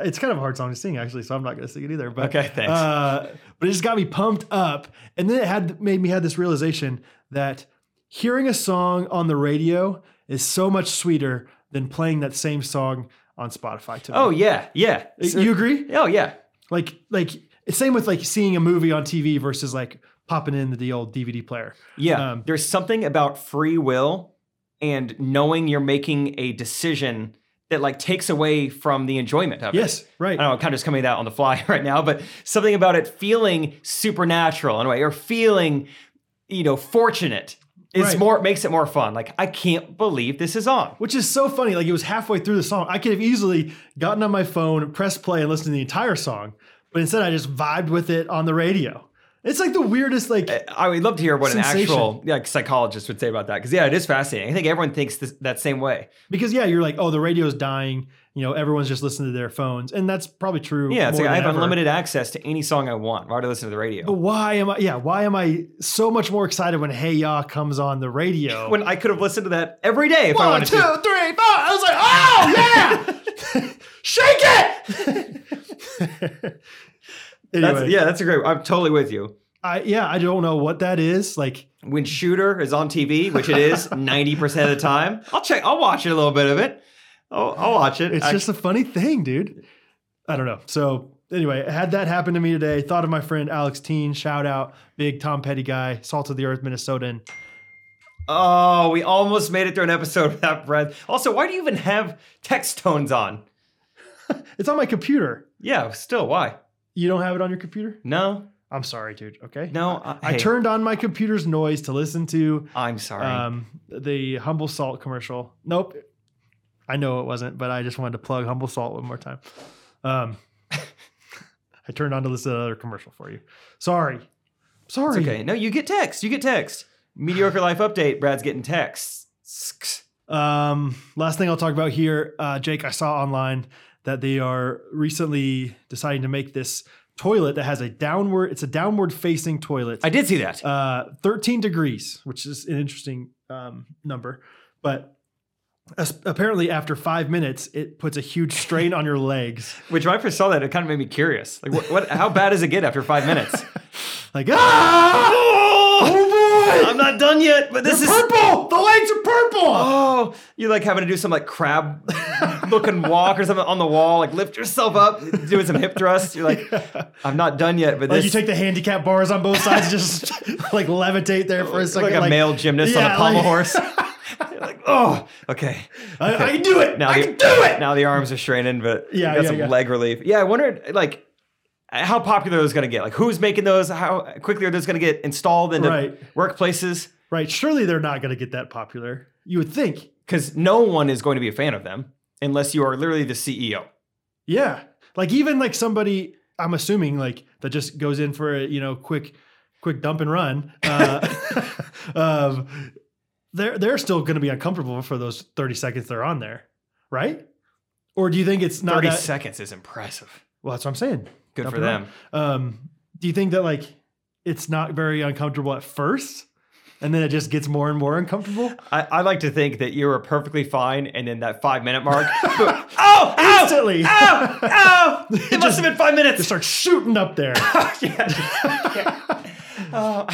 A: it's kind of a hard song to sing, actually, so I'm not going to sing it either. But
B: Okay, thanks.
A: Uh, but it just got me pumped up, and then it had made me have this realization that hearing a song on the radio is so much sweeter than playing that same song on Spotify. To me.
B: Oh, yeah. Yeah.
A: you agree?
B: Oh, yeah.
A: Like, like it's same with like seeing a movie on TV versus like popping in the old DVD player.
B: Yeah.
A: Um,
B: There's something about free will and knowing you're making a decision that like takes away from the enjoyment of it.
A: Yes, right.
B: I don't know, I'm kind of just coming out on the fly <laughs> right now, but something about it feeling supernatural in a way, or feeling, you know, fortunate. It's
A: Right.
B: more makes it more fun. Like I can't believe this is on.
A: Which is so funny. Like it was halfway through the song. I could have easily gotten on my phone, pressed play, and listened to the entire song. But instead I just vibed with it on the radio. It's like the weirdest, like
B: I would love to hear what an actual
A: Sensation.
B: like psychologist would say about that because yeah, it is fascinating. I think everyone thinks this, that same way.
A: because yeah, you're like, oh, the radio's dying. You know, everyone's just listening to their phones. And that's probably true.
B: Yeah, it's
A: more
B: like I
A: than
B: have
A: ever.
B: unlimited access to any song I want. Why do I listen to the radio?
A: But why am I yeah, why am I so much more excited when Hey Ya comes on the radio?
B: <laughs> when I could have listened to that every day if I
A: One,
B: wanted
A: two, three,
B: to.
A: four. I was like, oh
B: <laughs>
A: yeah. <laughs> Shake it. <laughs>
B: That's,
A: anyway, yeah.
B: Yeah, that's a great. I'm totally with you.
A: I yeah, I don't know what that is. Like
B: When Shooter is on TV, which
A: <laughs>
B: it is 90% of the time, I'll check. I'll watch it a little bit of it. I'll, I'll watch it.
A: It's
B: I-
A: just a funny thing, dude. I don't know. So anyway, had that happen to me today, thought of my friend Alex Teen, shout out, big Tom Petty guy, salt of the earth Minnesotan.
B: oh, we almost made it through an episode <laughs> without breath. Also, why do you even have text tones on?
A: It's on my computer.
B: Yeah, still why?
A: You don't have it on your computer?
B: No,
A: I'm sorry, dude. Okay.
B: no. I,
A: I
B: hey,
A: turned on my computer's noise to listen to
B: I'm sorry.
A: um, the Humble Salt commercial. Nope. I know it wasn't, but I just wanted to plug Humble Salt one more time. Um, <laughs> I turned on to listen to another commercial for you. Sorry.
B: it's
A: Sorry.
B: okay. No, you get text. You get text. Mediocre life update. Brad's getting texts.
A: Um, last thing I'll talk about here, uh, Jake, I saw online that they are recently deciding to make this toilet that has a downward, it's a downward facing toilet,
B: I did see that.
A: uh, 13 degrees, which is an interesting um, number, but as- apparently after five minutes, it puts a huge strain on your legs.
B: Which when I first saw that, it kind of made me curious. Like, what, what how bad does it get after five minutes?
A: Like,
B: Oh,
A: ah!
B: <laughs> I'm not done yet, but this
A: They're
B: is
A: purple! The legs are purple!
B: Oh, you're like having to do some like crab <laughs> looking walk or something on the wall, like lift yourself up, doing some hip thrusts. You're <laughs> like, I'm not done yet, but
A: Like
B: this
A: you take the handicap bars on both sides, just <laughs> like levitate there for a second,
B: like a male gymnast on a
A: Yeah,
B: pommel
A: like-
B: horse. <laughs> You're like, oh, okay.
A: I, I can do it.
B: Now
A: I
B: the,
A: can do it.
B: Now the arms are straining, but
A: Yeah,
B: you got
A: yeah,
B: some
A: yeah.
B: leg relief. Yeah, I wondered like how popular those gonna get. Like who's making those? How quickly are those gonna get installed into
A: Right.
B: workplaces?
A: Right. Surely they're not going to get that popular. You would think.
B: because no one is going to be a fan of them unless you are literally the E CEO.
A: Yeah. Like even like somebody, I'm assuming like that just goes in for a you know quick, quick dump and run. Uh, <laughs> um, they're they're still going to be uncomfortable for those 30 seconds they're on there, right? Or do you think it's not
B: Thirty
A: that?
B: seconds is impressive.
A: well, that's what I'm saying.
B: Good
A: Dump
B: for
A: it on.
B: them.
A: Um, do you think that like it's not very uncomfortable at first, and then it just gets more and more uncomfortable?
B: I, I like to think that you were perfectly fine, and then that five
A: <laughs>
B: minute mark. <laughs> oh, ow,
A: Instantly.
B: ow, ow! <laughs> It must
A: Oh, just-
B: have been five
A: They
B: minutes.
A: start shooting up
B: <laughs>
A: there. <laughs>
B: Oh.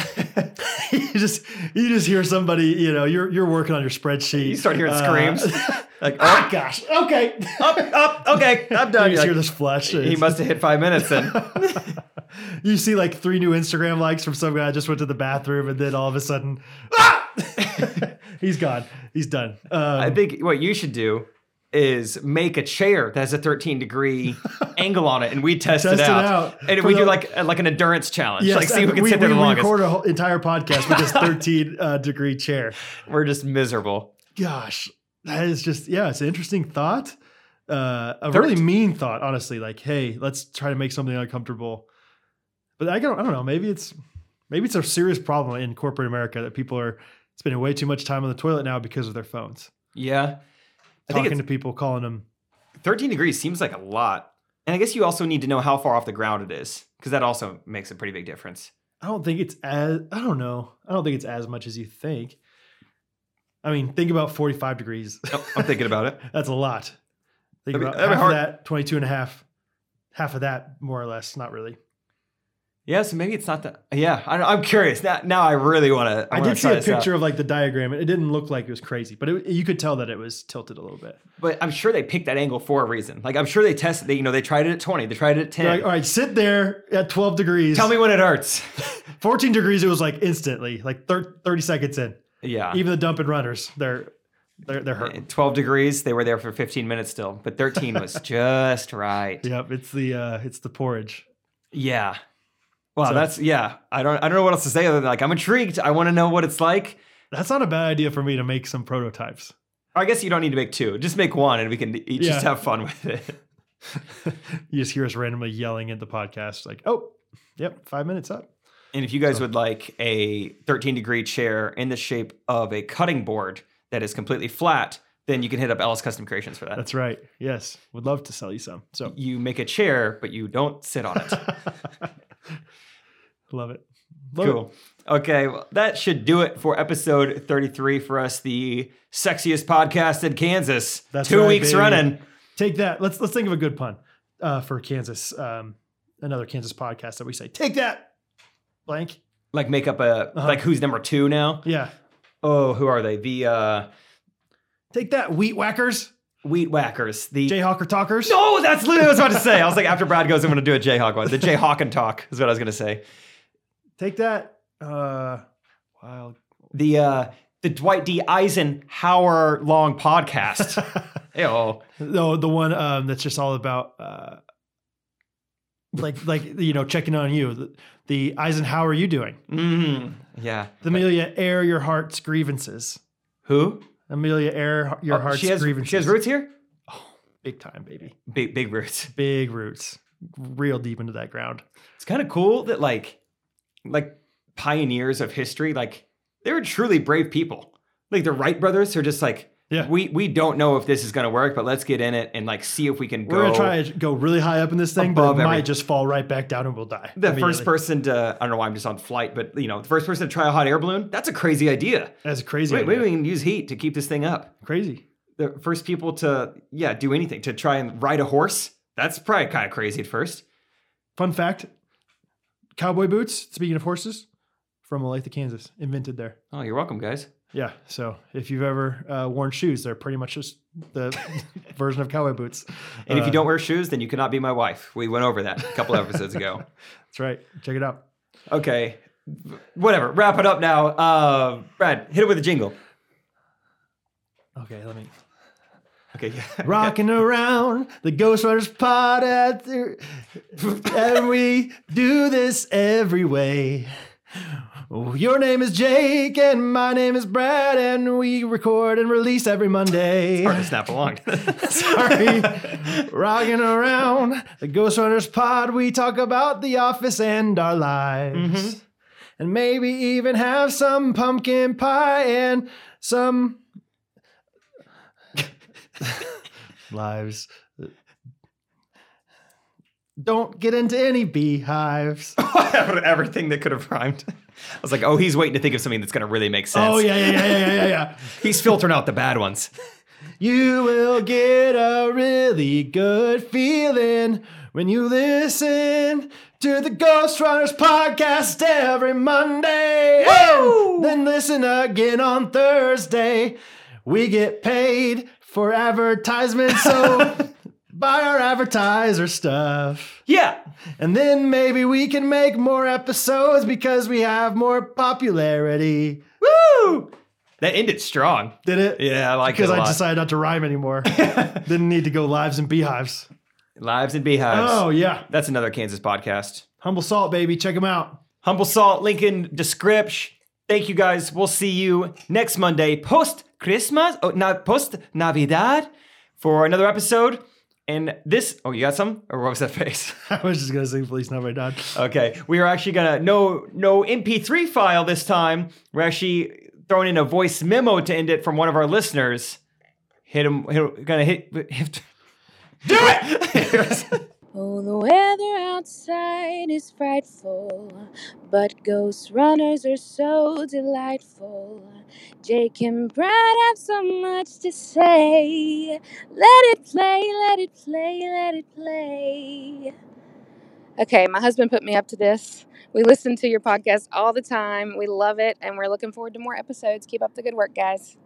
A: you just you just hear somebody, you know, you're you're working on your spreadsheet.
B: you start hearing
A: Uh, <laughs>
B: screams. like
A: Ah,
B: up,
A: gosh. Okay.
B: up, up. Okay,
A: <laughs>
B: I'm
A: You
B: done.
A: just hear
B: You're
A: this flush.
B: like, he must have hit five minutes then.
A: <laughs> You see like three new Instagram likes from some guy just went to the bathroom, and then all of a sudden, <laughs> ah! he's gone. He's done. Um,
B: I think what you should do is make a chair that has a 13
A: <laughs>
B: degree angle on it, and we test,
A: Test
B: it,
A: it
B: out.
A: out.
B: and
A: For
B: we
A: the-
B: do like like an endurance challenge,
A: Yes,
B: like see who
A: and
B: can
A: we,
B: sit there
A: we
B: the longest.
A: record a whole entire podcast
B: <laughs>
A: with this 13 uh, degree chair.
B: We're just miserable.
A: Gosh, that is just yeah, it's an interesting thought. Uh, a really
B: Thirteen.
A: mean thought, honestly. Like, hey, let's try to make something uncomfortable. But I don't, I don't know. Maybe it's maybe it's a serious problem in corporate America that people are spending way too much time on the toilet now because of their phones,
B: Yeah, I think
A: talking
B: it's,
A: to people, calling them.
B: 13 degrees seems like a lot, and I guess you also need to know how far off the ground it is because that also makes a pretty big difference.
A: I don't think it's as I don't know. I don't think it's as much as you think. I mean, think about 45 degrees. <laughs>
B: Oh, I'm thinking about it.
A: That's a lot. Think
B: That'd be-
A: about
B: that'd be
A: half
B: hard.
A: of that, 22 and a half. Half of that, more or less. Not really.
B: Yeah, so maybe it's not that. Yeah, I, am curious now. Now I really want to.
A: I, did see a picture of like the diagram. and It didn't look like it was crazy, but it, you could tell that it was tilted a little bit.
B: But I'm sure they picked that angle for a reason. Like I'm sure they tested. They, you know, they tried it at 20. They tried it at 10.
A: They're like, "Oh, all right, sit there at 12 degrees.
B: Tell me when it hurts.
A: <laughs> 14 degrees. It was like instantly, like thir- 30 seconds in.
B: yeah.
A: Even the dump and runners, they're they're they're hurting.
B: At 12 degrees. They were there for 15 minutes still, but 13 <laughs> was just right.
A: Yep, it's the uh, it's the porridge.
B: Yeah. Wow,
A: So-
B: that's yeah. I don't I don't know what else to say other than like I'm intrigued. I want to know what it's like.
A: That's not a bad idea for me to make some prototypes.
B: I guess you don't need to make two. Just make one, and we can each
A: Yeah.
B: just have fun with it.
A: You just hear us randomly yelling at the podcast, like, "Oh, yep, five minutes up."
B: And if you guys would like a 13 degree chair in the shape of a cutting board that is completely flat, then you can hit up Ellis Custom Creations for that.
A: That's right. Yes, would love to sell you some. So
B: you make a chair, but you don't sit on it.
A: <laughs> love it. Love
B: cool. Okay, well, that should do it for episode 33 for us, the sexiest podcast in Kansas.
A: That's
B: Two
A: right,
B: weeks
A: baby.
B: running.
A: it. Take that. Let's let's think of a good pun uh, for Kansas. Um, another Kansas podcast that we say, "Take that, blank."
B: Like make up a
A: Uh-huh.
B: like who's number two now?
A: Yeah,
B: Oh, who are they? The uh
A: take that, wheat whackers,
B: Wheat Whackers. The
A: Jayhawker talkers.
B: No, that's literally what I was about to say. I was like, after Brad goes, I'm gonna do a Jayhawk one. The Jayhawk and talk is what I was gonna say.
A: Take that, uh,
B: <laughs>
A: wild.
B: the uh the Dwight D. Eisenhower
A: <laughs>
B: long podcast. Ew.
A: No, the one um, that's just all about uh, like like you know checking on you. The, the Eisenhower, you doing?
B: Mm. Yeah.
A: Amelia, air your heart's grievances.
B: Who?
A: Amelia, air your
B: Oh,
A: heart's
B: she has,
A: grievances.
B: She has roots here?
A: big time, baby.
B: Big big roots.
A: Big roots, real deep into that ground.
B: It's kind of cool that like like pioneers of history, like they were truly brave people. Like the Wright brothers are just like
A: Yeah.
B: we we don't know if this is gonna work, but let's get in it and like see if we can go.
A: We're gonna try to go really high up in this thing,
B: Above
A: but it
B: every-
A: might just fall right back down and we'll die.
B: the first
A: immediately.
B: person to I don't know why I'm just on flight, but you know, the first person to try a hot air balloon, that's a crazy idea.
A: That's a crazy.
B: Wait,
A: idea.
B: maybe we can use heat to keep this thing up.
A: Crazy.
B: the first people to yeah do anything to try and ride a horse that's probably kind of crazy at first
A: Fun fact: cowboy boots. Speaking of horses, from Olathe, Kansas, invented there.
B: oh you're welcome guys
A: Yeah. So if you've ever uh, worn shoes, they're pretty much just the <laughs> version of cowboy boots.
B: and if
A: Uh,
B: you don't wear shoes then you cannot be my wife we went over that a couple episodes ago
A: that's right. Check it out.
B: okay whatever wrap it up now uh brad hit it with a jingle
A: Okay, let me.
B: okay <laughs> yeah.
A: <laughs> Rocking around the Ghost Riders pod at the, and we do this every way. Oh, Your name is Jake and my name is Brad, and we record and release every Monday.
B: hard to snap along <laughs>
A: <laughs> Sorry. Rocking around the Ghost Runners pod, we talk about the office and our lives. And maybe even have some pumpkin pie and <laughs> some lives. Don't get into any beehives.
B: everything that could have rhymed i was like oh he's waiting to think of something that's going to really make sense
A: Oh, yeah, yeah, yeah, yeah, yeah, yeah.
B: he's filtering out the bad ones
A: You will get a really good feeling when you listen to the Ghost Runners podcast every Monday. And then listen again on Thursday. We get paid for advertisement, so buy our advertiser stuff.
B: yeah
A: And then maybe we can make more episodes because we have more popularity.
B: woo That ended strong.
A: Did it?
B: Yeah, I like it
A: Because
B: a
A: I
B: lot.
A: decided not to rhyme anymore.
B: <laughs>
A: Didn't need to go lives and beehives.
B: Lives and Beehives.
A: Oh, yeah.
B: That's another Kansas podcast.
A: Humble Salt, baby. Check them out. <laughs>
B: Humble Salt, Lincoln, Description. Thank you guys. We'll see you next Monday, post Christmas, oh, na- post Navidad, for another episode. And this, oh, you got some? Or what was that <laughs> face?
A: I was just going to say, please, nobody died.
B: Okay, we are actually gonna no no MP3 file this time. We're actually throwing in a voice memo to end it from one of our listeners. Hit him. Hit, gonna hit. hit do <laughs> it.
E: Oh, the weather outside is frightful, but ghost runners are so delightful. Jake and Brad have so much to say. Let it play, let it play, let it play. Okay, my husband put me up to this. We listen to your podcast all the time. We love it, and we're looking forward to more episodes. Keep up the good work, guys.